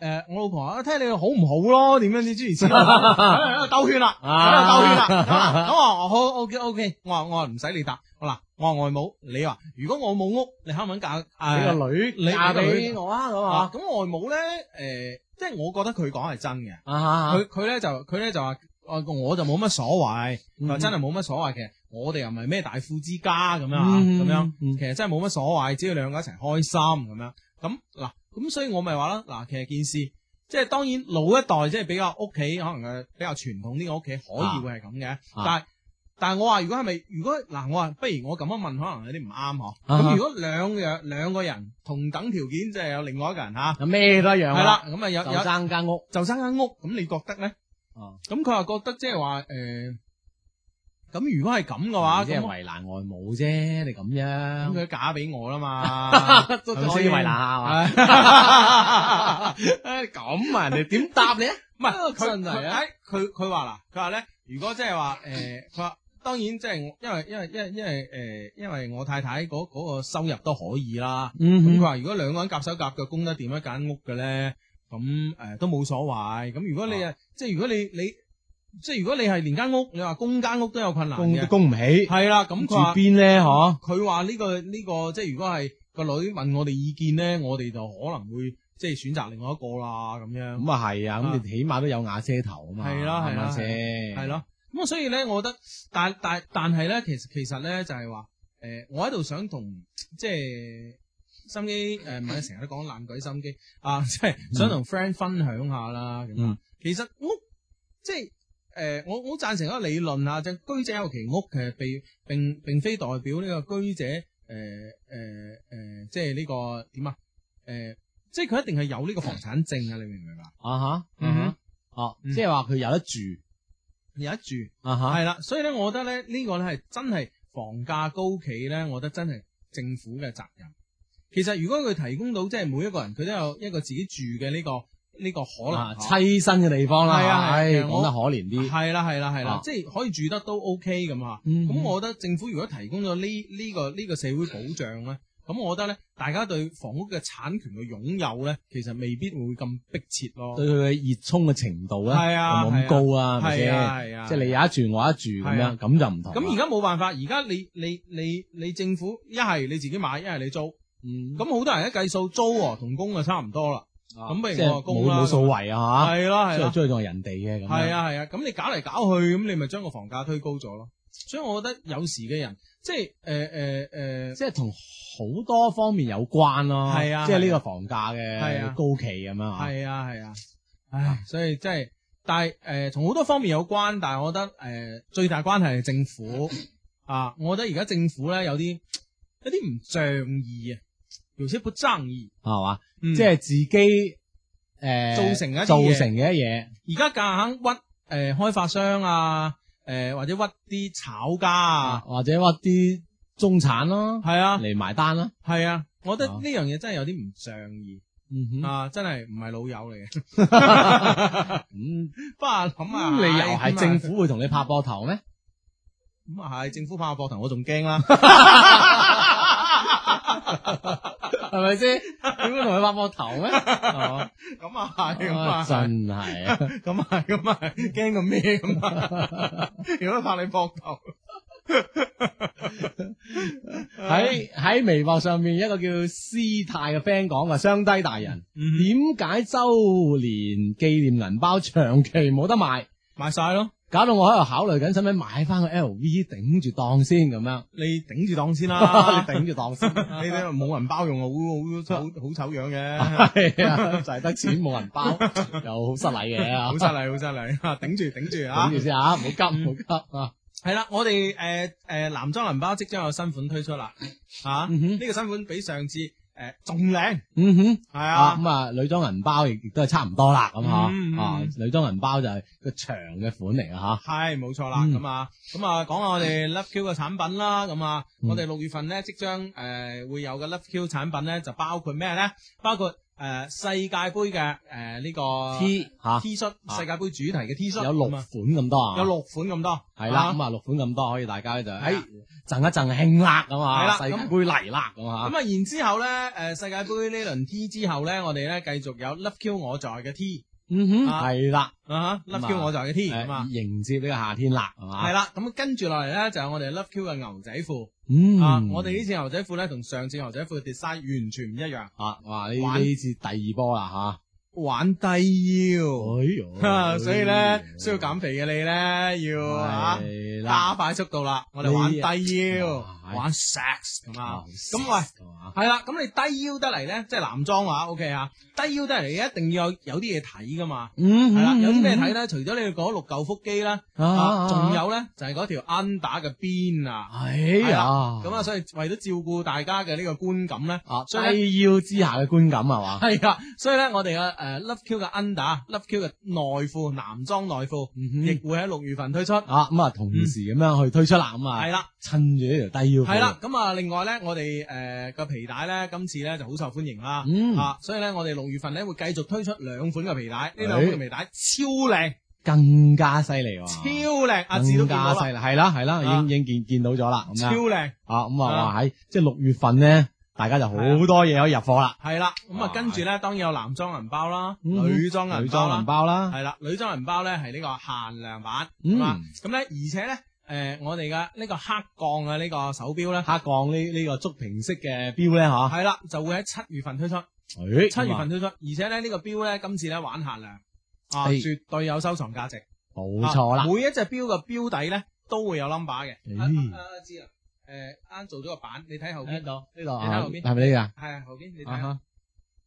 [SPEAKER 1] 诶、我老婆啊，睇下你好唔好咯，點樣啲諸如此類， 喺度兜圈啦，喺度兜圈啦。咁啊咁我話好 OK OK，我話我話唔使你答，我嗱我話外母，你話如果我冇屋，你肯唔肯嫁？
[SPEAKER 3] 呢
[SPEAKER 1] 誒
[SPEAKER 3] 個女
[SPEAKER 1] 你
[SPEAKER 3] 嫁
[SPEAKER 1] 你個女
[SPEAKER 3] 俾我啊咁
[SPEAKER 1] 啊
[SPEAKER 3] 啊
[SPEAKER 1] 咁、外母咧，诶、即係我覺得佢講係真嘅，
[SPEAKER 3] 啊
[SPEAKER 1] 佢佢咧就佢咧就話，我我就冇乜所謂，
[SPEAKER 3] Ừ. 嗯
[SPEAKER 1] 佢話真係冇乜所謂嘅，我哋又唔係咩大富之家
[SPEAKER 3] Ừ.
[SPEAKER 1] 咁樣啊，咁、樣。
[SPEAKER 3] 嗯
[SPEAKER 1] 其實真係冇乜所謂，只要兩個一齊開心咁樣。咁嗱，咁所以我咪話啦，嗱，其實件事即係當
[SPEAKER 3] 啊
[SPEAKER 1] 然老一代即係比較屋企可能嘅比較傳統啲嘅屋企可以會係咁嘅，但係但係我話如果係咪如果嗱，我話不如我咁樣問，可能有啲唔啱嗬。
[SPEAKER 3] 啊哈
[SPEAKER 1] 咁如果兩樣兩個人同等條件，就係有另外一個人吓，
[SPEAKER 3] 有咩都一樣
[SPEAKER 1] 係啦，，咁啊有
[SPEAKER 3] 就
[SPEAKER 1] 有
[SPEAKER 3] 爭間屋，
[SPEAKER 1] 就生間屋，咁你覺得咧？
[SPEAKER 3] 啊
[SPEAKER 1] 咁佢話覺得即係
[SPEAKER 3] 哦
[SPEAKER 1] 話誒，咁如果係咁嘅話，
[SPEAKER 3] 即哦係
[SPEAKER 1] 咁我
[SPEAKER 3] 為難外母啫，你咁
[SPEAKER 1] 咁佢
[SPEAKER 3] 樣
[SPEAKER 1] 都嫁俾我 啦嘛。
[SPEAKER 3] 都
[SPEAKER 1] 係咪
[SPEAKER 3] 可以
[SPEAKER 1] 先
[SPEAKER 3] 為難下係嘛？
[SPEAKER 1] 唉咁啊，人哋點答你啊？唔係佢
[SPEAKER 3] 真係
[SPEAKER 1] 佢
[SPEAKER 3] 啊
[SPEAKER 1] 唉佢佢話啦，佢話咧，如果即係話誒，佢話當然即係我，因為因為因為因為誒，因為我太太嗰嗰個收入都可以啦。咁佢
[SPEAKER 3] 嗯
[SPEAKER 1] 話如果兩個人夾手夾腳供得掂一間屋嘅咧，咁誒都冇所謂。咁如果你啊，即係如果你你即係如果你係連間屋，你話供間屋都有困難
[SPEAKER 3] 供都
[SPEAKER 1] 嘅，
[SPEAKER 3] 供唔起，
[SPEAKER 1] 係啦。咁佢
[SPEAKER 3] 住
[SPEAKER 1] 話。
[SPEAKER 3] 邊咧？嗬，
[SPEAKER 1] 佢話呢個呢、個即係如果係個女問我哋意見咧，我哋就可能會即係選擇另外一個啦咁樣，
[SPEAKER 3] 咁啊係啊，咁
[SPEAKER 1] 啊
[SPEAKER 3] 你起碼都有瓦遮頭啊嘛，
[SPEAKER 1] 係啦係啦
[SPEAKER 3] 係咪先？
[SPEAKER 1] 係咯。咁啊，所以咧，我覺得，但但但係咧，其實其實咧就係話，誒、我喺度想同即係心機誒，唔係成日都講爛鬼心機啊，即係想同 friend 分享下啦。咁啊，其實屋即係。誒、我我贊成一個理論啊，就居者有其屋，其實並並並非代表呢個居者誒誒誒，即係呢、個點啊？誒、即係佢一定係有呢個房產證啊！你明唔明白？
[SPEAKER 3] 啊哈，嗯
[SPEAKER 1] 嗯哼
[SPEAKER 3] 哼，哦，
[SPEAKER 1] 嗯
[SPEAKER 3] 即係話佢有得住
[SPEAKER 1] 有一住。
[SPEAKER 3] 啊哈，
[SPEAKER 1] 系啦，所以咧，我覺得咧呢個咧係真係房價高企咧，我覺得真係政府嘅責任。其實如果佢提供到即係每一個人佢都有一個自己住嘅呢、個呢、個可
[SPEAKER 3] 啊
[SPEAKER 1] 能，
[SPEAKER 3] 棲身嘅地方啦，
[SPEAKER 1] 係啊係啊
[SPEAKER 3] 唉
[SPEAKER 1] 其實
[SPEAKER 3] 講
[SPEAKER 1] 我
[SPEAKER 3] 得可憐啲，
[SPEAKER 1] 係啦係啦係啦
[SPEAKER 3] 啊，
[SPEAKER 1] 即係可以住得都 OK 咁啊。
[SPEAKER 3] 嗯
[SPEAKER 1] 咁我覺得政府如果提供咗呢呢個呢、個社會保障咧，咁我覺得咧大家對房屋嘅產權嘅擁有咧，其實未必會咁迫切咯。
[SPEAKER 3] 對佢嘅熱衷嘅程度咧，
[SPEAKER 1] 係啊
[SPEAKER 3] 就冇咁高啊，係咪
[SPEAKER 1] 係
[SPEAKER 3] 先？
[SPEAKER 1] 啊係啊，
[SPEAKER 3] 即係你有一住我一住咁
[SPEAKER 1] 係啊
[SPEAKER 3] 樣，咁就唔同啦。
[SPEAKER 1] 咁而家冇辦法，而家你你你你政府一係你自己買，一係你租。
[SPEAKER 3] 嗯
[SPEAKER 1] 咁好多人一計數租喎，同工就差唔多啦。
[SPEAKER 3] 啊
[SPEAKER 1] 咁不如
[SPEAKER 3] 即係
[SPEAKER 1] 我話供
[SPEAKER 3] 冇
[SPEAKER 1] 啦
[SPEAKER 3] 冇所謂啊
[SPEAKER 1] 係
[SPEAKER 3] 嚇，
[SPEAKER 1] 啦係
[SPEAKER 3] 即係
[SPEAKER 1] 啦，
[SPEAKER 3] 追咗人哋嘅咁樣。
[SPEAKER 1] 係啊係啊。咁你搞嚟搞去，咁你咪將個房價推高咗咯。所以我覺得有時嘅人，即係呃誒誒誒，
[SPEAKER 3] 即係同好多方面有關咯，
[SPEAKER 1] 係啊
[SPEAKER 3] 即係呢個房價
[SPEAKER 1] 係
[SPEAKER 3] 嘅
[SPEAKER 1] 啊
[SPEAKER 3] 高企咁樣啊，
[SPEAKER 1] 係啊係啊。唉，所以即係，但係誒，從好多方面有關，但係我覺得誒最大關係係政府啊。我覺得而家政府咧有啲有啲唔仗義啊，有些不仗義，
[SPEAKER 3] 係嘛，
[SPEAKER 1] 嗯
[SPEAKER 3] 即係自己誒
[SPEAKER 1] 造成一啲嘢
[SPEAKER 3] 造成嘅一嘢，
[SPEAKER 1] 而家夾硬屈誒、呃、開發商啊，誒、或者屈啲炒家
[SPEAKER 3] 啊
[SPEAKER 1] 啊，
[SPEAKER 3] 或者屈啲中產咯
[SPEAKER 1] 係啊
[SPEAKER 3] 嚟埋單啦，
[SPEAKER 1] 係啊，我覺得
[SPEAKER 3] 啊
[SPEAKER 1] 呢樣嘢真係有啲唔仗義
[SPEAKER 3] 嗯哼，
[SPEAKER 1] 啊，真係唔係老友嚟嘅。
[SPEAKER 3] 咁
[SPEAKER 1] 不過諗啊，
[SPEAKER 3] 嗯咁理由
[SPEAKER 1] 咁
[SPEAKER 3] 係
[SPEAKER 1] 啊
[SPEAKER 3] 政府會同你拍膊頭咩？
[SPEAKER 1] 咁啊係政府拍我膊頭，我仲驚 啦。
[SPEAKER 3] 係咪 先？點會同你拍膊頭咩？係嘛
[SPEAKER 1] 咁啊 係，咁
[SPEAKER 3] 啊
[SPEAKER 1] 啊係
[SPEAKER 3] 真係啊！
[SPEAKER 1] 咁啊係，咁啊係驚到咩 咁啊？如果拍你膊頭，
[SPEAKER 3] 喺喺微博上面一個叫師太嘅 friend 講話，雙低大人，
[SPEAKER 1] 嗯
[SPEAKER 3] 點解周年紀念銀包長期冇得賣？
[SPEAKER 1] 賣晒咯，
[SPEAKER 3] 搞到我喺度考慮緊，使唔使買翻個 LV 頂住檔先咁樣？
[SPEAKER 1] 你頂住檔先 啦
[SPEAKER 3] 啊你。頂住檔先，
[SPEAKER 1] 你哋冇銀包用啊，好好好醜好醜樣嘅。
[SPEAKER 3] 係啊，就係得錢冇銀 包，又好失禮嘅啊
[SPEAKER 1] 好！犀利，好犀利啊！ 頂住，頂住啊
[SPEAKER 3] 頂！住先啊，唔好急，唔好急啊！
[SPEAKER 1] 係啦，我哋誒誒男裝銀包即將有新款 推出啦，嚇！
[SPEAKER 3] 嗯哼
[SPEAKER 1] 呢個新款比上次誒仲靚，
[SPEAKER 3] 嗯哼。
[SPEAKER 1] 係
[SPEAKER 3] 啊
[SPEAKER 1] 啊，
[SPEAKER 3] 咁啊，女裝銀包亦亦都係差唔多啦，咁
[SPEAKER 1] 嗯嗯
[SPEAKER 3] 吓
[SPEAKER 1] 嗯
[SPEAKER 3] 啊，女裝銀包就係個長嘅款嚟啊
[SPEAKER 1] 係冇錯啦，
[SPEAKER 3] 嗯
[SPEAKER 1] 咁啊，咁啊講下我哋 Love Q 嘅產品啦，咁啊，
[SPEAKER 3] 嗯
[SPEAKER 1] 我哋六月份咧即將誒會有嘅 Love Q 產品咧就包括咩咧？包括誒世界盃嘅誒呢
[SPEAKER 3] 吓
[SPEAKER 1] 個
[SPEAKER 3] T 吓
[SPEAKER 1] T 恤，
[SPEAKER 3] 啊
[SPEAKER 1] 世界盃主題嘅 T 恤，
[SPEAKER 3] 有六
[SPEAKER 1] 咁
[SPEAKER 3] 款
[SPEAKER 1] 啊
[SPEAKER 3] 咁多啊，
[SPEAKER 1] 有六款咁多，
[SPEAKER 3] 系啦，
[SPEAKER 1] 啊
[SPEAKER 3] 咁啊六款咁多，可以大家咧就
[SPEAKER 1] 啊
[SPEAKER 3] 诶贈一贈興啦咁
[SPEAKER 1] 係
[SPEAKER 3] 啊，
[SPEAKER 1] 啦
[SPEAKER 3] 世界
[SPEAKER 1] 咁
[SPEAKER 3] 盃嚟啦咁啊
[SPEAKER 1] 咁，啊，然之後咧，誒、世界盃呢輪 T 之後咧，我哋咧繼續有 Love Q 我在嘅 T
[SPEAKER 3] 嗯哼，
[SPEAKER 1] 啊
[SPEAKER 3] 係啦，
[SPEAKER 1] 啊哈，Love Q 我在嘅 T 咁啊
[SPEAKER 3] 誒，嗯啊迎接呢個夏天啦，係嘛，
[SPEAKER 1] 係啦，咁跟住落嚟咧就係我哋 Love Q 嘅牛仔褲、
[SPEAKER 3] 嗯，
[SPEAKER 1] 啊，我哋呢次牛仔褲咧同上次牛仔褲嘅 design 完全唔一樣，
[SPEAKER 3] 啊，哇呢
[SPEAKER 1] 玩
[SPEAKER 3] 呢次第二波啦 吓，
[SPEAKER 1] 玩低腰，
[SPEAKER 3] 哎 呦
[SPEAKER 1] 啊所以咧需要減肥嘅你咧要嚇。
[SPEAKER 3] 哎係啦，
[SPEAKER 1] 加快速度啦，我哋玩
[SPEAKER 3] 呢
[SPEAKER 1] 低腰，
[SPEAKER 3] 哇
[SPEAKER 1] 玩 sex 咁
[SPEAKER 3] 哦
[SPEAKER 1] 啊，咁喂。
[SPEAKER 3] 喂，
[SPEAKER 1] 系啦，咁你低腰得嚟咧，即系男裝話 OK 啊，低腰得嚟你一定要有有啲嘢睇噶嘛，
[SPEAKER 3] 嗯，
[SPEAKER 1] 係啦，有啲咩睇
[SPEAKER 3] 咧？
[SPEAKER 1] 咧？除咗你嗰六嚿腹肌啦，
[SPEAKER 3] 啊
[SPEAKER 1] 啊，仲，有咧就係嗰條 under 嘅邊啊，
[SPEAKER 3] 哎
[SPEAKER 1] 係
[SPEAKER 3] 呀，
[SPEAKER 1] 啦咁啊，所以為咗照顧大家嘅呢個 觀感咧，
[SPEAKER 3] 啊，
[SPEAKER 1] 所以呢
[SPEAKER 3] 低腰之下嘅觀感係嘛？
[SPEAKER 1] 係啊，所以咧我哋嘅诶 Love Q 嘅 under，Love Q 嘅內褲男裝內褲， 亦
[SPEAKER 3] 亦
[SPEAKER 1] 會喺六月份推出，
[SPEAKER 3] 嗯啊咁啊，同時咁樣去推出啦，咁
[SPEAKER 1] 係
[SPEAKER 3] 啊，
[SPEAKER 1] 啦。
[SPEAKER 3] 趁住呢條低腰褲，
[SPEAKER 1] 係啦，咁啊，另外咧，我哋诶個皮帶咧，今次咧就好受歡迎啦。
[SPEAKER 3] 嗯
[SPEAKER 1] 啊，所以咧，我哋六月份咧會繼續推出兩款嘅皮帶，呢兩款嘅皮帶超靚，
[SPEAKER 3] 更加犀利喎，
[SPEAKER 1] 超靚，阿志都
[SPEAKER 3] 更
[SPEAKER 1] 見
[SPEAKER 3] 加
[SPEAKER 1] 到
[SPEAKER 3] 犀
[SPEAKER 1] 啦，
[SPEAKER 3] 利，係啦係啦，
[SPEAKER 1] 啊
[SPEAKER 3] 已經已經見見到咗啦，咁
[SPEAKER 1] 超
[SPEAKER 3] 樣
[SPEAKER 1] 靚，
[SPEAKER 3] 啊咁
[SPEAKER 1] 啊
[SPEAKER 3] 啊，哇喺即係六月份咧，大家就好多嘢可以入貨啦，
[SPEAKER 1] 係啦。咁啊
[SPEAKER 3] 哇，
[SPEAKER 1] 跟住咧，當然有男裝銀包啦，
[SPEAKER 3] 哦嗯
[SPEAKER 1] 女裝銀
[SPEAKER 3] 女
[SPEAKER 1] 包
[SPEAKER 3] 裝銀
[SPEAKER 1] 啦，
[SPEAKER 3] 包啦，
[SPEAKER 1] 係啦，女裝銀包咧係呢個限量版，
[SPEAKER 3] 嗯
[SPEAKER 1] 咁啊，咁咧而且咧，诶，我哋嘅呢個黑鋼嘅呢個手錶咧，
[SPEAKER 3] 黑鋼呢呢個觸屏式嘅錶咧嚇，
[SPEAKER 1] 係啦，就會喺七月份推出，
[SPEAKER 3] 誒
[SPEAKER 1] 七月份推出，而且咧呢個錶咧今次咧玩限量，啊，
[SPEAKER 3] 係
[SPEAKER 1] 絕對有收藏價值。
[SPEAKER 3] 冇錯啦
[SPEAKER 1] 啊，每一隻錶嘅錶底咧都會有 number 嘅。
[SPEAKER 3] 咦
[SPEAKER 1] 啊啊啊知啦，誒啱做咗個版，你睇後邊，
[SPEAKER 3] 度呢度
[SPEAKER 1] 你睇
[SPEAKER 3] 啊
[SPEAKER 1] 後邊
[SPEAKER 3] 係咪呢個啊？
[SPEAKER 1] 係啊後邊你睇下，
[SPEAKER 3] 啊哈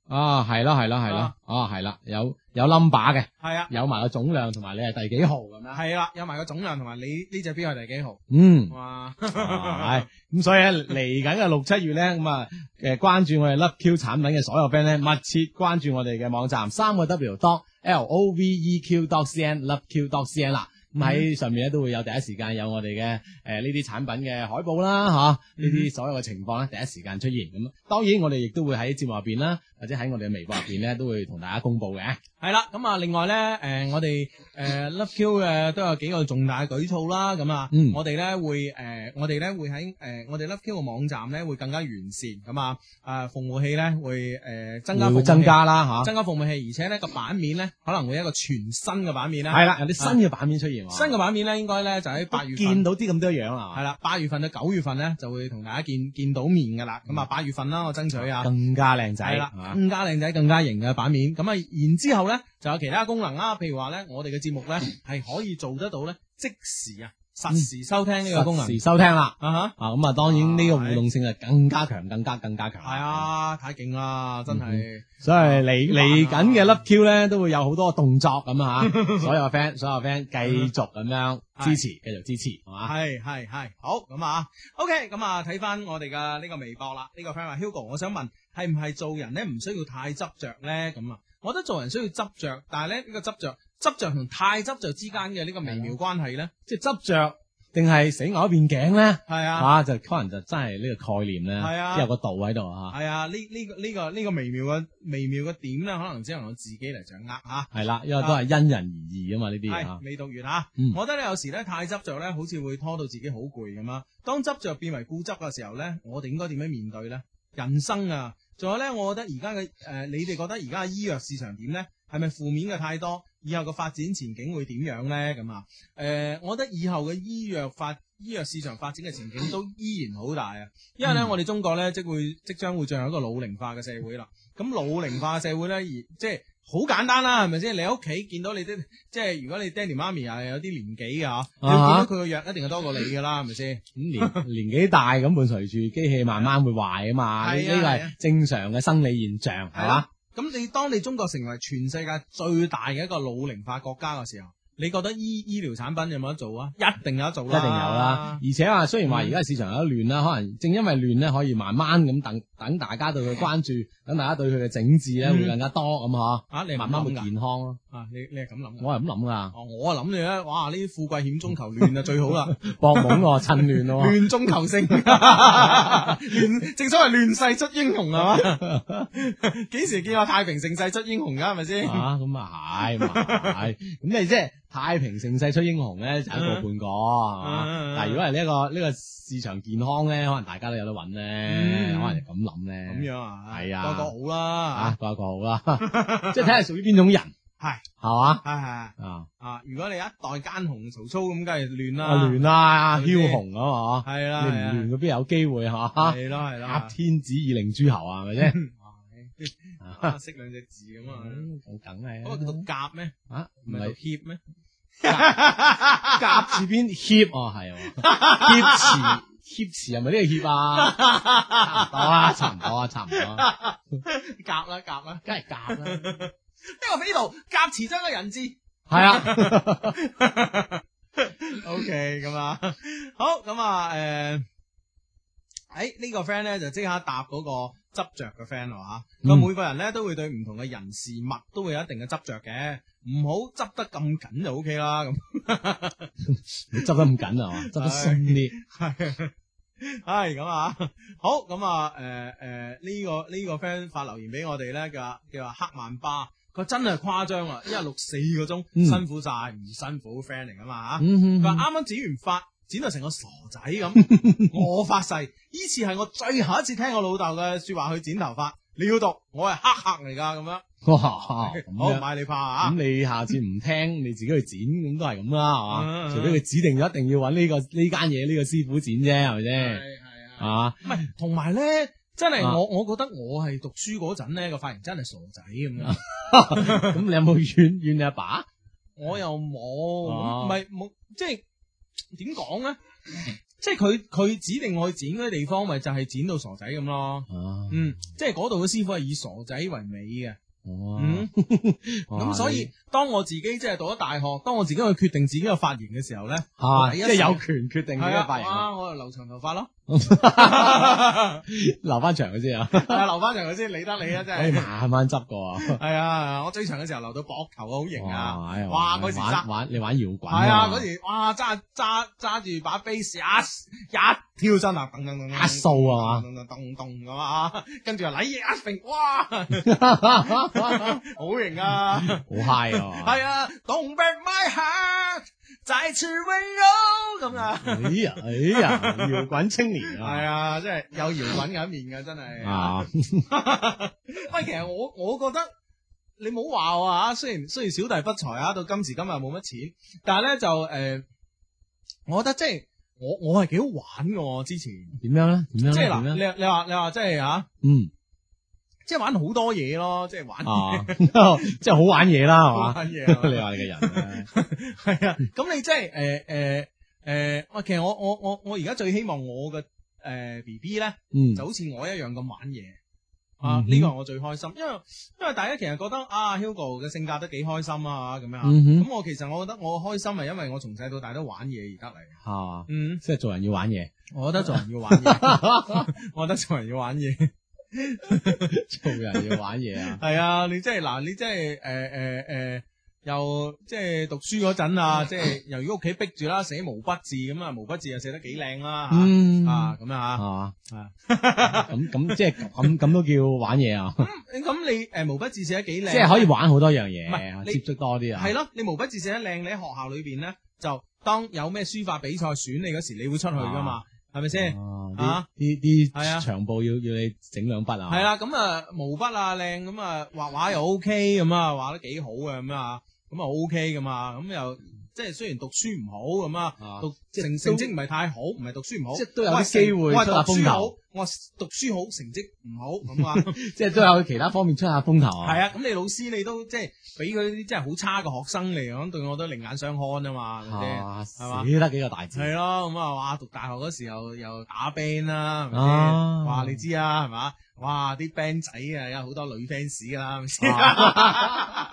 [SPEAKER 3] 啊，係啦係啦係啦，啊係啦，有有 number 嘅，
[SPEAKER 1] 係啊
[SPEAKER 3] 有埋個總量同埋你係第幾號咁樣。
[SPEAKER 1] 係啦，有埋個總量同埋你呢隻錶係第幾號？
[SPEAKER 3] 嗯，
[SPEAKER 1] 哇，
[SPEAKER 3] 係咁，所以咧嚟緊嘅六七月咧，咁啊誒關注我哋 Love Q 產品嘅所有 friend 咧，密切關注我哋嘅網站三個 W dot L O V E Q dot C N Love Q dot C N 啦。咁喺上面咧都會有第一時間有我哋嘅誒呢啲產品嘅海報啦，嚇呢啲所有嘅情況咧第一時間出現。咁當然我哋亦都會喺節目入邊啦，或者喺我哋嘅微博入邊咧都會同大家公佈嘅。
[SPEAKER 1] 係啦，咁啊，另外咧，誒我哋誒 Love Q 嘅都有幾個重大嘅舉措啦，咁啊
[SPEAKER 3] 嗯，
[SPEAKER 1] 我哋咧會誒，我哋咧會喺誒我哋 Love Q 嘅網站咧會更加完善，咁啊，啊服務器咧會誒增加服務
[SPEAKER 3] 嗯會
[SPEAKER 1] 器
[SPEAKER 3] 增加啦吓，
[SPEAKER 1] 增加服務器，而且咧個版面咧可能會有一個全新嘅版面啦。
[SPEAKER 3] 係啦，有啲新嘅版面出現喎，
[SPEAKER 1] 新嘅版面咧，應該咧就喺八月
[SPEAKER 3] 見
[SPEAKER 1] 份，
[SPEAKER 3] 到啲咁多樣啊，
[SPEAKER 1] 係啦，八月份到九月份咧就會同大家見見到面噶啦。
[SPEAKER 3] 嗯
[SPEAKER 1] 咁啊，八月份啦，我爭取啊，
[SPEAKER 3] 更加靚仔
[SPEAKER 1] 係啦
[SPEAKER 3] 係，嘛
[SPEAKER 1] 更加靚仔、更加型嘅版面。咁啊，然之後咧就有其他功能啦，譬如話咧，我哋嘅節目咧係可以做得到咧即時啊、實時收聽呢個功能
[SPEAKER 3] 嗯實時收聽啦。
[SPEAKER 1] 啊哈。
[SPEAKER 3] 啊，咁啊，當然呢個互動性係更加強，更加更加強。
[SPEAKER 1] 係，啊，太勁啦，真係
[SPEAKER 3] 所以嚟嚟緊嘅
[SPEAKER 1] 哇
[SPEAKER 3] Love Q 咧，都會有好多動作咁 啊，所有 friend，所有 friend 繼續咁樣
[SPEAKER 1] 係
[SPEAKER 3] 支持，繼續支持，係嘛？
[SPEAKER 1] 係係係好咁啊，OK，咁啊睇翻我哋嘅呢個微博啦，呢、個 friend 話 Hugo，我想問係唔係做人咧唔需要太執着咧咁啊？我覺得做人需要執着，但係咧呢、呢個執着、執着同太執着之間嘅呢個微妙關係啊咧，
[SPEAKER 3] 即係執着定係死牛一邊頸咧？
[SPEAKER 1] 係啊。
[SPEAKER 3] 啊，就可能就真係呢個概念咧，
[SPEAKER 1] 係啊
[SPEAKER 3] 即係有個度喺度啊。
[SPEAKER 1] 係啊，呢呢、個呢、個呢、個微妙嘅微妙嘅點咧，可能只能我自己嚟掌握啊吓。
[SPEAKER 3] 係啦，因為都係因人而異啊嘛，呢啲嘢啊
[SPEAKER 1] 系。未讀完啊！
[SPEAKER 3] 嗯
[SPEAKER 1] 我覺得咧有時咧太執着咧，好似會拖到自己好攰咁啊。當執着變為固執嘅時候咧，我哋應該點樣面對咧？人生啊，仲有咧，我覺得而家嘅诶，你哋覺得而家嘅醫藥市場點咧？係咪負面嘅太多？以後嘅發展前景會點樣咧？咁啊，诶、我覺得以後嘅醫藥發醫藥市場發展嘅前景 都依然好大啊！因為咧，
[SPEAKER 3] 嗯
[SPEAKER 1] 我哋中國咧即會即將會進入一個老齡化嘅社會啦。咁老齡化嘅社會咧，而即係好簡單啦，係咪先？你喺屋企見到你啲即係如果你爹哋媽咪係有啲年紀嘅嚇，你見
[SPEAKER 3] 啊嗯
[SPEAKER 1] 到
[SPEAKER 3] 哈
[SPEAKER 1] 佢個藥一定係多過你㗎啦，係咪先？
[SPEAKER 3] 咁年年紀大咁，伴隨住機器慢慢會壞啊嘛，呢
[SPEAKER 1] 係啊
[SPEAKER 3] 呢個
[SPEAKER 1] 係啊
[SPEAKER 3] 係正常嘅生理現象，係嘛
[SPEAKER 1] 係啦？咁你當你中國成為全世界最大嘅一個老齡化國家嘅時候，你覺得醫醫療產品有冇得做啊？一定有得做
[SPEAKER 3] 一
[SPEAKER 1] 啦，
[SPEAKER 3] 定有啦，而且話雖
[SPEAKER 1] 嗯
[SPEAKER 3] 然話而家市場有啲亂啦，可能正因為亂咧，可以慢慢咁等等大家對佢關注，等大家對佢嘅整治咧
[SPEAKER 1] 嗯
[SPEAKER 3] 會更加多咁
[SPEAKER 1] 啊，
[SPEAKER 3] 嗬，
[SPEAKER 1] 你係
[SPEAKER 3] 慢
[SPEAKER 1] 咁
[SPEAKER 3] 慢會健
[SPEAKER 1] 諗㗎
[SPEAKER 3] 康咯。
[SPEAKER 1] 啊？你你係咁諗㗎？
[SPEAKER 3] 我係咁諗噶，
[SPEAKER 1] 哦，我啊諗你咧，哇！呢啲富貴險中求亂啊，最 好啦，
[SPEAKER 3] 搏懵我趁亂咯，
[SPEAKER 1] 亂中求 勝，亂正所謂亂世出英雄係嘛？ 幾時見過太平盛世出英雄㗎？係咪先？
[SPEAKER 3] 啊咁啊係，咁啊係，咁你即係太平盛世出英雄咧，就一個半個係
[SPEAKER 1] 嗯
[SPEAKER 3] 嘛？但係如果係呢一個呢個市場健康咧，可能大家都有得揾咧，
[SPEAKER 1] 嗯
[SPEAKER 3] 可能就咁諗咧，
[SPEAKER 1] 咁樣啊？
[SPEAKER 3] 係啊
[SPEAKER 1] 個個好啦
[SPEAKER 3] 啊，，個個好啦， 即係睇下屬於邊種人，
[SPEAKER 1] 係
[SPEAKER 3] 係嘛
[SPEAKER 1] 係係
[SPEAKER 3] 啊。
[SPEAKER 1] 啊！如果你一代奸雄曹操咁，梗係亂
[SPEAKER 3] 啊
[SPEAKER 1] 啦，
[SPEAKER 3] 亂啦，
[SPEAKER 1] 係
[SPEAKER 3] 枭
[SPEAKER 1] 咪先
[SPEAKER 3] 雄啊嘛，
[SPEAKER 1] 係
[SPEAKER 3] 你
[SPEAKER 1] 啦，係啊
[SPEAKER 3] 唔亂嗰邊有機會嚇，
[SPEAKER 1] 係啊咯係
[SPEAKER 3] 挟
[SPEAKER 1] 咯，
[SPEAKER 3] 天子以令諸侯啊，係咪先？
[SPEAKER 1] 哇識兩隻字咁啊！
[SPEAKER 3] 咁梗係
[SPEAKER 1] 嗰個讀
[SPEAKER 3] 啦，
[SPEAKER 1] 甲咩？
[SPEAKER 3] 啊唔
[SPEAKER 1] 唔係讀
[SPEAKER 3] 係
[SPEAKER 1] 協咩？
[SPEAKER 3] 夹字边協哦，係喎，協詞協詞係咪呢個協啊？差唔多啊，差唔多啊，差唔多啊，
[SPEAKER 1] 夹啦 夹啦，
[SPEAKER 3] 梗係夾啦，
[SPEAKER 1] 因為呢度夹持真個人字。
[SPEAKER 3] 係啊，
[SPEAKER 1] O K，咁啊，好咁啊，诶、诶、呢個 friend 咧就即刻答嗰個執着嘅 friend 啦吓，咁、
[SPEAKER 3] 嗯
[SPEAKER 1] 每個人咧都會對唔同嘅人事物都會有一定嘅執着嘅，唔好執得咁緊就 O K 啦，咁
[SPEAKER 3] 你執得咁緊啊，執得鬆啲，
[SPEAKER 1] 係係咁啊，好咁啊，诶、诶，呢、個呢、個 friend 發留言俾我哋咧，佢話佢話黑曼巴，佢真係誇張啊，一日錄四個鐘，
[SPEAKER 3] 嗯
[SPEAKER 1] 辛苦晒，唔辛苦 friend 嚟噶嘛啊吓。
[SPEAKER 3] 嗯
[SPEAKER 1] 佢話
[SPEAKER 3] 哼，
[SPEAKER 1] 啱啱剪完髮，剪到成個傻仔 咁。我發誓，呢次係我最後一次聽我老豆嘅说話去剪頭髮。你要讀，我係黑客嚟㗎咁樣。
[SPEAKER 3] 哇，
[SPEAKER 1] 啊好
[SPEAKER 3] 哦咁樣
[SPEAKER 1] 買你怕啊
[SPEAKER 3] 咁！你下次唔聽，你自己去剪，咁都係咁啦，係
[SPEAKER 1] 嗯嗯
[SPEAKER 3] 嘛？除非佢指定咗一定要揾呢個呢間嘢呢個師傅剪啫，係咪先？
[SPEAKER 1] 係啊，
[SPEAKER 3] 啊，
[SPEAKER 1] 唔係同埋咧，真係
[SPEAKER 3] 嗯啊
[SPEAKER 1] 我我覺得我係讀書嗰陣咧個髮型真係傻仔咁
[SPEAKER 3] 啊
[SPEAKER 1] 樣，
[SPEAKER 3] 咁你有冇怨怨你阿爸？
[SPEAKER 1] 我又冇，
[SPEAKER 3] 啊
[SPEAKER 1] 唔係冇，即係點 講咧？即係佢佢指定我去剪嗰啲地方，咪就係剪到傻仔咁咯。
[SPEAKER 3] 啊，
[SPEAKER 1] 嗯，即係嗰度嘅師傅係以傻仔為美嘅。
[SPEAKER 3] 哇
[SPEAKER 1] 嗯。
[SPEAKER 3] 哦哇
[SPEAKER 1] 咁所以，當我自己即係讀咗大學，當我自己去決定自己嘅發言嘅時候咧，
[SPEAKER 3] 啊，
[SPEAKER 1] 第
[SPEAKER 3] 即
[SPEAKER 1] 一
[SPEAKER 3] 係
[SPEAKER 1] 時間
[SPEAKER 3] 有權決定呢
[SPEAKER 1] 係
[SPEAKER 3] 一髮型啊，
[SPEAKER 1] 啊，我就留長頭髮 咯，
[SPEAKER 3] 留翻長佢先 啊，
[SPEAKER 1] 係啊留翻長佢先，理得你啊，真
[SPEAKER 3] 可以
[SPEAKER 1] 係。
[SPEAKER 3] 哎慢慢執過啊。
[SPEAKER 1] 係啊，我最長嘅時候留到膊頭啊，好型啊！
[SPEAKER 3] 哇！哎呀
[SPEAKER 1] 哇
[SPEAKER 3] 玩
[SPEAKER 1] 嗰時
[SPEAKER 3] 玩
[SPEAKER 1] 揸
[SPEAKER 3] 玩你玩搖滾
[SPEAKER 1] 係啊，嗰時哇揸揸揸住把 bass 一一挑真啊，噔噔噔噔
[SPEAKER 3] 壓數啊嘛
[SPEAKER 1] 噔噔噔噔咁啊，跟住啊禮嘢一揈， 哇，好型啊！
[SPEAKER 3] 好 high 啊！
[SPEAKER 1] 係啊，Don't break my heart，再次温柔咁啊！
[SPEAKER 3] 哎呀哎呀，搖滾青年
[SPEAKER 1] 系
[SPEAKER 3] 啊！
[SPEAKER 1] 啊，即係有搖滾嘅一面嘅，真係。
[SPEAKER 3] 啊，
[SPEAKER 1] 喂，其實我我觉得你冇話我啊，雖然虽然小弟不才啊，到今時今日冇乜錢，但係咧就诶、呃我覺得即係我我係幾好玩嘅喎，之前
[SPEAKER 3] 點樣咧？點樣
[SPEAKER 1] 即係
[SPEAKER 3] 咧？
[SPEAKER 1] 嗱，
[SPEAKER 3] 點樣？
[SPEAKER 1] 你你話你話即係啊，
[SPEAKER 3] 嗯
[SPEAKER 1] 即係玩好多嘢咯，即係玩
[SPEAKER 3] 啊， 即係好玩嘢啦，係
[SPEAKER 1] 好
[SPEAKER 3] 嘛？
[SPEAKER 1] 玩嘢
[SPEAKER 3] 你
[SPEAKER 1] 啊。
[SPEAKER 3] 話你嘅人 啊
[SPEAKER 1] 系啊，咁你即系诶诶诶，我、其實我我我我而家最希望我嘅诶 B B 咧，
[SPEAKER 3] 嗯
[SPEAKER 1] 就好似我一樣咁玩嘢。啊！
[SPEAKER 3] 嗯哼
[SPEAKER 1] 呢個係我最開心，因為因為大家其實覺得啊，Hugo 嘅性格都幾開心啊咁樣啊。
[SPEAKER 3] 嗯哼
[SPEAKER 1] 咁我其實我覺得我開心係因為我從細到大都玩嘢而得嚟。
[SPEAKER 3] 係嘛？啊
[SPEAKER 1] 嗯，
[SPEAKER 3] 即係做人要玩嘢，
[SPEAKER 1] 我覺得做人要玩嘢， 我覺得做人要玩嘢。
[SPEAKER 3] 做人要玩嘢啊！
[SPEAKER 1] 係啊，你即係嗱，你即係诶诶诶，又即係讀書嗰陣啊，
[SPEAKER 3] 嗯
[SPEAKER 1] 即係由於屋企逼住啦，寫毛筆字咁啊，毛筆字又寫得幾靚啦嚇
[SPEAKER 3] 嗯
[SPEAKER 1] 啊咁樣
[SPEAKER 3] 係
[SPEAKER 1] 啊。
[SPEAKER 3] 嘛？
[SPEAKER 1] 啊
[SPEAKER 3] 咁咁即係咁咁都叫玩嘢啊！
[SPEAKER 1] 咁咁你诶毛筆字寫得幾靚，
[SPEAKER 3] 即係可以玩好多樣
[SPEAKER 1] 唔係
[SPEAKER 3] 嘢，
[SPEAKER 1] 你
[SPEAKER 3] 接觸多啲啊！
[SPEAKER 1] 係咯，你毛筆字寫得靚，你喺學校裏边咧就當有咩書法比賽選你嗰時，你會出去噶
[SPEAKER 3] 啊
[SPEAKER 1] 嘛，係咪先？
[SPEAKER 3] 哦
[SPEAKER 1] 啊
[SPEAKER 3] 啲
[SPEAKER 1] 係啊
[SPEAKER 3] 啲長布要要你整兩筆啊！
[SPEAKER 1] 係啦，咁啊毛筆啊靚，咁啊畫畫又 OK 咁啊，畫得幾好嘅咁啊，咁啊 OK 噶嘛，咁又即係雖然讀書唔好咁啊，
[SPEAKER 3] 啊，
[SPEAKER 1] 讀
[SPEAKER 3] 即係
[SPEAKER 1] 成成
[SPEAKER 3] 都
[SPEAKER 1] 績唔係太好，唔係讀書唔好，
[SPEAKER 3] 即係都有
[SPEAKER 1] 我
[SPEAKER 3] 啲
[SPEAKER 1] 係成
[SPEAKER 3] 機會
[SPEAKER 1] 我係
[SPEAKER 3] 出下
[SPEAKER 1] 讀
[SPEAKER 3] 風
[SPEAKER 1] 書好
[SPEAKER 3] 頭，
[SPEAKER 1] 我係讀書好成績唔好咁啊。
[SPEAKER 3] 即係都有其他方面出下風頭啊！
[SPEAKER 1] 系
[SPEAKER 3] 啊，
[SPEAKER 1] 啊，咁你老師你都即係俾佢啲真係好差嘅學生嚟講，對我都另眼相看啊嘛，係咪先？
[SPEAKER 3] 啊，
[SPEAKER 1] 係嘛
[SPEAKER 3] 寫得幾個大字
[SPEAKER 1] 係咯，咁啊，哇！讀大學嗰時候又打 band 啦，係咪
[SPEAKER 3] 啊
[SPEAKER 1] 先？哇！你知啊，係嘛？哇！啲 band 仔啊，有好多女 fans 㗎啦，係咪先？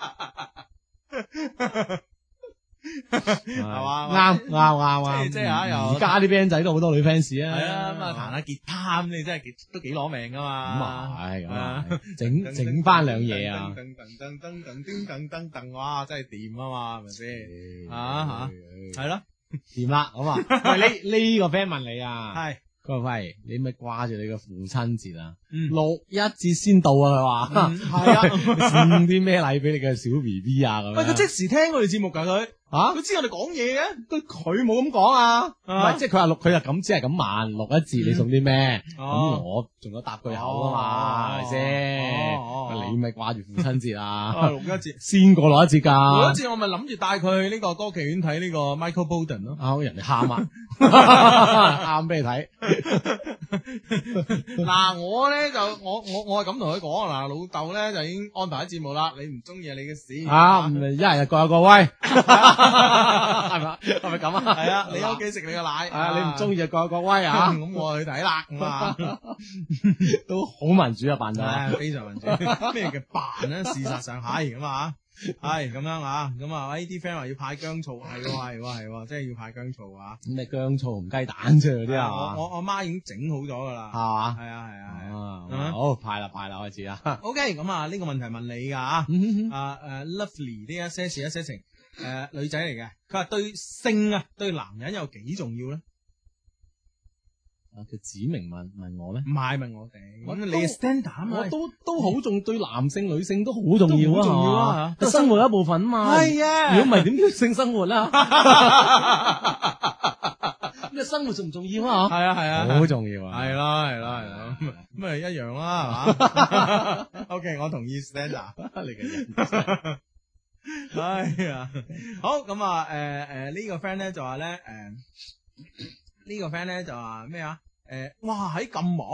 [SPEAKER 3] 係
[SPEAKER 1] 嘛
[SPEAKER 3] 啱啱啱啱，
[SPEAKER 1] 即係即係啊又
[SPEAKER 3] 而家啲 band 仔都好多女 fans 啊！
[SPEAKER 1] 係啊，咁啊，彈下吉他咁，你真係幾都幾攞命㗎
[SPEAKER 3] 咁
[SPEAKER 1] 嘛。
[SPEAKER 3] 啊係咁
[SPEAKER 1] 啊
[SPEAKER 3] 啊係，整整翻兩嘢啊！
[SPEAKER 1] 噔噔噔噔噔噔噔噔噔，哇！真係掂啊嘛，係咪先？
[SPEAKER 3] 嚇
[SPEAKER 1] 啊係咯，
[SPEAKER 3] 掂啦咁 啊！喂，呢呢個 friend 問你啊，
[SPEAKER 1] 係，
[SPEAKER 3] 佢話喂，你咪掛住你個父親節啊？
[SPEAKER 1] 嗯，
[SPEAKER 3] 六一節先到啊！佢話。
[SPEAKER 1] 嗯係 啊。
[SPEAKER 3] 送啲咩禮俾你嘅小 B B 啊？咁樣
[SPEAKER 1] 喂，佢即時聽我哋節目㗎佢，
[SPEAKER 3] 啊，
[SPEAKER 1] 佢知我哋講嘢嘅。
[SPEAKER 3] 佢佢冇咁講啊，唔
[SPEAKER 1] 啊
[SPEAKER 3] 係即係佢話錄，佢就咁只係咁慢錄一字，你送啲咩？咁
[SPEAKER 1] 嗯哦，
[SPEAKER 3] 我仲有答句口啊嘛，係咪先？
[SPEAKER 1] 哦哦哦
[SPEAKER 3] 你咪掛住父親節啊，
[SPEAKER 1] 啊，六一節，
[SPEAKER 3] 先過落一節
[SPEAKER 1] 六一
[SPEAKER 3] 㗎。
[SPEAKER 1] 節我咪諗住帶佢去呢個歌劇院睇呢個 Michael Bolton 咯。
[SPEAKER 3] 啊！人哋喊啊，喊俾你睇，
[SPEAKER 1] 嗱，我咧就我我我係咁同佢講啊，嗱，老豆咧就已經安排咗節目啦，你唔中意係你嘅事。啊
[SPEAKER 3] 啊，唔係一係就各有各威，係嘛？係咪咁啊？
[SPEAKER 1] 係啊，你喺屋企食你個奶，
[SPEAKER 3] 係啊，你唔中意就各有各威啊！
[SPEAKER 1] 咁我去睇啦，咁 啊，
[SPEAKER 3] 都好民主啊，扮到
[SPEAKER 1] 唉，非常民主。咩叫扮咧？事實上係咁啊，係咁樣啊，咁啊，喂，啲 friend 話要派姜醋，係喎，係喎，係喎，真係要派姜醋啊！
[SPEAKER 3] 咩姜醋唔雞蛋啫嗰啲啊
[SPEAKER 1] 我
[SPEAKER 3] 嘛，
[SPEAKER 1] 我我媽已經整好咗噶啦，
[SPEAKER 3] 係嘛？
[SPEAKER 1] 係啊，係啊，係啊。
[SPEAKER 3] 啊，好派啦派啦，開始啊！
[SPEAKER 1] OK，咁啊，呢個問題問你㗎啊。
[SPEAKER 3] 嗯
[SPEAKER 1] 啊誒 Lovely 呢一些事一些情，誒、女仔嚟嘅，佢話對性啊對男人有幾重要咧？
[SPEAKER 3] 啊佢指明問問我咩？
[SPEAKER 1] 唔係問我哋，
[SPEAKER 3] 我
[SPEAKER 1] 咁
[SPEAKER 3] 都
[SPEAKER 1] 你嘅 standard 啊嘛
[SPEAKER 3] 我，都都好重，對男性女性都好重要
[SPEAKER 1] 都好
[SPEAKER 3] 啊，
[SPEAKER 1] 重要啊
[SPEAKER 3] 係嘛
[SPEAKER 1] 都
[SPEAKER 3] 生活一部分啊嘛。
[SPEAKER 1] 係啊，
[SPEAKER 3] 如果唔係點叫性生活啦？咩生活重唔重要啊？
[SPEAKER 1] 係啊係啊，
[SPEAKER 3] 好重要啊！
[SPEAKER 1] 係啦 係啦係啦，咁咪咁咪一樣啦，係嘛 ？OK，我同意 standard。
[SPEAKER 3] 你嘅
[SPEAKER 1] 哎呀，好咁啊，诶诶呢個 friend 咧就話咧，诶、呢、個 friend 咧就話咩啊？诶、哇喺咁忙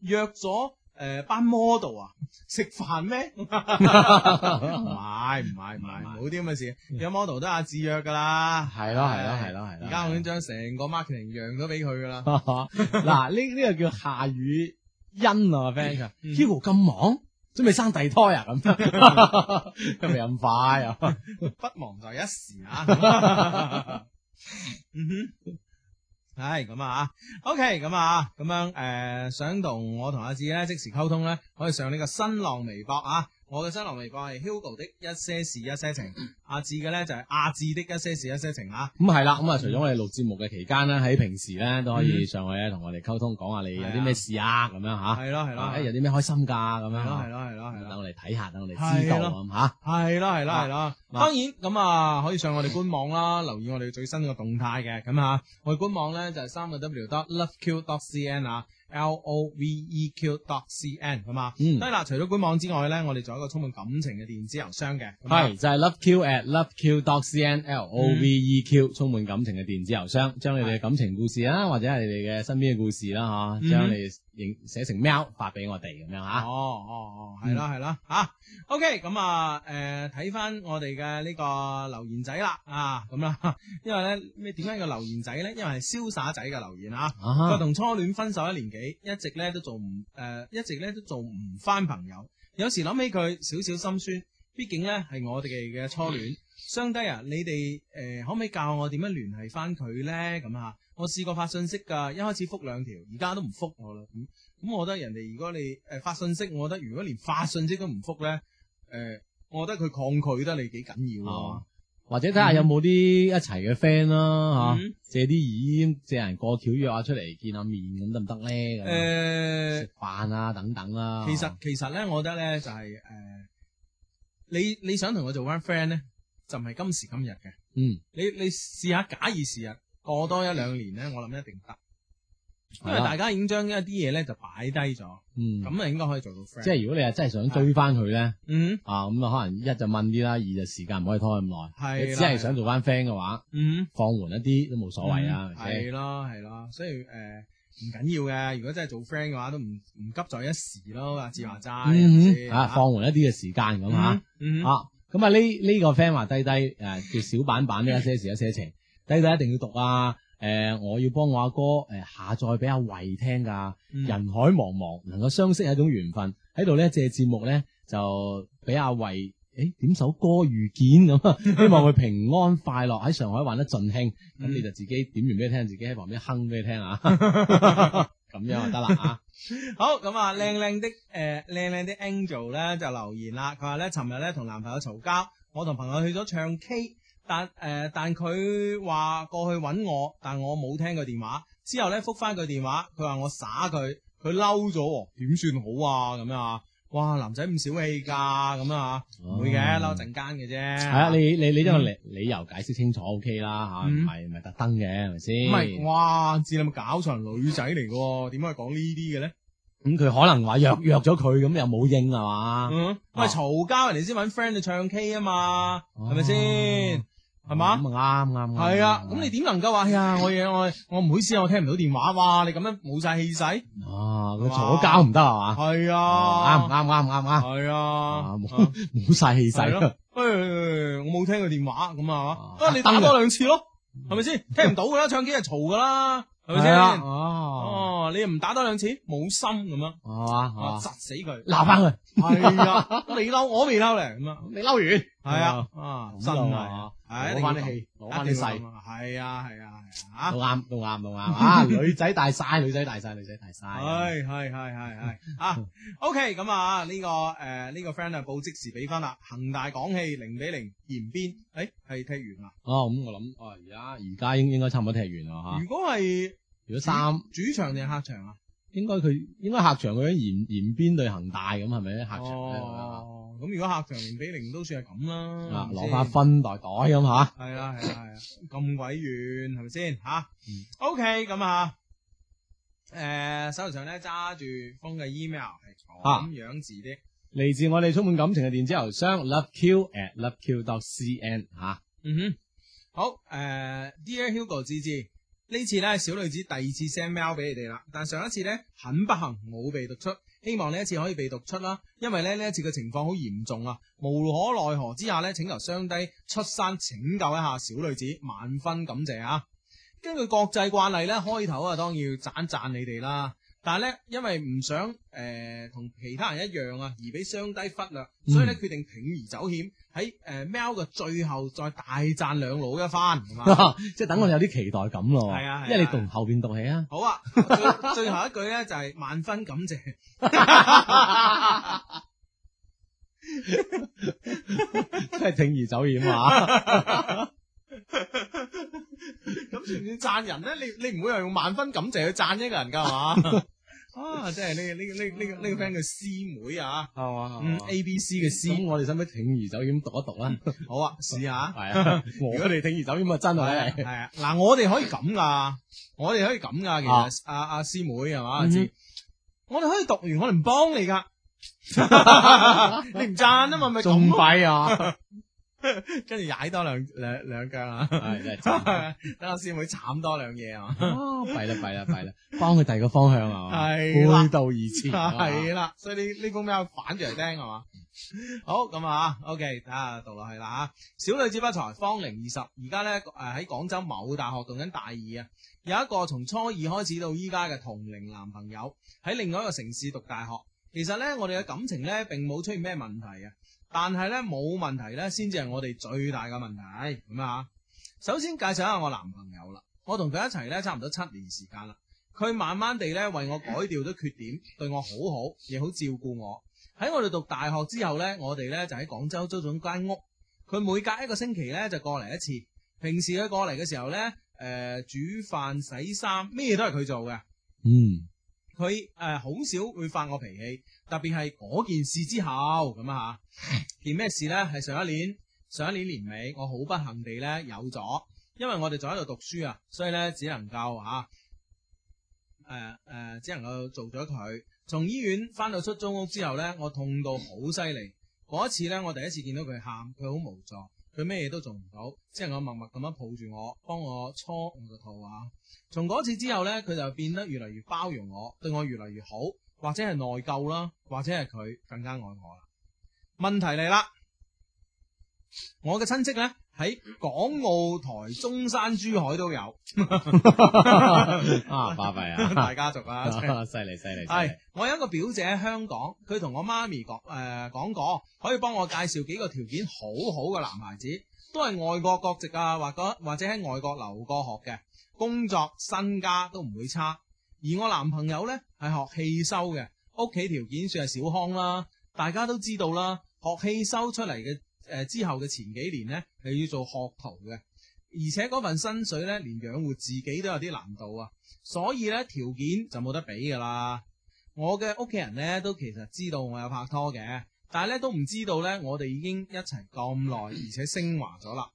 [SPEAKER 1] 約咗诶班 model 啊， 食飯咩？唔係唔係唔係，冇啲咁嘅事，啊有 model 都阿志約噶啦。
[SPEAKER 3] 係咯係咯係咯係咯。
[SPEAKER 1] 而家我已經將成個 marketing 讓咗俾佢噶啦。
[SPEAKER 3] 嗱呢呢個叫夏雨欣啊，friend 佢
[SPEAKER 1] 嗯
[SPEAKER 3] Hugo 咁忙，準備生第胎啊咁，咁 咪咁快啊？
[SPEAKER 1] 不忘在一時啊。 嗯哼，係咁啊，OK，咁啊，咁樣誒、呃想同我同阿志咧即時溝通咧，可以上呢個新浪微博啊。我嘅新浪微博係 Hugo 的一些事一些情，阿志嘅咧就係阿志的一些事一些情啊。
[SPEAKER 3] 咁係啦，咁啊，除咗我哋錄節目嘅期間咧，喺平時咧都可以上去咧同我哋溝通，講下你有啲咩事啊，咁樣吓，
[SPEAKER 1] 嗯係咯係咯，
[SPEAKER 3] 啊有
[SPEAKER 1] 係
[SPEAKER 3] 啲咩開心㗎，咁樣
[SPEAKER 1] 咯
[SPEAKER 3] 嚇
[SPEAKER 1] 係咯係咯係咯
[SPEAKER 3] 等。我哋睇下，等我哋知道
[SPEAKER 1] 係咯
[SPEAKER 3] 咁吓。
[SPEAKER 1] 系啦系啦系啦，
[SPEAKER 3] 啊
[SPEAKER 1] 當然咁啊，可以上我哋官網啦，留意我哋最新嘅動態嘅，咁啊，我哋官網咧就係三個 W dot loveq dot cn 啊，L O V E Q dot cn 咁啊。
[SPEAKER 3] 嗯
[SPEAKER 1] 當然啦，除咗官網之外咧，我哋仲有一個充滿感情嘅電子郵箱嘅，咁啊
[SPEAKER 3] 係就係 loveq at loveq dot cn l o v e
[SPEAKER 1] 嗯
[SPEAKER 3] q 充滿感情嘅電子郵箱，將你哋嘅感情故事啦，或者係你哋嘅身邊嘅故事啦，
[SPEAKER 1] 嗯
[SPEAKER 3] 吓，將你認寫成 mail 發俾我哋咁樣吓。
[SPEAKER 1] 哦哦哦，係
[SPEAKER 3] 嗯
[SPEAKER 1] 啦係啦吓，OK，咁啊誒睇翻我哋嘅呢個留言仔啦啊，咁啦， 因為咧咩點解叫留言仔咧？因為係瀟灑仔嘅留言啊。佢
[SPEAKER 3] 啊，
[SPEAKER 1] 同初戀分手一年幾，一直咧都做唔诶、一直咧都做唔翻朋友。有時諗起佢，少少心酸。畢竟咧係我哋嘅初戀。相低啊，你哋诶、呃可唔可以教我點樣聯繫翻佢咧？咁啊，我試過發信息㗎，一開始覆兩條，而家都唔覆我啦。咁咁，我覺得人哋如果你诶、呃、發信息，我覺得如果連發信息都唔覆咧，诶、我覺得佢抗拒得你幾緊要啊
[SPEAKER 3] 哦。或者睇下有冇啲一齊嘅 friend 啦，吓，
[SPEAKER 1] 嗯
[SPEAKER 3] 借啲意，借人過橋約下出嚟見下面咁得唔得咧？
[SPEAKER 1] 呃
[SPEAKER 3] 咁樣
[SPEAKER 1] 誒
[SPEAKER 3] 食飯啊，等等啦。
[SPEAKER 1] 其實其實咧，我覺得咧就係、誒、你你想同我做翻 friend 咧，就唔係今時今日嘅。
[SPEAKER 3] 嗯，
[SPEAKER 1] 你你試下假以時日，過多一兩年咧，我諗一定得，
[SPEAKER 3] 係
[SPEAKER 1] 因為
[SPEAKER 3] 啦
[SPEAKER 1] 大家已經將一啲嘢咧就擺低咗，
[SPEAKER 3] 嗯，
[SPEAKER 1] 咁啊應該可以做到 friend。
[SPEAKER 3] 即係如果你係真係想追翻佢咧。
[SPEAKER 1] 嗯
[SPEAKER 3] 啊，咁啊，可能一就問啲啦，二就時間唔可以拖咁耐。
[SPEAKER 1] 係
[SPEAKER 3] 你
[SPEAKER 1] 啦
[SPEAKER 3] 只係想做翻 friend 嘅話，
[SPEAKER 1] 嗯，
[SPEAKER 3] 放緩一啲都冇所謂啊，係咪先
[SPEAKER 1] 係咯係咯，所以誒。唔緊要嘅，如果真係做 friend 嘅話，都唔唔急在一時咯。阿志話齋係咪
[SPEAKER 3] 嗯
[SPEAKER 1] 先，
[SPEAKER 3] 哼啊，放緩一啲嘅時間咁嚇。啊，
[SPEAKER 1] 嗯嗯
[SPEAKER 3] 咁啊呢呢個 friend 話低低誒叫小板板呢一些事一些情，低低一定要讀啊。誒，我要幫我阿哥誒下載俾阿慧聽㗎。
[SPEAKER 1] 嗯
[SPEAKER 3] 人海茫茫，能夠相識係一種緣分。喺度咧借節目咧就俾阿慧。誒點首歌遇見咁 啊，希望佢平安快樂喺上海玩得盡興。咁
[SPEAKER 1] 嗯
[SPEAKER 3] 你就自己點完俾佢聽，自己喺旁邊哼俾佢聽 啊，咁樣就得啦啊。
[SPEAKER 1] 好咁啊，靚靚的誒靚靚的 Angel 咧就留言啦，佢話咧尋日咧同男朋友嘈交，我同朋友去咗唱 K，但誒、呃但佢話過去揾我，但我冇聽佢電話，之後咧覆翻佢電話，佢話我耍佢，佢嬲咗喎，點算好啊咁樣啊？哇，男仔咁小氣㗎咁樣啊，唔會嘅，嬲陣間嘅啫。
[SPEAKER 3] 嗯係
[SPEAKER 1] 係
[SPEAKER 3] 啊，你你你將個理理由解釋清楚 OK 啦嚇，唔
[SPEAKER 1] 嗯
[SPEAKER 3] 係唔係特登嘅係咪
[SPEAKER 1] 唔係，
[SPEAKER 3] 先？
[SPEAKER 1] 哇！知你咪搞錯人女仔嚟嘅喎，點解講呢啲嘅咧？
[SPEAKER 3] 咁佢可能話約約咗佢，咁又冇應係嘛？
[SPEAKER 1] 嗯，喂，嘈交人哋先揾 friend 去唱 K 啊嘛，係咪先？係嘛
[SPEAKER 3] 咁啊啱啱啱
[SPEAKER 1] 系啊，咁你點能夠話哎呀，我嘢我我唔好意思啊，我聽唔到電話，哇！你咁樣冇晒氣勢，
[SPEAKER 3] 啊佢嘈咗交唔得係嘛？
[SPEAKER 1] 係
[SPEAKER 3] 哦啱
[SPEAKER 1] 啊，
[SPEAKER 3] 啱啱啱啱。
[SPEAKER 1] 啱，係啊，
[SPEAKER 3] 啊冇冇晒氣
[SPEAKER 1] 係
[SPEAKER 3] 勢
[SPEAKER 1] 咯哎
[SPEAKER 3] 啦，。
[SPEAKER 1] 诶，我冇聽佢電話咁啊，
[SPEAKER 3] 啊
[SPEAKER 1] 啊你打多兩次咯，係咪先？聽唔到噶啦，唱機係嘈噶 啦，係咪
[SPEAKER 3] 係啊
[SPEAKER 1] 先？
[SPEAKER 3] 哦，
[SPEAKER 1] 哦，你又唔打多兩次，冇心咁樣，
[SPEAKER 3] 係嘛係
[SPEAKER 1] 啊
[SPEAKER 3] 嘛，
[SPEAKER 1] 窒死佢，
[SPEAKER 3] 哦鬧翻佢，
[SPEAKER 1] 係啊，你嬲我未嬲咧，咁啊，
[SPEAKER 3] 你嬲完，
[SPEAKER 1] 係啊，啊真
[SPEAKER 3] 咁就
[SPEAKER 1] 係
[SPEAKER 3] 話，
[SPEAKER 1] 係
[SPEAKER 3] 攞翻啲，氣，攞翻啲
[SPEAKER 1] 勢，
[SPEAKER 3] 勢，
[SPEAKER 1] 係啊係啊係啊
[SPEAKER 3] 都。啱，都啱，都啱啊！女仔大晒，女仔大晒，女仔大晒，
[SPEAKER 1] 系系系系 系啊，OK，咁啊呢個诶呢個 friend 啊報即時比分啦，恒大港氣零比零延邊，诶係踢完啦。啊
[SPEAKER 3] 哦，咁我諗，哦而家而家應應該差唔多踢完啦吓。
[SPEAKER 1] 如果係
[SPEAKER 3] 如果三，
[SPEAKER 1] 主場定係客場啊？
[SPEAKER 3] 應該佢應該客場佢延延邊對恒大咁係咪？客場咧
[SPEAKER 1] 哦，咁如果客場零比零都算係咁啦，
[SPEAKER 3] 啊
[SPEAKER 1] 係，咪
[SPEAKER 3] 攞
[SPEAKER 1] 先
[SPEAKER 3] 翻分袋袋咁吓。
[SPEAKER 1] 係啦係啦係啦，咁鬼遠係咪先吓
[SPEAKER 3] 嗯
[SPEAKER 1] ？OK，咁啊。诶、手頭上咧揸住封嘅 email 係
[SPEAKER 3] 啊
[SPEAKER 1] 咁樣字的，
[SPEAKER 3] 嚟自我哋充滿感情嘅電子郵箱 loveq at loveq dot cn 吓，
[SPEAKER 1] 嗯哼，好誒、d e a r Hugo 志志，呢次呢，小女子第二次 send mail 俾你哋啦，但上一次呢，很不幸冇被讀出，希望呢一次可以被讀出啦，因為咧呢一次嘅情況好嚴重啊，無可奈何之下呢，請求雙低出山拯救一下小女子，萬分感謝啊！根據國際慣例呢，開頭啊當然要讚讚你哋啦。但係咧，因為唔想誒同、其他人一樣啊，而俾雙低忽略，所以咧決定鋌而走險，喺誒 mail 嘅最後再大讚兩老一番，係嘛？
[SPEAKER 3] 即係等我有啲期待感咯。
[SPEAKER 1] 係啊係啊
[SPEAKER 3] 因為你讀後邊讀起 啊。
[SPEAKER 1] 好啊，最最後一句咧就係、萬分感謝。
[SPEAKER 3] 真係鋌而走險 啊！
[SPEAKER 1] 咁算唔算讚人咧？你你唔會又用萬分感謝去讚一個人㗎係嘛？啊！即係呢呢呢呢個呢個 friend 叫師妹啊，
[SPEAKER 3] 係嘛
[SPEAKER 1] 嗯 A B C 嘅
[SPEAKER 3] 哦咁
[SPEAKER 1] C，
[SPEAKER 3] 我哋使唔使鋌而走險讀一讀啦？
[SPEAKER 1] 好啊，試下。
[SPEAKER 3] 係 啊，我哋鋌而走險啊，真係
[SPEAKER 1] 系啊，嗱，我哋可以咁噶，我哋可以咁噶，其實阿阿師妹係嘛，阿
[SPEAKER 3] 嗯
[SPEAKER 1] 志，我哋可以讀完，我哋唔幫你噶， 你唔讚啊嘛，咪
[SPEAKER 3] 仲
[SPEAKER 1] 咁咯，
[SPEAKER 3] 弊 啊！
[SPEAKER 1] 跟住踩多兩兩兩腳啊，
[SPEAKER 3] 係真係慘
[SPEAKER 1] 等阿師妹慘多兩嘢啊，
[SPEAKER 3] 啊弊啦弊啦弊啦，幫佢第二個方向啊嘛，
[SPEAKER 1] 係啦
[SPEAKER 3] 背道而 馳啊
[SPEAKER 1] 係啦，所以呢呢封 mail 反住嚟聽係嘛？好咁啊，OK，睇下讀落去啦吓。小女子不才，芳齡二十，而家咧诶喺廣州某大學讀緊大二啊，有一個從初二開始到依家嘅同齡男朋友，喺另外一個城市讀大學。其實咧，我哋嘅感情咧並冇出現咩問題啊，但係咧冇問題咧先至係我哋最大嘅問題咁啊。首先介紹一下我男朋友啦，我同佢一齊咧差唔多七年時間啦。佢慢慢地咧為我改掉咗缺點，對我好好，亦好照顧我。喺我哋讀大學之後呢，我哋呢就喺廣州租咗間屋。佢每隔一個星期呢就過嚟一次。平時佢過嚟嘅時候呢，誒、煮飯、洗衫，咩都係佢做嘅。
[SPEAKER 3] 嗯，
[SPEAKER 1] 佢誒好少會發我脾氣，特別係嗰件事之後咁啊 嚇。件咩事呢？係上一年，上一年年尾，我好不幸地呢有咗，因為我哋仲喺度讀書啊，所以呢只能夠啊嚇誒誒，呃只能夠做咗佢。從醫院翻到出租屋之後呢，我痛到好犀利。嗰一次呢，我第一次見到佢喊，佢好無助，佢咩嘢都做唔到，只能夠默默咁樣抱住我，幫我搓我個肚啊。從嗰次之後呢，佢就變得越嚟越包容我，對我越嚟越好，或者係內疚啦，或者係佢更加愛我啦。問題嚟啦，我嘅親戚呢，喺港澳台、中山、珠海都有，
[SPEAKER 3] 啊巴閉啊！
[SPEAKER 1] 大家族啊。真係
[SPEAKER 3] 啊犀利犀利，
[SPEAKER 1] 系，我有一個表姐喺香港，佢同我媽咪講诶讲过，可以幫我介紹幾個條件好好嘅男孩子，都係外國國籍啊，或者或者喺外國留過學嘅，工作身家都唔會差。而我男朋友呢，係學汽修嘅，屋企條件算係小康啦，大家都知道啦。學汽修出嚟嘅诶呃之後嘅前幾年呢，係要做學徒嘅，而且嗰份薪水呢，連養活自己都有啲難度啊。所以呢，條件就冇得比噶啦。我嘅屋企人呢，都其實知道我有拍拖嘅，但係呢，都唔知道呢，我哋已經一齊咁耐，而且升華咗啦。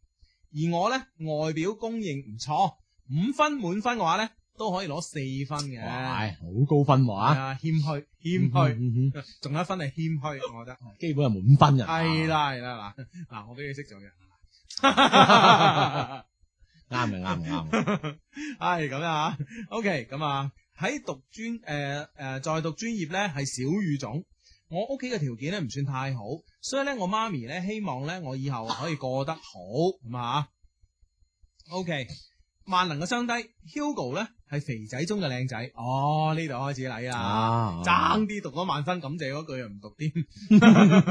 [SPEAKER 1] 而我呢，外表公認唔錯，五分滿分嘅話呢，都可以攞四分嘅。
[SPEAKER 3] 哇，好高分喎啊！
[SPEAKER 1] 啊，謙虛謙虛，
[SPEAKER 3] 嗯嗯嗯
[SPEAKER 1] 仲有一分係謙虛，我覺得
[SPEAKER 3] 基本係滿分人，啊
[SPEAKER 1] 係，啦係啦嗱嗱，我俾你識做嘅。
[SPEAKER 3] 啊啱嘅啱嘅啱 嘅，
[SPEAKER 1] 系咁啊，OK，咁啊喺讀專诶诶，呃在讀專業呢係小語種。我屋企嘅條件咧唔算太好，所以咧我媽咪咧希望咧我以後可以過得好咁啊。OK，萬能嘅雙低 Hugo 咧係肥仔中嘅靚仔，哦呢度開始嚟啦。
[SPEAKER 3] 啊
[SPEAKER 1] 爭啲讀咗萬分感謝嗰句又唔讀添。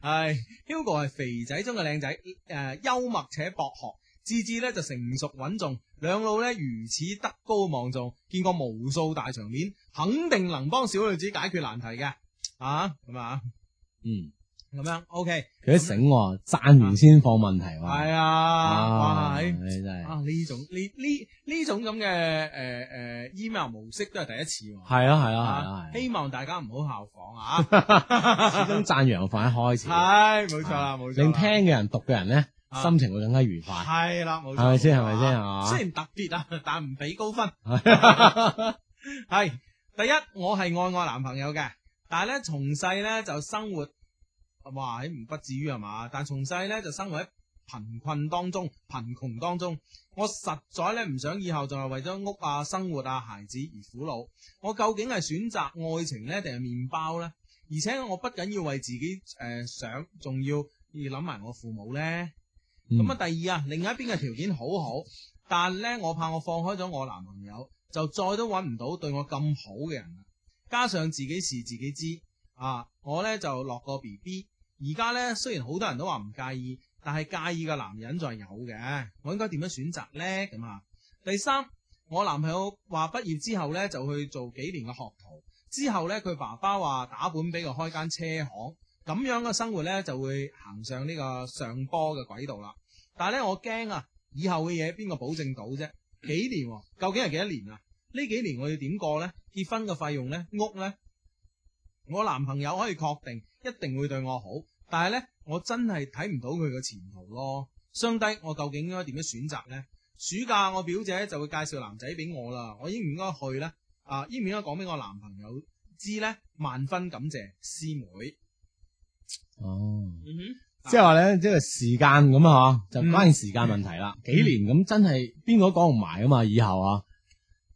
[SPEAKER 1] 係 Hugo 係肥仔中嘅靚仔，誒、幽默且博學，志志咧就成熟穩重，兩老咧如此德高望重，見過無數大場面，肯定能幫小女子解決難題嘅。啊，咁啊，
[SPEAKER 3] 嗯，
[SPEAKER 1] 咁樣 OK，
[SPEAKER 3] 佢都醒喎，讚完先放問題喎。
[SPEAKER 1] 係啊，哇，係
[SPEAKER 3] 你真係
[SPEAKER 1] 啊呢種呢呢呢種咁嘅誒誒 email 模式都係第一次喎。
[SPEAKER 3] 係啊係啊係啊係
[SPEAKER 1] 希望大家唔好效仿啊！
[SPEAKER 3] 啊，始終讚揚放喺開始，
[SPEAKER 1] 系冇錯啦，冇錯啦。
[SPEAKER 3] 令聽嘅人、讀嘅人咧，
[SPEAKER 1] 啊
[SPEAKER 3] 心情會更加愉快。
[SPEAKER 1] 係啦，冇錯。
[SPEAKER 3] 係咪先
[SPEAKER 1] 冇錯
[SPEAKER 3] 係咪先啊
[SPEAKER 1] 雖然特別啊， 但唔俾高 分。係第一，我係愛我男朋友嘅，但係咧從細咧就生活，哇，唔不至於係啊嘛？但從細咧就生活喺貧困當中、貧窮當中。我實在咧唔想以後就係為咗屋啊、生活啊、孩子而苦惱。我究竟係選擇愛情呢，定係麵包呢？而且我不僅要為自己誒、呃想，仲要要諗埋我父母呢。
[SPEAKER 3] 嗯
[SPEAKER 1] 咁啊、第二啊，另一邊嘅條件好好，但呢，我怕我放開咗我男朋友，就再都揾唔到對我咁好嘅人啦。加上自己事自己知啊，我呢就落個 B B。而家呢，雖然好多人都話唔介意，但係介意嘅男人就係有嘅。我應該點樣選擇呢？咁啊，第三，我男朋友話畢業之後呢，就去做幾年嘅學徒，之後呢，佢爸爸話打本俾佢開間車行，咁樣嘅生活呢，就會行上呢個上坡嘅軌道啦。但係呢，我驚啊，以後嘅嘢邊個保證到啫？幾年、喎？究竟係幾多年啊？呢幾年我要點過呢？結婚嘅費用呢？屋呢？我男朋友可以確定一定會對我好，但係呢，我真係睇唔到佢嘅前途咯。相低，我究竟應該點樣選擇呢？暑假我表姐就會介紹男仔俾我啦，我應唔應該去呢？啊，應唔應該講俾我男朋友知呢？萬分感謝師妹。
[SPEAKER 3] 哦。
[SPEAKER 1] 嗯
[SPEAKER 3] 即係話咧，即係時間咁啊，就
[SPEAKER 1] 嗯
[SPEAKER 3] 關鍵時間問題啦。幾年咁真係邊個都講唔埋啊嘛，以後啊。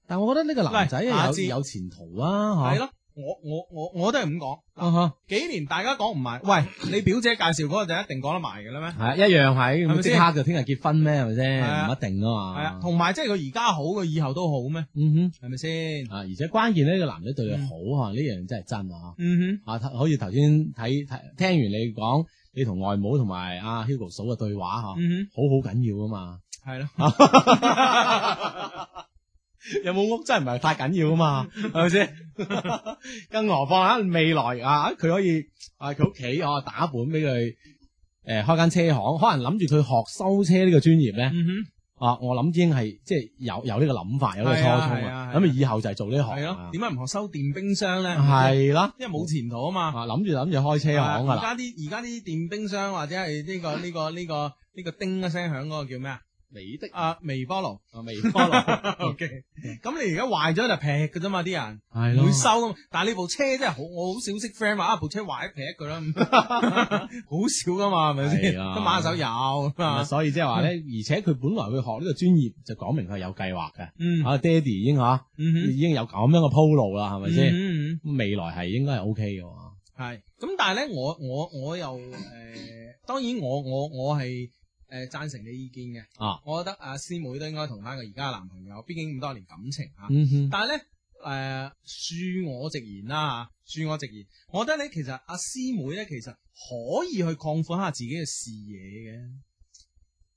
[SPEAKER 3] 但我覺得呢個男仔
[SPEAKER 1] 喂下次
[SPEAKER 3] 有有前途啊，
[SPEAKER 1] 哼，
[SPEAKER 3] 吓
[SPEAKER 1] 係咯，我我我我都係咁講。
[SPEAKER 3] 啊哈，
[SPEAKER 1] 幾年大家講唔埋，喂，你表姐介紹嗰個就一定講得埋嘅啦咩？
[SPEAKER 3] 係啊一樣係
[SPEAKER 1] 係
[SPEAKER 3] 咁
[SPEAKER 1] 咪
[SPEAKER 3] 即
[SPEAKER 1] 先
[SPEAKER 3] 刻就聽日結婚咩？係咪
[SPEAKER 1] 係啊
[SPEAKER 3] 先？唔一定啊
[SPEAKER 1] 係啊，
[SPEAKER 3] 嘛。
[SPEAKER 1] 同埋即係佢而家好，佢以後都好咩？
[SPEAKER 3] 嗯
[SPEAKER 1] 係咪先？
[SPEAKER 3] 哼，啊，而且關鍵呢個男仔對佢好啊，呢樣真係真啊。
[SPEAKER 1] 嗯
[SPEAKER 3] 啊，好似頭先睇睇聽完你講，你同外母同埋阿 Hugo 嫂嘅對話吓，好
[SPEAKER 1] 哼，嗯
[SPEAKER 3] 好緊要啊嘛。
[SPEAKER 1] 哼，係咯。
[SPEAKER 3] 有冇屋真係唔係太緊要啊嘛，係咪先？ 更何況啊，未來啊，佢可以啊，佢屋企啊打本俾佢，诶、開間車行，可能諗住佢學修車呢個專業咧，
[SPEAKER 1] 嗯哼。
[SPEAKER 3] 啊，我諗已經係即係有有呢個諗法，有呢個初衷
[SPEAKER 1] 係啊係
[SPEAKER 3] 啊，
[SPEAKER 1] 啊係啊
[SPEAKER 3] 咁啊以後就係做呢行
[SPEAKER 1] 系
[SPEAKER 3] 啊
[SPEAKER 1] 咯，，點解唔學修電冰箱咧？，
[SPEAKER 3] 係啦，
[SPEAKER 1] 因為冇前途啊嘛。啊
[SPEAKER 3] 啊諗住諗住開車行噶
[SPEAKER 1] 而
[SPEAKER 3] 啦，
[SPEAKER 1] 家啲而家啲電冰箱或者係呢個呢個呢個呢個叮一聲響嗰個叫咩啊？
[SPEAKER 3] 你的
[SPEAKER 1] 啊，微波爐。
[SPEAKER 3] 啊微波爐
[SPEAKER 1] OK，咁你而家壞咗就劈嘅啫嘛，啲人
[SPEAKER 3] 係
[SPEAKER 1] 唔會啊收噶嘛。但係你部車真係好，我好少識 friend 話啊部車壞劈佢啦， 好少噶嘛，係咪先？
[SPEAKER 3] 係啊
[SPEAKER 1] 都馬手有咁
[SPEAKER 3] 咁啊
[SPEAKER 1] 啊。
[SPEAKER 3] 所以即係話咧，而且佢本來去學呢個專業，就講明佢係有計劃嘅。
[SPEAKER 1] 嗯
[SPEAKER 3] 啊，爹哋已經吓
[SPEAKER 1] 嗯哼，
[SPEAKER 3] 已經有咁樣嘅鋪路啦，係咪先？
[SPEAKER 1] 嗯嗯
[SPEAKER 3] 未來係應該係 O K 嘅喎。
[SPEAKER 1] 系，咁但系咧，我我我又诶、呃，当然我我我系诶赞成你意見嘅，
[SPEAKER 3] 啊，
[SPEAKER 1] 我覺得阿師妹都應該同翻佢而家男朋友，畢竟咁多年感情啊。
[SPEAKER 3] 嗯哼，
[SPEAKER 1] 但係咧，诶、恕我直言啦啊吓，恕我直言，我覺得咧，其實阿師妹咧，其實可以去擴闊下自己嘅視野嘅。
[SPEAKER 3] 嗯
[SPEAKER 1] 嗯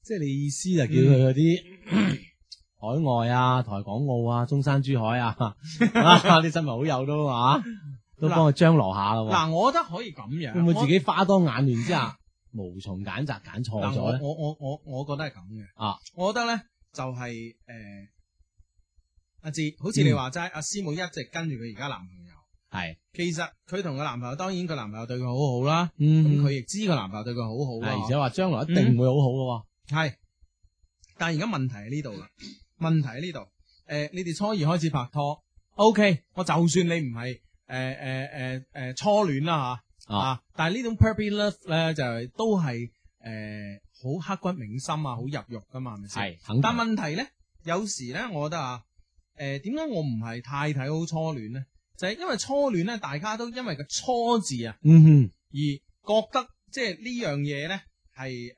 [SPEAKER 3] 即係你意思就叫佢嗰啲 海外啊、台港澳啊、中山珠海啊， 啊啲親朋好友都 啊，都幫佢張羅下啦
[SPEAKER 1] 嗱、
[SPEAKER 3] 喎。
[SPEAKER 1] 我覺得可以咁樣，
[SPEAKER 3] 會唔會自
[SPEAKER 1] 我
[SPEAKER 3] 己花多眼亂之下，無從揀擇揀錯
[SPEAKER 1] 嗱
[SPEAKER 3] 咗咧？
[SPEAKER 1] 我我我我我覺得係咁嘅。
[SPEAKER 3] 啊，
[SPEAKER 1] 我覺得咧就係、诶阿志，好似你
[SPEAKER 3] 嗯
[SPEAKER 1] 話齋，阿師妹一直跟住佢而家男朋友。
[SPEAKER 3] 係，
[SPEAKER 1] 其實佢同佢男朋友，當然佢男朋友對佢好好啦，咁
[SPEAKER 3] 嗯
[SPEAKER 1] 佢
[SPEAKER 3] 哼，
[SPEAKER 1] 亦知佢男朋友對佢好好
[SPEAKER 3] 係
[SPEAKER 1] 啦，
[SPEAKER 3] 而且話將來一定會好好嘅喎。
[SPEAKER 1] 係。但係而家問題喺呢度啦，問題喺呢度。诶、你哋初二開始拍拖，OK，我就算你唔係呃诶诶诶诶呃初戀啦吓，
[SPEAKER 3] 啊
[SPEAKER 1] 啊，但係呢種 puppy love 咧就係都係诶好刻骨銘心啊，好入肉噶嘛，係咪先？
[SPEAKER 3] 係，肯
[SPEAKER 1] 但
[SPEAKER 3] 定。
[SPEAKER 1] 啊呃問題咧，有時咧，我覺得啊，诶、點解我唔係太睇好初戀咧？就就係因為初戀咧，大家都因為個初字啊，
[SPEAKER 3] 嗯
[SPEAKER 1] 而覺得即係呢樣嘢咧係誒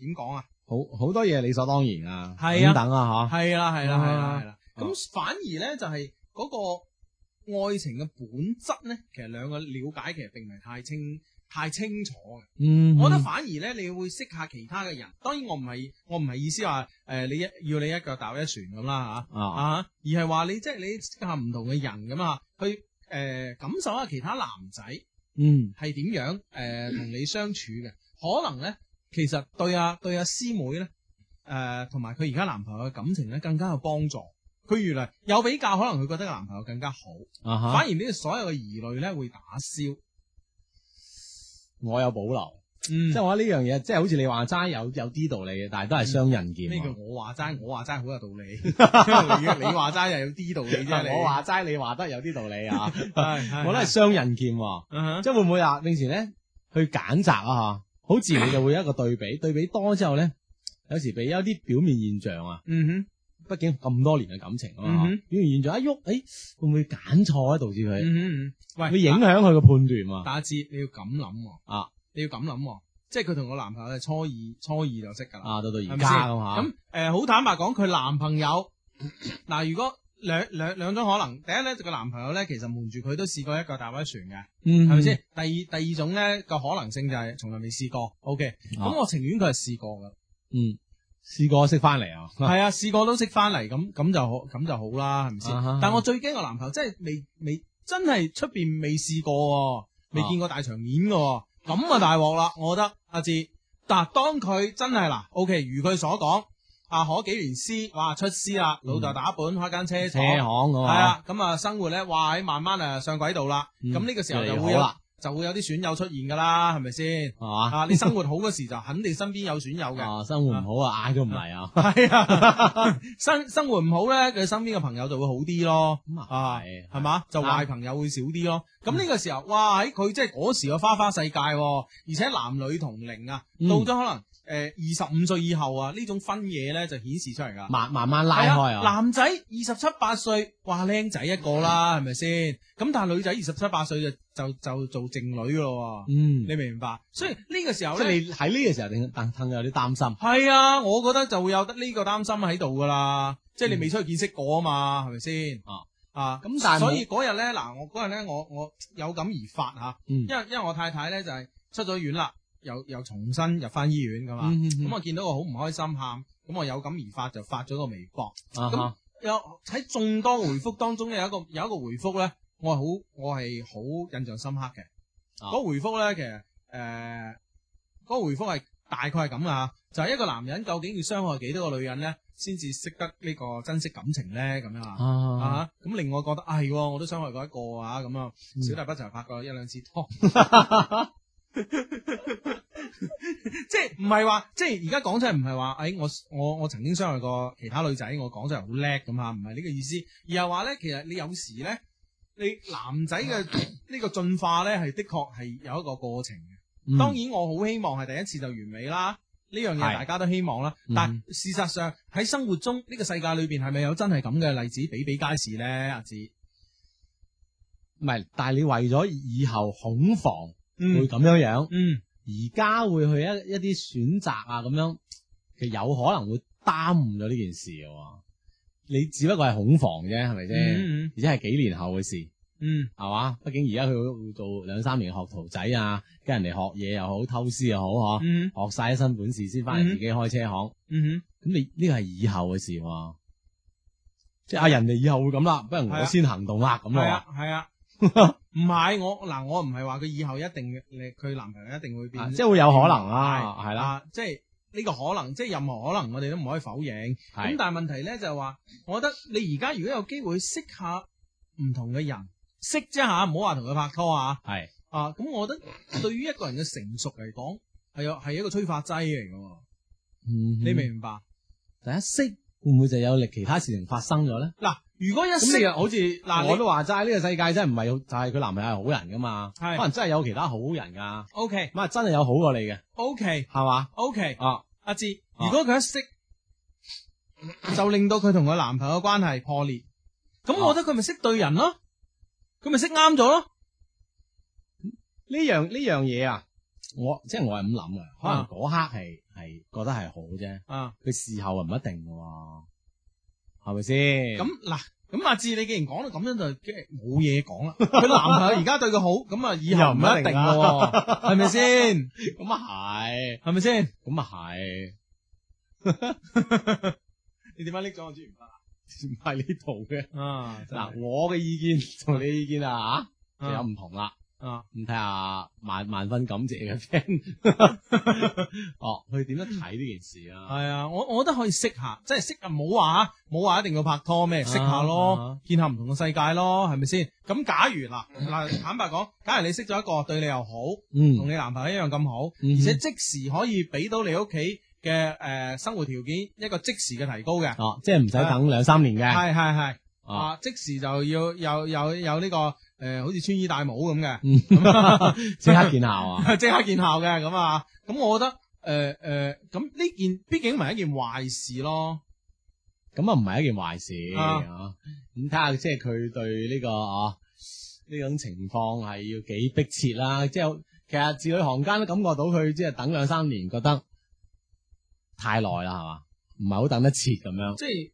[SPEAKER 1] 點講啊？
[SPEAKER 3] 哼，好好多嘢理所當然啊，
[SPEAKER 1] 係啊
[SPEAKER 3] 咁等啊吓，
[SPEAKER 1] 係啦係啦係啦
[SPEAKER 3] 啊
[SPEAKER 1] 係啦，咁反而咧就係嗰個愛情嘅本質咧，其實兩個了解其實並唔係太清太清楚嘅。
[SPEAKER 3] 嗯
[SPEAKER 1] 我覺得反而咧，你會識下其他嘅人。當然我唔係我唔係意思話誒、呃你一要你一腳踏一船咁啦
[SPEAKER 3] 得
[SPEAKER 1] 嚇
[SPEAKER 3] 啊，
[SPEAKER 1] 啊，而係話你即係你識下唔同嘅人咁啊，去誒、呃感受下其他男仔
[SPEAKER 3] 嗯
[SPEAKER 1] 係點樣誒同、你相處嘅。可能咧，其實對啊對啊師妹咧誒同埋佢而家男朋友嘅感情咧更加有幫助。佢原來有比較，可能佢覺得個男朋友更加好，
[SPEAKER 3] 啊
[SPEAKER 1] 反
[SPEAKER 3] 哈，
[SPEAKER 1] 而呢啲所有嘅疑慮咧會打消。
[SPEAKER 3] 我有保留。
[SPEAKER 1] 嗯
[SPEAKER 3] 即係我覺得呢樣嘢，即係好似你話齋有有啲道理嘅，但係都係雙刃劍啊。
[SPEAKER 1] 呢句我話齋，我話齋好有道 理。你你話齋又有啲道理啫，你
[SPEAKER 3] 我話齋，你話得有啲道理啊！
[SPEAKER 1] 係，
[SPEAKER 3] 我覺得係雙刃劍喎，
[SPEAKER 1] 係，
[SPEAKER 3] 即係會唔會啊？平時咧去揀擇啊嚇，好自然你就會有一個對 比，對比多之後咧，有時俾一啲表面現象啊，
[SPEAKER 1] 嗯
[SPEAKER 3] 畢竟咁多年嘅感情啊
[SPEAKER 1] 嗯
[SPEAKER 3] 嘛，
[SPEAKER 1] 哼
[SPEAKER 3] 表面現象一喐，誒、哎會唔會揀錯啊？導致
[SPEAKER 1] 哼，
[SPEAKER 3] 佢
[SPEAKER 1] 嗯哼，
[SPEAKER 3] 會
[SPEAKER 1] 嗯喂，
[SPEAKER 3] 影響佢嘅判斷啊？
[SPEAKER 1] 打字你要咁諗喎
[SPEAKER 3] 啊，
[SPEAKER 1] 你要咁諗喎，即係佢同我男朋友係初二，初二就識㗎啦，
[SPEAKER 3] 啊，到到
[SPEAKER 1] 係
[SPEAKER 3] 而
[SPEAKER 1] 咪先
[SPEAKER 3] 家咁嚇，
[SPEAKER 1] 咁誒，好坦白講，佢男朋友嗱，如果兩兩兩種可能，第一咧，個男朋友咧其實瞞住佢都試過一個大威船嘅，
[SPEAKER 3] 嗯
[SPEAKER 1] 係咪先？？第二第二種咧個可能性就係從來未試過，OK，
[SPEAKER 3] 啊
[SPEAKER 1] 咁我情願佢係試過㗎。
[SPEAKER 3] 嗯，試過識翻嚟啊，
[SPEAKER 1] 系啊，試過都識翻嚟，咁咁就好，咁就好啦，係咪
[SPEAKER 3] 啊哈
[SPEAKER 1] 先？但我最驚我男朋友真係未未真係出边未試過喎，未
[SPEAKER 3] 啊
[SPEAKER 1] 見過大場面嘅喎，咁啊大鑊啦！我覺得阿志，嗱，當佢真係嗱，OK，如佢所講，啊可幾年師，哇出師啦，老豆打本開間車
[SPEAKER 3] 嗯車
[SPEAKER 1] 廠，
[SPEAKER 3] 行
[SPEAKER 1] 係
[SPEAKER 3] 咁啊，
[SPEAKER 1] 啊，咁啊生活咧，哇喺慢慢啊上軌道啦，
[SPEAKER 3] 嗯
[SPEAKER 1] 咁呢個時候
[SPEAKER 3] 越嚟越
[SPEAKER 1] 就
[SPEAKER 3] 好
[SPEAKER 1] 會有
[SPEAKER 3] 啦
[SPEAKER 1] 就會有啲損友出現噶啦，係咪先？
[SPEAKER 3] 係嘛？
[SPEAKER 1] 啊，你生活好嗰時就肯定身邊有損友嘅。
[SPEAKER 3] 啊，生活唔好啊，嗌都唔嚟啊，
[SPEAKER 1] 系啊，生生活唔好咧，佢身邊嘅朋友就會好啲咯，
[SPEAKER 3] 咁
[SPEAKER 1] 啊，
[SPEAKER 3] 係
[SPEAKER 1] 係嘛，就壞朋友會少啲咯。
[SPEAKER 3] 嗯
[SPEAKER 1] 咁呢個時候，哇，喺佢即係嗰時嘅花花世界喎，而且男女同齡啊，
[SPEAKER 3] 嗯
[SPEAKER 1] 到咗可能诶二十五歲以後啊，呢種分野咧就顯示出嚟噶。
[SPEAKER 3] 慢慢慢拉
[SPEAKER 1] 係
[SPEAKER 3] 開啊，
[SPEAKER 1] 男仔二十七八歲，哇，靚仔一個啦，
[SPEAKER 3] 嗯
[SPEAKER 1] 係咪先？咁但係女仔二十七八歲就就就做剩女咯喎，
[SPEAKER 3] 嗯，
[SPEAKER 1] 你明唔明白？所以呢個時候
[SPEAKER 3] 即係
[SPEAKER 1] 咧。
[SPEAKER 3] 你喺呢個時候，你等等有啲擔心。
[SPEAKER 1] 系啊，我覺得就會有得呢個擔心喺度噶啦，即係你未出去見識過啊嘛，係咪先？
[SPEAKER 3] 啊
[SPEAKER 1] 啊，
[SPEAKER 3] 咁但係冇
[SPEAKER 1] 所以嗰日咧，嗱，我嗰日咧，我我有感而發吓，
[SPEAKER 3] 嗯
[SPEAKER 1] 因為因為我太太咧就係出咗院啦，又又重新入翻醫院噶嘛，咁、
[SPEAKER 3] 咁
[SPEAKER 1] 我見到我好唔開心喊，咁我有感而發就發咗個微博，
[SPEAKER 3] 啊哈，
[SPEAKER 1] 有喺眾多回覆當中咧有一個有一個回覆咧，我係好我係好印象深刻嘅。
[SPEAKER 3] 啊
[SPEAKER 1] 嗰、回覆咧其實誒，呃嗰、回覆係大概係咁啊，就係、一個男人究竟要傷害幾多個女人咧，先至識得呢個珍惜感情咧咁樣啊。
[SPEAKER 3] 啊，
[SPEAKER 1] 啊！咁令我覺得啊係喎、我都傷害過一個啊，咁啊，
[SPEAKER 3] 嗯
[SPEAKER 1] 小弟不才拍過一兩次 拖，即係唔係話，即係而家講出嚟唔係話，誒、哎我我我曾經傷害過其他女仔，我講出嚟好叻咁嚇，唔係呢個意思，而係話咧，其實你有時咧，你男仔嘅 呢個進化咧，係的確係有一個過程嘅。
[SPEAKER 3] 嗯
[SPEAKER 1] 當然我好希望係第一次就完美啦。呢樣嘢
[SPEAKER 3] 係
[SPEAKER 1] 大家都希望啦，
[SPEAKER 3] 嗯
[SPEAKER 1] 但事實上喺生活中呢個世界裏邊係咪有真係咁嘅例子比比皆是呢？阿志，
[SPEAKER 3] 唔係，但係你為咗以後恐防會
[SPEAKER 1] 嗯
[SPEAKER 3] 咁樣樣，
[SPEAKER 1] 嗯，
[SPEAKER 3] 而家會去一一啲選擇啊咁樣，其實有可能會耽誤咗呢件事嘅喎。你只不過係恐防啫，係咪先？
[SPEAKER 1] 嗯
[SPEAKER 3] 而且係幾年後嘅事，
[SPEAKER 1] 嗯
[SPEAKER 3] 係嘛？畢竟而家佢會做兩三年學徒仔啊，跟人哋學嘢又好，偷師又好，嗬，
[SPEAKER 1] 嗯
[SPEAKER 3] 學晒一身本事先翻嚟自己開車行。
[SPEAKER 1] 嗯
[SPEAKER 3] 咁你呢個係以後嘅事喎，即係啊人哋以後會咁啦，不如
[SPEAKER 1] 係啊
[SPEAKER 3] 我先行動啦咁
[SPEAKER 1] 嗯，係啊
[SPEAKER 3] 啊，
[SPEAKER 1] 係 啊，唔係我嗱，我唔係話佢以後一定你佢男朋友一定會
[SPEAKER 3] 啊
[SPEAKER 1] 變，
[SPEAKER 3] 即係會有可能啦，係啦，
[SPEAKER 1] 啊，即係呢個可能，即係任何可能，我哋都唔可以否認。咁
[SPEAKER 3] 係
[SPEAKER 1] 但係問題咧就係話，我覺得你而家如果有機會識下唔同嘅人，識啫下，唔好話同佢拍拖啊。
[SPEAKER 3] 係
[SPEAKER 1] 啊，咁我覺得對於一個人嘅成熟嚟講，係有係一個催化劑嚟嘅喎，
[SPEAKER 3] 你
[SPEAKER 1] 你明唔明白？
[SPEAKER 3] 嗯第一識會唔會就有力其他事情發生咗咧？
[SPEAKER 1] 嗱，如果一
[SPEAKER 3] 咁你
[SPEAKER 1] 識
[SPEAKER 3] 又好似
[SPEAKER 1] 嗱你
[SPEAKER 3] 我都話齋，呢個世界真係唔係有就係佢男朋友係好人噶嘛，可
[SPEAKER 1] 係
[SPEAKER 3] 能真係有其他好人噶，
[SPEAKER 1] ，OK
[SPEAKER 3] 咁啊真係有好過你嘅，
[SPEAKER 1] OK
[SPEAKER 3] 係嘛？
[SPEAKER 1] OK，
[SPEAKER 3] 啊，
[SPEAKER 1] 阿志，
[SPEAKER 3] 啊
[SPEAKER 1] 如果佢一識啊就令到佢同佢男朋友嘅關係破裂，咁我覺得佢咪識對人咯，佢咪識啱咗咯。
[SPEAKER 3] 呢樣呢樣嘢啊，我即係我係咁諗嘅，可能
[SPEAKER 1] 啊
[SPEAKER 3] 嗰刻係係覺得係好啫，
[SPEAKER 1] 啊，
[SPEAKER 3] 佢事後啊唔一定嘅喎，係咪先？
[SPEAKER 1] 咁嗱，咁阿志，你既然講到咁樣就即係冇嘢講啦。佢男朋友而家對 佢好，咁啊以後唔一定啊咯，係咪 先？
[SPEAKER 3] 咁啊係，
[SPEAKER 1] 係咪先？
[SPEAKER 3] 咁啊係，
[SPEAKER 1] 你點解拎咗我支鉛筆
[SPEAKER 3] 唔係呢度嘅。
[SPEAKER 1] 啊？
[SPEAKER 3] 嗱，我嘅意見同你嘅意見啊吓，就有
[SPEAKER 1] 啊
[SPEAKER 3] 唔同啦。
[SPEAKER 1] 啊，
[SPEAKER 3] 咁睇下萬萬分感謝嘅 friend，哦， 佢點樣睇呢件事啊？
[SPEAKER 1] 係啊，我我覺得可以識下，即係識啊，冇話冇話一定要拍拖咩，識下
[SPEAKER 3] 啊
[SPEAKER 1] 咯
[SPEAKER 3] 啊，嗯
[SPEAKER 1] 見下唔同嘅世界咯，係咪先？咁假如嗱嗱，坦白講，假如你識咗一個對你又好，同
[SPEAKER 3] 嗯，
[SPEAKER 1] 你男朋友一樣咁好，
[SPEAKER 3] 嗯
[SPEAKER 1] 而且即時可以俾到你屋企嘅誒生活條件一個即時嘅提高嘅，
[SPEAKER 3] 哦，即係唔使等兩三年嘅，
[SPEAKER 1] 啊係係係
[SPEAKER 3] 啊
[SPEAKER 1] 啊，即時就要有有有呢個誒，好似穿衣戴帽咁嘅，
[SPEAKER 3] 嗯 即刻見效啊！
[SPEAKER 1] 即刻見效嘅咁啊，咁我覺得誒誒，咁呢件畢竟唔係一件壞事咯，
[SPEAKER 3] 咁啊，唔係一件壞事
[SPEAKER 1] 啊
[SPEAKER 3] 啊。咁睇下，即係佢對呢、個啊呢種情況係要幾迫切啦。即係其實字裏行間都感覺到佢即係等兩三年，覺得太耐啦，係嘛？唔係好等得切咁樣。
[SPEAKER 1] 即係。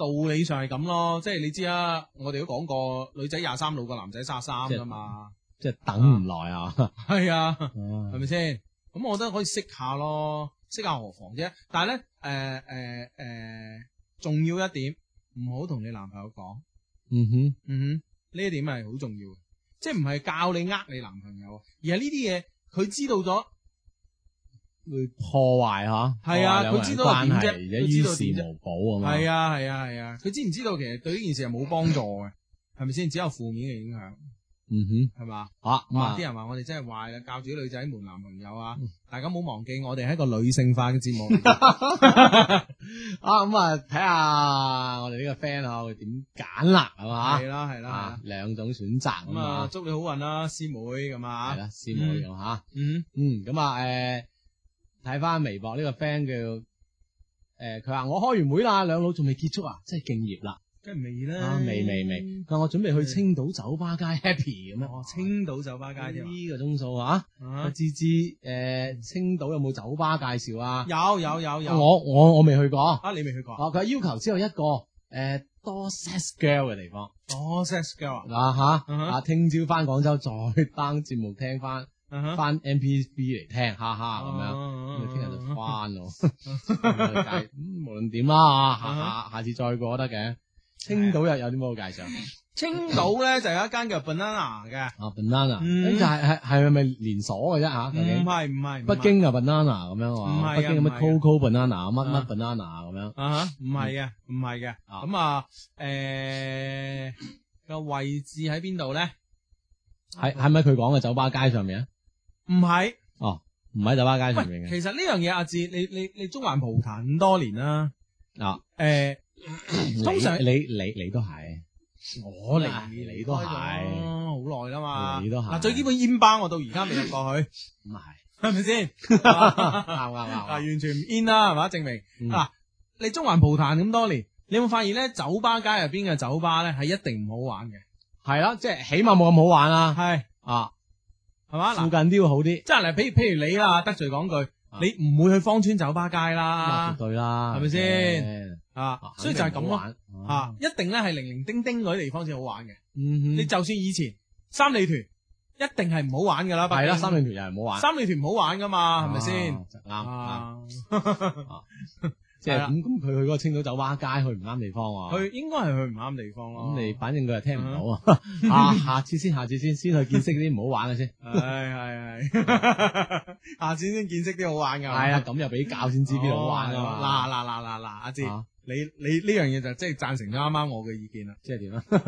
[SPEAKER 1] 道理上係咁咯，即係你知啊，我哋都講過，女仔廿三老過男仔卅三噶嘛，
[SPEAKER 3] 即係等唔耐啊！
[SPEAKER 1] 係啊。係
[SPEAKER 3] 嗯
[SPEAKER 1] 咪先？咁我覺得可以識下咯，識下何妨啫。但係咧，誒誒誒，重要一點，唔好同你男朋友講。
[SPEAKER 3] 哼，
[SPEAKER 1] 嗯哼，呢一點係好重要嘅，即係唔係教你呃你男朋友，而係呢啲嘢佢知道咗，
[SPEAKER 3] 會破壞吓，
[SPEAKER 1] 係啊
[SPEAKER 3] 破壞兩個人
[SPEAKER 1] 佢知道
[SPEAKER 3] 關
[SPEAKER 1] 點啫
[SPEAKER 3] 係，而
[SPEAKER 1] 佢
[SPEAKER 3] 於
[SPEAKER 1] 知道
[SPEAKER 3] 事
[SPEAKER 1] 點啫
[SPEAKER 3] 無補啊嘛。
[SPEAKER 1] 係啊係啊係啊，佢知唔知道其實對呢件事係冇幫助嘅，係咪先？只有負面嘅影響，
[SPEAKER 3] 嗯
[SPEAKER 1] 係嘛？
[SPEAKER 3] 哼，啊咁
[SPEAKER 1] 哇！
[SPEAKER 3] 啊
[SPEAKER 1] 啲，人話我哋真係壞啦，教住啲女仔瞞男朋友啊！大家唔好忘記，我哋係一個女性化嘅節目嚟嘅，
[SPEAKER 3] 啊咁啊，睇下我哋呢個 friend 啊，會點揀啦，係嘛
[SPEAKER 1] 係？啦係啦 係
[SPEAKER 3] 啊
[SPEAKER 1] 啦，。
[SPEAKER 3] 兩種選擇咁
[SPEAKER 1] 咁啊，
[SPEAKER 3] 啊，
[SPEAKER 1] 祝你好運啦，師妹咁啊
[SPEAKER 3] 係。啦，師妹咁吓。
[SPEAKER 1] 嗯，
[SPEAKER 3] 嗯，咁啊，诶，睇翻微博呢個 friend 叫诶，誒佢話我開完會啦，兩老仲未結束啊，真係敬業啦，
[SPEAKER 1] 梗係未啦，
[SPEAKER 3] 啊，未未未，佢話我準備去青島酒吧街 happy 咁樣，
[SPEAKER 1] 嗯哦，青島酒吧街添啊
[SPEAKER 3] 呢個鐘數啊，阿
[SPEAKER 1] 啊，
[SPEAKER 3] 芝芝，诶，青島有冇酒吧介紹啊？
[SPEAKER 1] 有有有有，
[SPEAKER 3] 我我我未去過，哦，
[SPEAKER 1] 啊，你未去過啊？
[SPEAKER 3] 佢話要求只有一個诶多 sex girl 嘅地方，
[SPEAKER 1] 哦，sex girl 啊，
[SPEAKER 3] 嗱吓，
[SPEAKER 1] 嗯哼
[SPEAKER 3] 啊，聽朝翻廣州再 down 節目聽翻。
[SPEAKER 1] 嗯哼
[SPEAKER 3] 翻 M P B 嚟聽，哈
[SPEAKER 1] 啊
[SPEAKER 3] 哈咁樣。咁啊
[SPEAKER 1] 樣
[SPEAKER 3] 你聽日就翻 咯。咁嗯無論點
[SPEAKER 1] 啊
[SPEAKER 3] 啦，下下下次再過都得嘅。青島又有啲咩好介紹？
[SPEAKER 1] 嗯青島咧就有一間叫 banana 嘅，
[SPEAKER 3] 啊，banana，
[SPEAKER 1] 嗯
[SPEAKER 3] 咁就係係係咪連鎖嘅啫吓？究
[SPEAKER 1] 唔
[SPEAKER 3] 竟
[SPEAKER 1] 係唔係唔係
[SPEAKER 3] 北京啊 banana 咁樣
[SPEAKER 1] 唔係
[SPEAKER 3] 啊，
[SPEAKER 1] 啊
[SPEAKER 3] 北京有咩
[SPEAKER 1] 唔係啊
[SPEAKER 3] Coco banana 乜乜
[SPEAKER 1] 啊
[SPEAKER 3] banana 咁樣。
[SPEAKER 1] 啊哈，唔係嘅，唔係嘅，
[SPEAKER 3] 嗯啊
[SPEAKER 1] 咁啊，誒個位置喺邊度咧？
[SPEAKER 3] 係係咪佢講嘅酒吧街上面啊？
[SPEAKER 1] 唔係，
[SPEAKER 3] 唔喺酒吧街上面
[SPEAKER 1] 喂，
[SPEAKER 3] 嘅
[SPEAKER 1] 其實呢樣嘢阿志，你你你中環蒲壇咁多年啦，
[SPEAKER 3] 啊，
[SPEAKER 1] 誒。通常
[SPEAKER 3] 你你你你都係，
[SPEAKER 1] 我
[SPEAKER 3] 啊你都係
[SPEAKER 1] 好耐啦嘛，
[SPEAKER 3] 你都係
[SPEAKER 1] 啊嗱最基本煙包我到而家未入過去，
[SPEAKER 3] 咁啊
[SPEAKER 1] 係咪先？
[SPEAKER 3] 係，
[SPEAKER 1] 嗱
[SPEAKER 3] 啱啱啱。
[SPEAKER 1] 完全唔煙啦，係嘛？證明
[SPEAKER 3] 嗯
[SPEAKER 1] 嗱，你中環蒲壇咁多年，你有冇發現咧？酒吧街入邊嘅酒吧咧係一定唔好玩嘅，
[SPEAKER 3] 係啦，即係起碼冇咁好玩啦。
[SPEAKER 1] 係
[SPEAKER 3] 啊，
[SPEAKER 1] 係嘛？
[SPEAKER 3] 附
[SPEAKER 1] 嗱，
[SPEAKER 3] 近都要好啲。
[SPEAKER 1] 即係嗱，譬如譬如你啦，得罪講句
[SPEAKER 3] 啊，
[SPEAKER 1] 你唔會去芳村酒吧街
[SPEAKER 3] 啊，絕
[SPEAKER 1] 啦，
[SPEAKER 3] 對啦，
[SPEAKER 1] 係咪先啊
[SPEAKER 3] 誒？，
[SPEAKER 1] 所以就係咁咯，
[SPEAKER 3] 肯定唔好玩
[SPEAKER 1] 啊，，一定咧係零零丁丁嗰啲地方先好玩嘅。
[SPEAKER 3] 嗯
[SPEAKER 1] 你
[SPEAKER 3] 哼，
[SPEAKER 1] 就算以前三里屯，一定係唔好玩噶啦，
[SPEAKER 3] 係啦，
[SPEAKER 1] 北京
[SPEAKER 3] 三兩條又係唔好玩，
[SPEAKER 1] 三里屯唔好玩噶嘛，係咪先？
[SPEAKER 3] 就啱啱，
[SPEAKER 1] 啊，
[SPEAKER 3] 即係
[SPEAKER 1] 係啦
[SPEAKER 3] 咁咁，佢去嗰個青島酒吧街去唔啱地方喎，
[SPEAKER 1] 佢應該係去唔啱地方咯。
[SPEAKER 3] 咁你反正佢又聽唔到啊，
[SPEAKER 1] 嗯
[SPEAKER 3] 啊，下次先，下次先，先去見識啲唔好玩嘅先，
[SPEAKER 1] 係係係， 下次先見識啲好玩噶。哦
[SPEAKER 3] 係啊，，咁又比較先知邊度好玩啊嘛，
[SPEAKER 1] 嗱嗱嗱嗱嗱，阿志，
[SPEAKER 3] 啊
[SPEAKER 1] 你你呢樣嘢就即係贊成咗啱啱我嘅意見啦，
[SPEAKER 3] 即係 點啊？就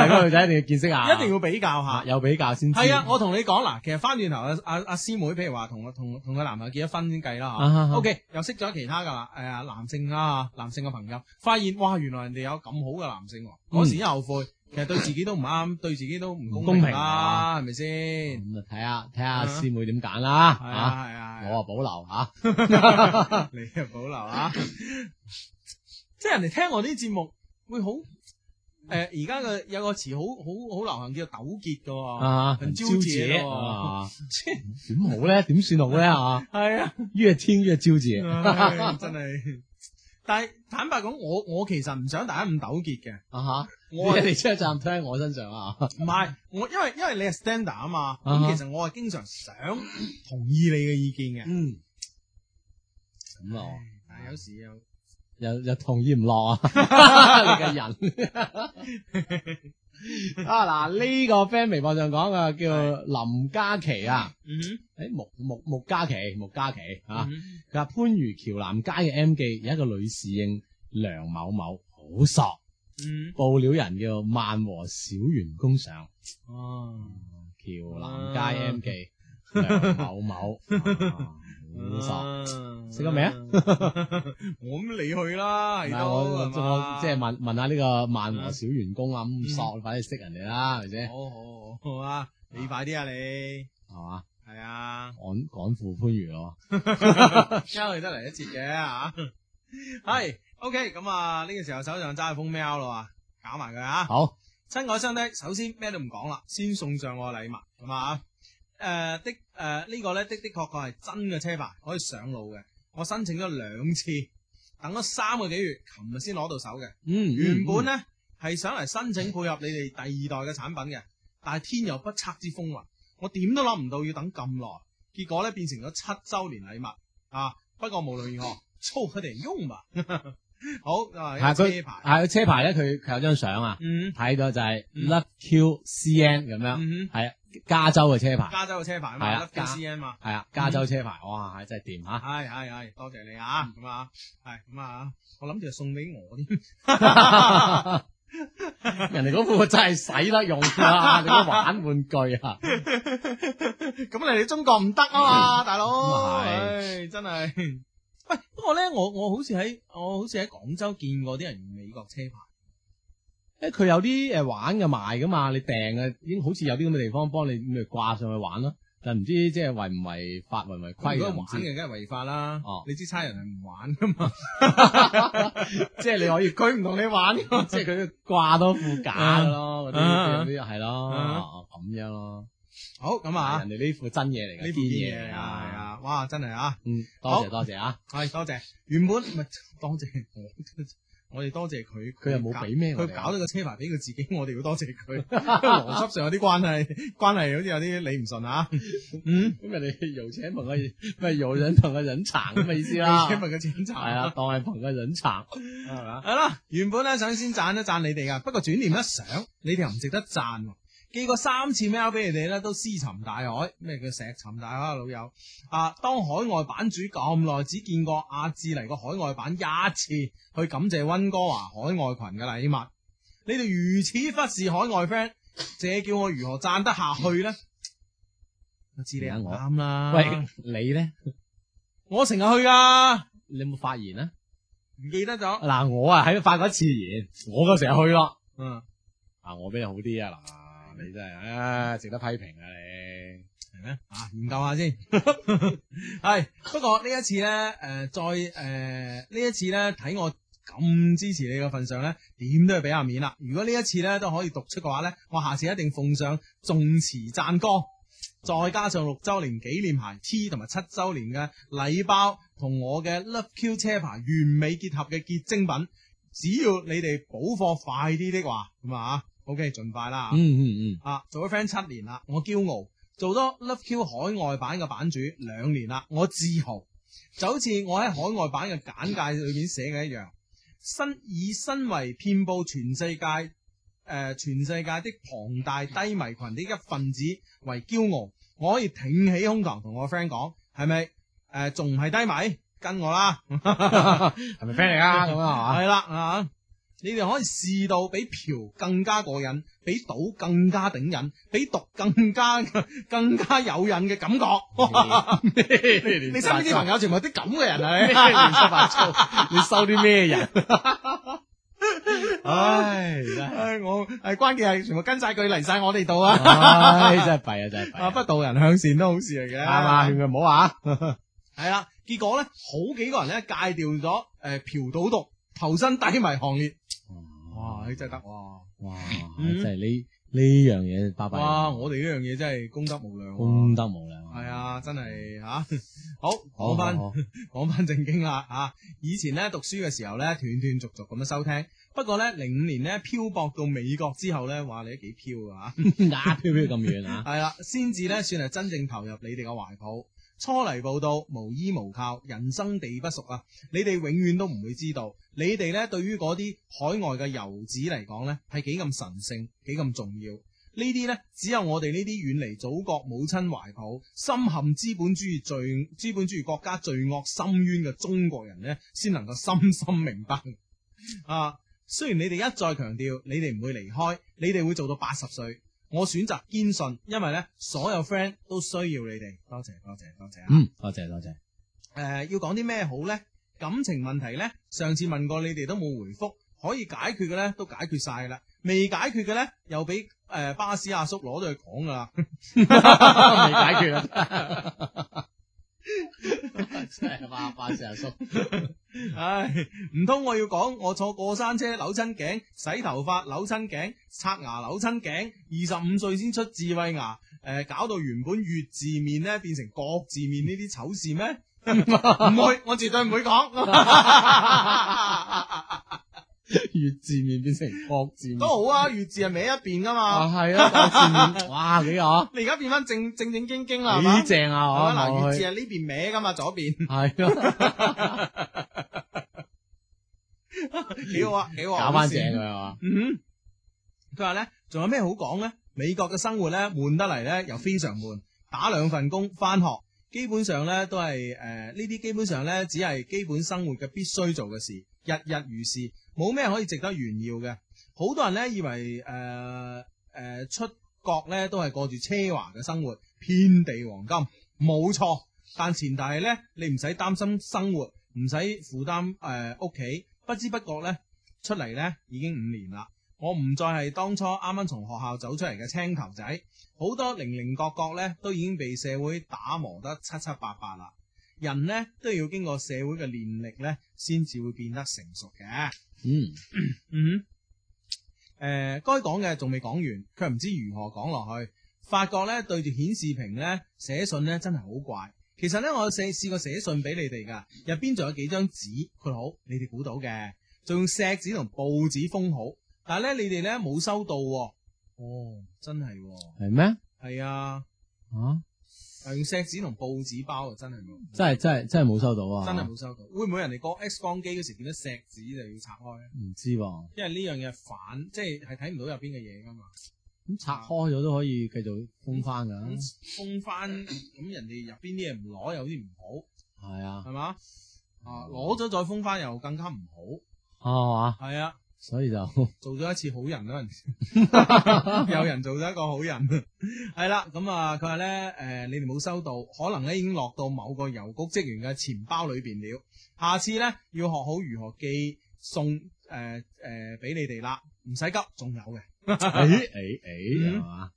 [SPEAKER 3] 係嗰個女仔一定要見識下，
[SPEAKER 1] 一定要比較
[SPEAKER 3] 啊
[SPEAKER 1] 下。
[SPEAKER 3] 有比較先知，
[SPEAKER 1] 係啊，我同你講嗱，其實翻轉頭阿阿阿師妹，譬如話同我同同佢男朋友結咗婚先計啦
[SPEAKER 3] 啊
[SPEAKER 1] 嚇。
[SPEAKER 3] 啊啊
[SPEAKER 1] O K，又識咗其他噶啦，誒、啊男性啦，男性嘅朋友，發現哇，原來人哋有咁好嘅男性喎，嗰時一後悔，其實對自己都唔啱，對自己都唔公平啊啦，係咪先？
[SPEAKER 3] 咁啊睇下睇下
[SPEAKER 1] 啊
[SPEAKER 3] 師妹點揀啦，
[SPEAKER 1] 係
[SPEAKER 3] 嚇，
[SPEAKER 1] 啊係啊，
[SPEAKER 3] 我啊保留嚇，
[SPEAKER 1] 啊你 啊保留啊，即係人哋聽我啲節目會好诶而家嘅有個詞好好好流行叫糾結哦嘅喎，
[SPEAKER 3] 啊，
[SPEAKER 1] 很纠
[SPEAKER 3] 招
[SPEAKER 1] 结
[SPEAKER 3] 姐
[SPEAKER 1] 咯
[SPEAKER 3] 啊，點好咧？點算好咧？啊，
[SPEAKER 1] 係啊。
[SPEAKER 3] 越聽越糾結。
[SPEAKER 1] 唉真系。但系坦白讲，我我其实唔想大家咁纠结嘅。
[SPEAKER 3] 啊
[SPEAKER 1] 我
[SPEAKER 3] 吓，
[SPEAKER 1] 係
[SPEAKER 3] 你真係站推喺我身上 啊！
[SPEAKER 1] 唔系我，因为因为你系 stander 啊嘛。
[SPEAKER 3] 啊
[SPEAKER 1] 咁
[SPEAKER 3] 哈
[SPEAKER 1] 其实我系经常想同意你嘅意见嘅，
[SPEAKER 3] 嗯，咁啊，
[SPEAKER 1] 但系有时又
[SPEAKER 3] 又又同意唔 落啊， 你嘅人啊嗱，呢個 friend 微博上講啊，叫林嘉琪啊，
[SPEAKER 1] 嗯
[SPEAKER 3] 誒木木木嘉琪，木嘉琪啊，
[SPEAKER 1] 哼
[SPEAKER 3] 佢話番禺橋南街嘅 M 記有一個女侍應梁某某，好索，
[SPEAKER 1] 嗯
[SPEAKER 3] 報料人叫萬和小員工上。
[SPEAKER 1] 哦，
[SPEAKER 3] 橋南街
[SPEAKER 1] 啊
[SPEAKER 3] M 記 梁某某，啊
[SPEAKER 1] 嗯啊
[SPEAKER 3] 識咗未啊？
[SPEAKER 1] 我咁你去啦，
[SPEAKER 3] 好索。唔係
[SPEAKER 1] 系
[SPEAKER 3] 我
[SPEAKER 1] 都係嘛
[SPEAKER 3] 我即係問問下呢個萬和小員工啊，
[SPEAKER 1] 嗯
[SPEAKER 3] 咁索快啲識人哋啦，係咪先？
[SPEAKER 1] 好好好好啊！你快啲啊你，
[SPEAKER 3] 係嘛？
[SPEAKER 1] 系啊。
[SPEAKER 3] 趕趕赴番禺咯，
[SPEAKER 1] 交佢得嚟一截嘅吓，系 OK 咁啊！呢個時候手上揸住封 mail 啦，搞埋佢啊！
[SPEAKER 3] 好
[SPEAKER 1] 親愛相低，首先咩都唔講啦，先送上我嘅禮物咁啊！诶、的诶、呢個呢的的確確係真嘅車牌，可以上路嘅。我申請咗兩次，等咗三個幾月，琴日先攞到手嘅。
[SPEAKER 3] 嗯
[SPEAKER 1] 原本呢係想嚟申請配合你哋第二代嘅產品嘅，但係天有不測之風雲，我點都諗唔到要等咁耐，結果呢變成咗七週年禮物啊！不過無論如何，操佢哋用吧。 好
[SPEAKER 3] 係
[SPEAKER 1] 啊，有
[SPEAKER 3] 佢
[SPEAKER 1] 車牌，
[SPEAKER 3] 係佢車牌咧，佢佢有張相啊，
[SPEAKER 1] 嗯
[SPEAKER 3] 睇到就係
[SPEAKER 1] 嗯
[SPEAKER 3] Love Q C N 咁樣，
[SPEAKER 1] 嗯哼，
[SPEAKER 3] 係加州嘅車牌，
[SPEAKER 1] 加嗯州嘅車牌啊
[SPEAKER 3] 係
[SPEAKER 1] 嘛
[SPEAKER 3] 啊加
[SPEAKER 1] ，Love C N 嘛，
[SPEAKER 3] 係啊，加州車牌，哇，係真係掂嚇，
[SPEAKER 1] 係係係，多謝你啊，咁啊，係咁啊，我諗住送俾我 添，
[SPEAKER 3] 人哋嗰副真係使得用啊， 你都玩玩具啊！
[SPEAKER 1] 咁你哋中國唔得啊嘛，大佬，
[SPEAKER 3] 咁啊係
[SPEAKER 1] 唉真係。喂，不過咧，我我好似喺我好似喺廣州見過啲人用美國車牌。
[SPEAKER 3] 诶，佢有啲诶玩嘅賣噶嘛，你訂嘅已經好似有啲咁嘅地方幫你咪掛上去玩咯，但唔知即係違唔違法、違唔違規
[SPEAKER 1] 如
[SPEAKER 3] 嘅
[SPEAKER 1] 果
[SPEAKER 3] 唔
[SPEAKER 1] 玩
[SPEAKER 3] 知。
[SPEAKER 1] 嘅梗係違法啦。
[SPEAKER 3] 哦
[SPEAKER 1] 你知差人係唔玩 噶嘛？
[SPEAKER 3] 即係你可以，
[SPEAKER 1] 佢唔同你玩㗎嘛。
[SPEAKER 3] 即係佢掛多副假嘅咯，嗰
[SPEAKER 1] 啊
[SPEAKER 3] 啲即係嗰啲係
[SPEAKER 1] 啊
[SPEAKER 3] 咯，咁樣咯。
[SPEAKER 1] 好咁啊，
[SPEAKER 3] 人哋呢副真嘢嚟嘅，
[SPEAKER 1] 呢
[SPEAKER 3] 堅
[SPEAKER 1] 部嘢
[SPEAKER 3] 嘢嚟
[SPEAKER 1] 係
[SPEAKER 3] 啊！
[SPEAKER 1] 啊，哇，真係啊，
[SPEAKER 3] 嗯，多
[SPEAKER 1] 好
[SPEAKER 3] 謝多謝啊！
[SPEAKER 1] 係多謝。原本唔係多謝我， 我哋多謝佢，
[SPEAKER 3] 佢又冇俾咩我
[SPEAKER 1] 佢
[SPEAKER 3] 哋啊
[SPEAKER 1] 搞咗個車牌俾佢自己，我哋要多謝 佢。邏輯上有啲關係，關係好似有啲理唔順啊。 嗯，
[SPEAKER 3] 咁人哋有錢憑佢，咪有人憑個人殘咁嘅意思 啦。
[SPEAKER 1] 因為佢請查
[SPEAKER 3] 係 啊，當係憑個人殘，係嘛？
[SPEAKER 1] 系啦，原本咧想先讚一讚你哋噶，不過轉念一想，你哋又唔值得讚喎。寄過三次 mail 俾你哋咧，都屍沉大海。咩叫石沉大海啊，老友？啊，當海外版主咁耐，只見過阿志嚟個海外版一次，去感謝温哥華海外群嘅禮物。你哋如此忽視海外 friend，這叫我如何讚得下去呢？我知你又啱啦。
[SPEAKER 3] 喂，，你咧，
[SPEAKER 1] 我成日去噶，
[SPEAKER 3] 你有冇發言啊？
[SPEAKER 1] 唔記得咗。
[SPEAKER 3] 嗱，我啊喺度發過一次言，我就成日去咯。
[SPEAKER 1] 嗯，
[SPEAKER 3] 啊，我比你好啲啊！嗱，你真係啊，值得批評啊你。
[SPEAKER 1] 系咩？啊，研究下先。 系，不過呢一次咧，诶、再呃诶，呢、一次咧，睇我咁支持你嘅份上咧，點都要俾下面啦。如果呢一次咧都可以讀出嘅話咧，我下次一定奉上重詞讚歌，再加上六周年紀念牌 T 同埋七周年嘅禮包，同我嘅 Love Q 車牌完美結合嘅結晶品。只要你哋補貨快啲的話，咁啊，OK，盡快啦。
[SPEAKER 3] 嗯嗯，
[SPEAKER 1] 啊，做咗 friend 七年啦，我驕傲；做咗 Love Q 海外版嘅版主兩年啦，我自豪。就好似我喺海外版嘅簡介裏面寫嘅一樣，身以身為遍佈全世界誒、呃全世界的龐大低迷群的一份子為驕傲，我可以挺起胸膛同我 friend 講，係咪誒仲唔係低迷？跟我啦！
[SPEAKER 3] 係咪 friend 嚟啊？咁啊
[SPEAKER 1] 系啦啊！你哋可以試到比嫖更加過癮，比賭更加頂癮，比毒更加 更加有癮嘅感覺。
[SPEAKER 3] 嘛？
[SPEAKER 1] 你
[SPEAKER 3] 你
[SPEAKER 1] 身 邊啲朋友全部係啲咁嘅人啊！你
[SPEAKER 3] 亂七八糟， 你收啲咩人？唉，真係，
[SPEAKER 1] 唉，我係關鍵係全部跟晒佢嚟晒我哋度
[SPEAKER 3] 哦
[SPEAKER 1] 啊！
[SPEAKER 3] 唉，真係弊啊，真係弊
[SPEAKER 1] 啊，
[SPEAKER 3] 啊，
[SPEAKER 1] 不導人向善都好事嚟嘅，
[SPEAKER 3] 係嘛？勸佢唔好啊。
[SPEAKER 1] 係啦，結果咧，好幾個人咧戒掉咗誒嫖賭毒，投身低迷行列。哇，你真係得喎！
[SPEAKER 4] 哇，真
[SPEAKER 1] 嗯
[SPEAKER 4] 係呢呢樣嘢巴
[SPEAKER 1] 哇，
[SPEAKER 4] 閉，
[SPEAKER 1] 我哋呢樣嘢真係功德無量喎。
[SPEAKER 4] 功德無量。
[SPEAKER 1] 係啊， 真係吓、好
[SPEAKER 4] 好，
[SPEAKER 1] 講翻
[SPEAKER 3] 啊
[SPEAKER 4] 好好
[SPEAKER 1] 講翻正經啦啊！以前咧讀書嘅時候咧斷斷續續咁樣收聽，不過咧零五年咧漂泊到美國之後咧，話你都幾漂啊！
[SPEAKER 4] 啊，飄飄咁遠啊！
[SPEAKER 1] 係啦，先至咧算係真正投入你哋嘅懷抱。初嚟報到，無依無靠，人生地不熟啊！你哋永遠都唔會知道，你哋咧對於嗰啲海外嘅遊子嚟講咧，係幾咁神聖，幾咁重要。呢啲咧，只有我哋呢啲遠離祖國母親懷抱、深陷資本主義罪、資本主義國家罪惡深淵嘅中國人咧，先能夠深深明白。啊，雖然你哋一再強調，你哋唔會離開，你哋會做到八十歲。我選擇堅信，因為咧所有 friend 都需要你哋。多謝多謝多謝啊！誒、
[SPEAKER 4] 嗯，多謝多謝。
[SPEAKER 1] 呃要講啲咩好呢？感情問題呢，上次問過你哋都冇回覆，可以解決嘅呢都解決晒啦，未解決嘅呢又俾誒、呃巴士阿叔攞咗去講噶啦。
[SPEAKER 4] 未解決啊！真係哇，八成阿叔，
[SPEAKER 1] 唉，唔通我要講我坐過山車扭親頸，洗頭髮扭親頸，刷牙扭親頸，二十五歲先出智慧牙，诶、搞到原本月字面咧變成國字面呢啲醜事咩？ 唔會，我絕對唔會講，
[SPEAKER 4] 越字面變成國字面，
[SPEAKER 1] 都好啊，月字係歪一邊噶嘛，
[SPEAKER 4] 啊係啊，國字面， 哇幾好，啊
[SPEAKER 1] 你而家變翻正正正經經啦，係嘛
[SPEAKER 4] 幾？正啊！
[SPEAKER 1] 係
[SPEAKER 4] 我
[SPEAKER 1] 嘛嗱，
[SPEAKER 4] 望
[SPEAKER 1] 月字
[SPEAKER 4] 去
[SPEAKER 1] 係呢邊歪噶嘛，左邊
[SPEAKER 4] 係啊咯，
[SPEAKER 1] 幾好啊，幾好啊，
[SPEAKER 4] 搞翻
[SPEAKER 1] 好
[SPEAKER 4] 正
[SPEAKER 1] 笑
[SPEAKER 4] 佢啊！
[SPEAKER 1] 嗯，佢話咧，仲有咩好講咧？美國嘅生活咧，悶得嚟咧，又非常悶，打兩份工，翻學，基本上咧都係诶呢啲，基本上咧只係基本生活嘅必須做嘅事，日日如是，冇咩可以值得炫耀嘅。好多人咧以為诶诶出國咧都係過住奢華嘅生活，遍地黃金，冇錯。但前提係咧，你唔使擔心生活，唔使負擔诶屋企，不知不覺咧出嚟咧已經五年啦。我唔再係當初啱啱從學校走出嚟嘅青頭仔，好多零零角角咧都已經被社會打磨得七七八八啦。人呢都要經過社會嘅練歷呢，先至會變得成熟嘅。
[SPEAKER 4] 嗯，
[SPEAKER 1] 嗯，诶、呃該講嘅仲未講完，佢唔知如何講落去。發覺咧對住顯示屏咧寫信咧真係好怪。其實咧我試試過寫信俾你哋噶，入邊仲有幾張紙，佢好你哋估到嘅，仲用石紙同報紙封好，但係咧你哋咧冇收到喎、哦，真係喎、
[SPEAKER 4] 係咩
[SPEAKER 1] 係啊，
[SPEAKER 4] 啊？
[SPEAKER 1] 係用石紙同報紙包啊，真係喎
[SPEAKER 4] 真係真係真係冇收到啊！
[SPEAKER 1] 真係冇收到。會唔會人哋個 X 光機嗰時見到石紙就要拆開咧？
[SPEAKER 4] 唔知喎，
[SPEAKER 1] 因為呢樣嘢係反，即係係睇唔到入邊嘅嘢噶嘛。
[SPEAKER 4] 咁拆開咗都可以繼續封翻噶，
[SPEAKER 1] 咁封翻，咁人哋入邊啲嘢唔攞有啲唔
[SPEAKER 4] 係啊
[SPEAKER 1] 好，，係嘛？啊，攞咗再封翻又更加唔
[SPEAKER 4] 哦係嘛，
[SPEAKER 1] 好。係啊，
[SPEAKER 4] 所以 就
[SPEAKER 1] 做咗一次好人嗰陣 時，有人做咗一個好人。係啦，咁啊，佢話咧，誒、你哋冇收到，可能咧已經落到某個郵局職員嘅錢包裏邊了。下次咧要學好如何寄送誒誒俾你哋啦，唔使急，仲有嘅。
[SPEAKER 4] 誒誒哎誒係嘛，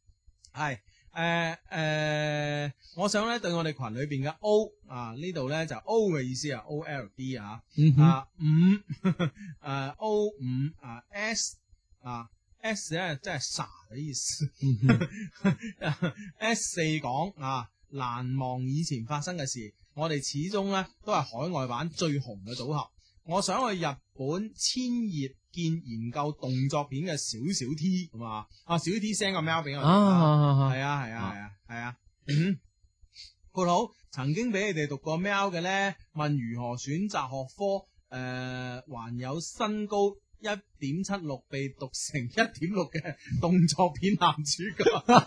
[SPEAKER 1] 系诶诶，我想咧對我哋群裏边嘅 O 啊呢度咧就 O 嘅意思啊，O L D 啊，
[SPEAKER 4] 嗯哼
[SPEAKER 1] 啊五 诶 O 五啊 S 啊 S 咧即係傻嘅意思
[SPEAKER 4] 嗯哼
[SPEAKER 1] ，S 四講啊難忘以前發生嘅事，我哋始終咧都係海外版最紅嘅組合。我想去日本千葉見研究動作片嘅小小 T 咁啊，啊小 T send 個 mail 俾我哋啊
[SPEAKER 4] 啊
[SPEAKER 1] 系啊系啊系啊系啊。 嗯括好，曾經俾你哋讀過 mail 嘅呢，問如何選擇學科，诶、還有身高一點七六被讀成一點六嘅動作片男主角，
[SPEAKER 4] 啊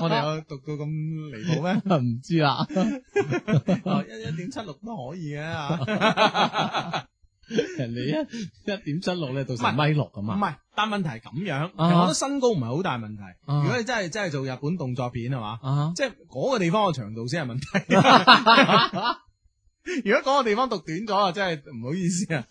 [SPEAKER 1] 我哋有讀到咁離譜咩？
[SPEAKER 4] 唔知啊啦，
[SPEAKER 1] 哦一一点七六都可以嘅 啊
[SPEAKER 4] 人哋一一點七六咧，到成米六咁
[SPEAKER 1] 唔
[SPEAKER 4] 啊，
[SPEAKER 1] 係，但問題係咁樣，其
[SPEAKER 4] 啊
[SPEAKER 1] 實我覺得身高唔係好大問題。
[SPEAKER 4] 啊
[SPEAKER 1] 如果你真係真係做日本動作片係嘛？
[SPEAKER 4] 啊，
[SPEAKER 1] 即係嗰個地方嘅長度先係問題。如果嗰個地方讀短咗啊，真係唔好意思啊。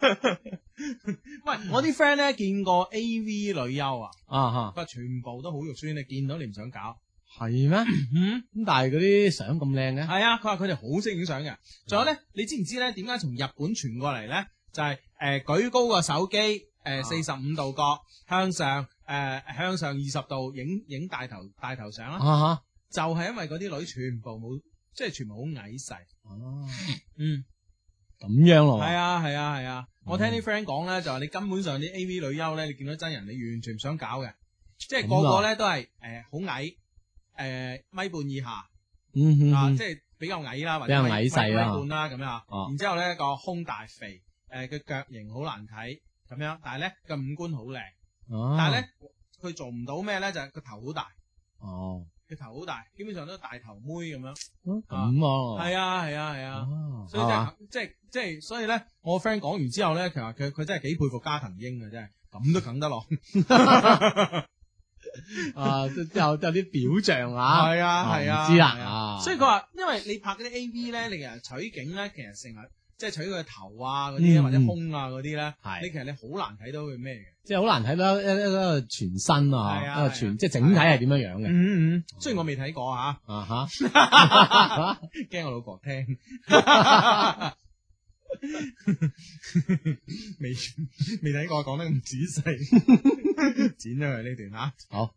[SPEAKER 1] 喂，我啲 friend 咧見過 A.V. 女優啊，
[SPEAKER 4] 啊
[SPEAKER 1] 佢話全部都好肉酸，你見到你唔想搞。
[SPEAKER 4] 吓，系咩？
[SPEAKER 1] 嗯，
[SPEAKER 4] 咁但係嗰啲相咁靚嘅，
[SPEAKER 1] 係啊，佢話佢哋好識影相嘅。仲有咧，你知唔知咧點解從日本傳過嚟咧？就係、誒、舉高個手機，誒、诶四十五度角向上诶向上二十度影影大頭大頭相啦，
[SPEAKER 3] 啊
[SPEAKER 1] 就係因為嗰啲女全部冇，即係全部好矮細。
[SPEAKER 3] 吓，哦，
[SPEAKER 1] 嗯，
[SPEAKER 3] 咁样咯，
[SPEAKER 1] 係啊係啊係啊，我聽
[SPEAKER 3] 哦嗯
[SPEAKER 1] 啲 friend 講咧，就話你根本上啲 A V 女優咧，你見到真人你完全唔想
[SPEAKER 3] 啊
[SPEAKER 1] 搞嘅，即係個個咧都係诶好矮，诶米半以下。
[SPEAKER 3] 嗯哼
[SPEAKER 1] 啊，
[SPEAKER 3] 哼
[SPEAKER 1] 即係比較矮啦，或
[SPEAKER 3] 比
[SPEAKER 1] 者
[SPEAKER 3] 較
[SPEAKER 1] 米
[SPEAKER 3] 矮細啦
[SPEAKER 1] 米米半啦咁樣啊
[SPEAKER 3] 哦。
[SPEAKER 1] 然之後咧個胸大肥，誒個腳型好難睇咁樣，但係咧個五官好靚，
[SPEAKER 3] 啊
[SPEAKER 1] 但係咧佢做唔到咩咧就係個頭好大，
[SPEAKER 3] 哦，
[SPEAKER 1] 個頭好大，基本上都大頭妹咁樣。
[SPEAKER 3] 咁啊，
[SPEAKER 1] 係啊係啊係啊，
[SPEAKER 3] 哦
[SPEAKER 1] 所以即係即係即係，所以咧我 friend 講完之後咧，其實佢佢真係幾佩服加藤英嘅真係。咁都啃得落，
[SPEAKER 3] 啊，即係有有啲表象啊，
[SPEAKER 1] 係啊係啊，
[SPEAKER 3] 唔知啦
[SPEAKER 1] 係啊
[SPEAKER 3] 啊，
[SPEAKER 1] 所以佢話，因為你拍嗰啲 A V 咧，你其實取景咧，其實成日即係取佢嘅頭啊嗰啲，
[SPEAKER 3] 嗯
[SPEAKER 1] 或者胸啊嗰啲咧，
[SPEAKER 3] 係
[SPEAKER 1] 你其實你好難睇到佢咩嘅。
[SPEAKER 3] 即係好難睇到一一一個全身啊，
[SPEAKER 1] 係啊
[SPEAKER 3] 一個全即係整體係點樣樣嘅
[SPEAKER 1] 嗯嗯，雖然我未睇過吓，
[SPEAKER 3] 啊 吓，
[SPEAKER 1] 驚我老婆聽。未未睇過，講得咁仔細，剪咗佢呢段吓。
[SPEAKER 3] 好，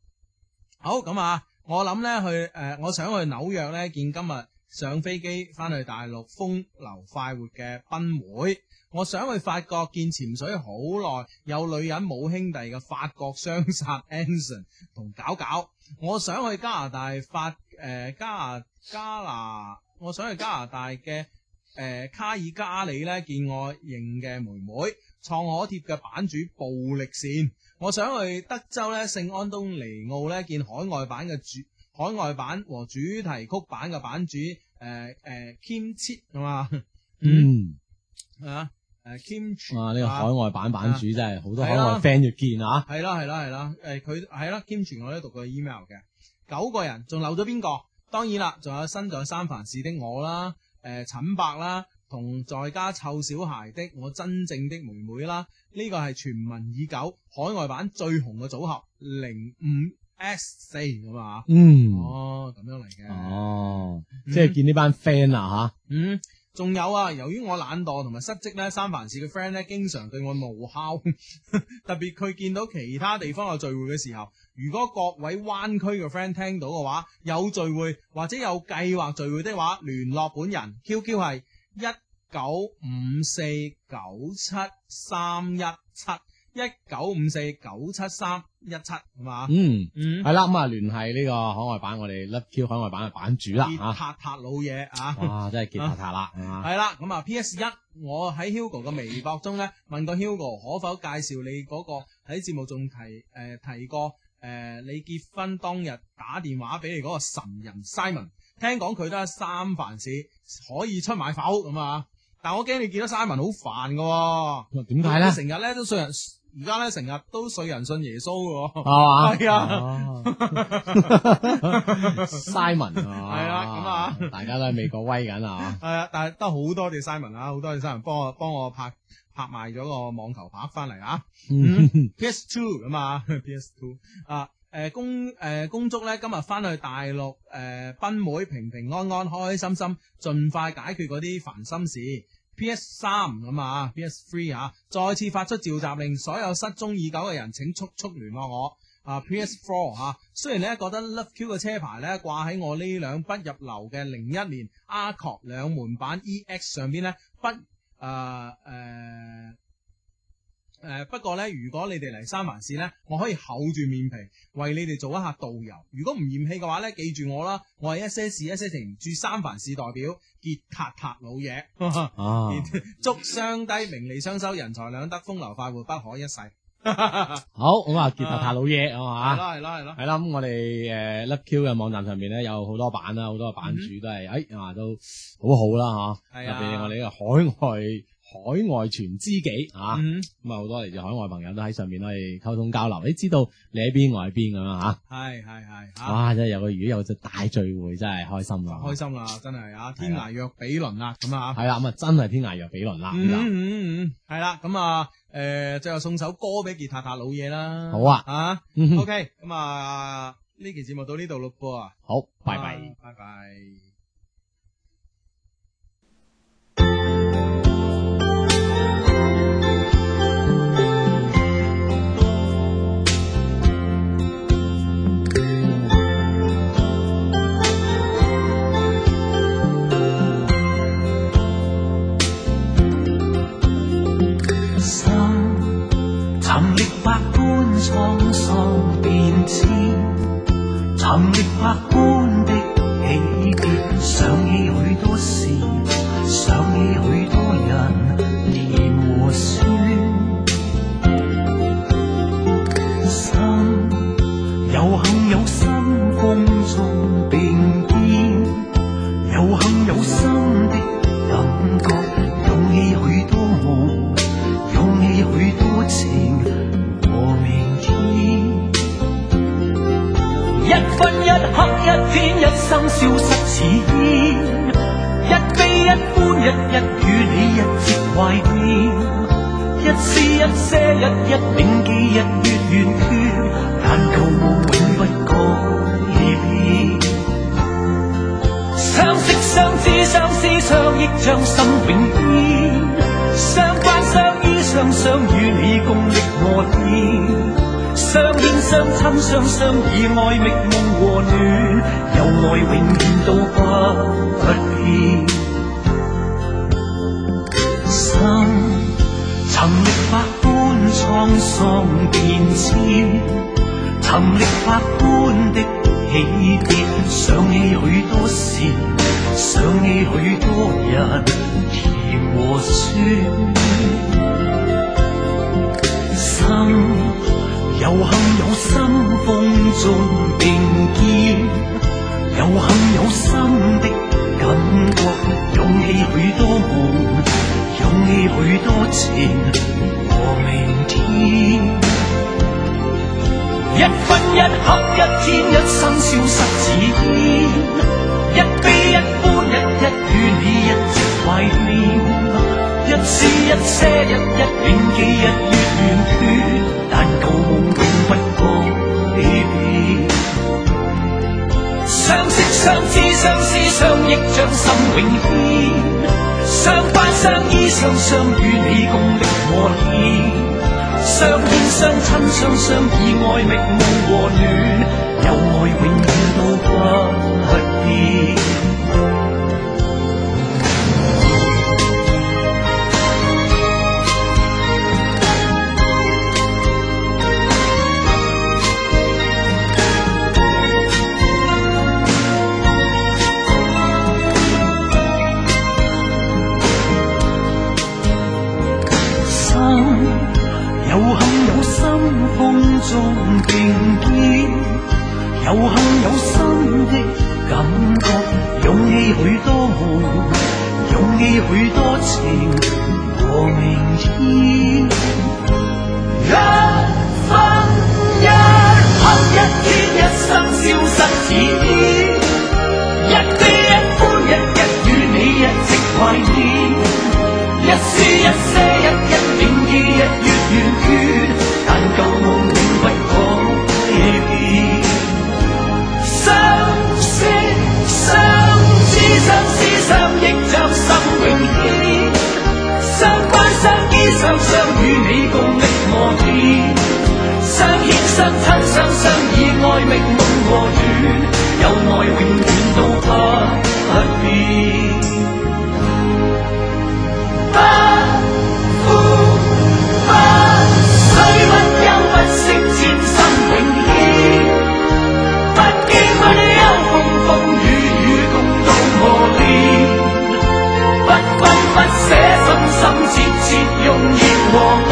[SPEAKER 1] 好咁啊！我諗咧去诶、呃我想去紐約咧見今日上飛機翻去大陸風流快活嘅賓會。我想去法國見潛水好耐，有女人冇兄弟嘅法國雙殺 Anson 同搞搞。我想去加拿大法诶、加拿加拿，我想去加拿大嘅。誒、卡爾加里咧見我認嘅妹妹，創可貼嘅版主暴力線，我想去德州咧聖安東尼奧咧見海外版嘅主海外版和主題曲版嘅版主誒誒 Kim Chi 啊嘛，
[SPEAKER 3] 嗯。
[SPEAKER 1] 啊誒 Kim Chi
[SPEAKER 3] 啊！呢個海外版版主真係好多海
[SPEAKER 1] 係
[SPEAKER 3] 外
[SPEAKER 1] 啊
[SPEAKER 3] friend 要見啊！
[SPEAKER 1] 系啦系啦系啦，诶佢係啦，兼住我都讀過 email 嘅，九個人仲漏咗邊個？當然啦，仲有身在三藩市的我啦，诶、陳伯啦，同在家湊小孩的我真正的妹妹啦，呢個係傳聞已久海外版最紅嘅組合零五 S 四咁啊，
[SPEAKER 3] 嗯，
[SPEAKER 1] 哦咁樣嚟嘅，
[SPEAKER 3] 哦，即係見呢班 friend 啊
[SPEAKER 1] 嗯，仲有啊，由於我懶惰同埋失職咧，三藩市嘅 friend 咧經常對我怒敲， 特別佢見到其他地方有聚會嘅時候，如果各位灣區嘅 friend 聽到嘅話，有聚會或者有計劃聚會的話，聯絡本人 QQ 係一九五四九七三一七一九五四九七三一七，係嘛
[SPEAKER 3] 吓，？嗯，
[SPEAKER 1] 嗯，
[SPEAKER 3] 係啦，咁啊聯繫呢個海外版我哋 Love Q 海外版嘅版主啦
[SPEAKER 1] 傑
[SPEAKER 3] 吓，
[SPEAKER 1] 塔塔老嘢啊！
[SPEAKER 3] 哇，真係傑塔塔啦，係嘛
[SPEAKER 1] 系啦，咁啊 P.S. 一，我喺 Hugo 嘅微博中咧問過 Hugo 可否介紹你嗰、個喺節目仲提誒、呃提過誒、呃你結婚當日打電話俾你嗰個神人 Simon，聽講佢都喺三藩市，可以出賣否咁啊？但我驚你見到 Simon 好煩嘅喎，
[SPEAKER 3] 啊點解咧？
[SPEAKER 1] 佢成日咧都信人，而家咧成日都信人信耶穌嘅喎。
[SPEAKER 3] 係嘛？
[SPEAKER 1] 係啊。
[SPEAKER 3] Simon 啊，
[SPEAKER 1] 係啦咁啊
[SPEAKER 3] 大家都喺美國威緊啊，
[SPEAKER 1] 係啊，但係都好多謝 Simon 啊，好多謝 Simon 幫我幫我拍拍賣咗個網球拍翻嚟啊！PS Two 咁啊，PS Two 啊，诶、公诶、公祝咧今日翻去大陸诶賓會平平安安開開心心，盡快解決嗰啲煩心事。PS 三咁啊，PS Three 啊，再次發出召集令，所有失蹤已久嘅人請速速聯絡我。啊，PS Four 啊，雖然咧覺得 Love Q 嘅車牌咧掛喺我呢輛不入流嘅零一年 a r c o 兩門版 EX 上邊咧不啊誒誒。呃誒、呃不過咧，如果你哋嚟三藩市咧，我可以厚住面皮為你哋做一下導遊。如果唔嫌棄嘅話咧，記住我啦，我係一些事一些情駐三藩市代表傑塔塔老嘢，
[SPEAKER 3] 啊，
[SPEAKER 1] 祝雙低名利雙收，人財兩得，風流快活，不可一世。
[SPEAKER 3] 好，咁啊，傑塔塔老嘢，係嘛？
[SPEAKER 1] 係啦係啦係啦，
[SPEAKER 3] 係啦，咁我哋，誒，Love Q 嘅網站上面呢，有好多版啦，好多版主都係，哎，啊，都好好啦，嚇，
[SPEAKER 1] 係啊。
[SPEAKER 3] 特別係我哋呢個海外-海外傳知己，啊，
[SPEAKER 1] 嗯，
[SPEAKER 3] 咁啊，好多嚟自海外朋友都喺上面可以溝通交流，你知道你喺邊，我喺邊咁樣，嚇。
[SPEAKER 1] 係係係嚇。
[SPEAKER 3] 啊哇，真係有個-如果有隻大聚會，真係開心啊。
[SPEAKER 1] 啊開心啦，真係啊！天涯若比鄰啦，咁啊，
[SPEAKER 3] 系啦，咁啊真係天涯若比鄰啦，
[SPEAKER 1] 嗯
[SPEAKER 3] 呢個
[SPEAKER 1] 嗯嗯，係啦，咁啊，誒，最後送首歌俾傑塔塔老嘢啦。
[SPEAKER 3] 好啊
[SPEAKER 1] 啊。
[SPEAKER 3] 嗯哼
[SPEAKER 1] OK，咁啊，呢期节目到呢度咯噃啊，
[SPEAKER 3] 好，拜拜。
[SPEAKER 1] 啊，拜拜。
[SPEAKER 5] Hãy subscribe cho kênh Ghiền Mì Gõ Để không bỏ lỡ
[SPEAKER 2] 百般滄桑變遷，尋覓百般的喜別，想起許多事，想起許多人，念和酸。生有幸有心，風中並肩。有幸有心的感覺，湧起許多夢，湧起許多情和明天。一分一刻一天一生消失似煙，一悲一歡日日與你一直懷念，一絲一些日日銘記日月圓缺，但舊夢永不改變。相識相知相思相憶，將心永牽。相關相依相想，與你共歷磨練。相戀相親相相以愛覓夢和暖，有愛永遠都不變。生曾歷百般滄桑變遷。尋歷百般的喜別，想起許多事，想起許多人，甜和酸。生有幸有心，風中並肩，有幸有心的感覺，湧起許多夢，湧起許多情和明天。一分一刻一天一生消失似煙，一悲一歡日日與你一直懷念，一絲一些日日永記日月圓缺，但舊夢永不改變。相識相知相思相憶，將心永牽，相關相依相相與你共歷磨練。相牽相親相相以愛覓夢和暖，有愛永遠都不變。心有幸有心，風中並肩；有幸有心的感覺，湧起許多夢，湧起許多情和明天。一分一刻，一天一生消失似煙，一悲一歡，日日與你一直懷念。一絲一些，一一點記，日月圓缺，但舊夢永不改變。相識相知相思相憶，將心永牽。相關相依相相，與你共歷磨練。相牽相親相相，以愛覓夢和暖，有愛永遠都不變。不呼不需，不憂不息，專心永牽。不驚不憂，風風雨雨共度磨練。不分不捨，心心切切，用熱和愛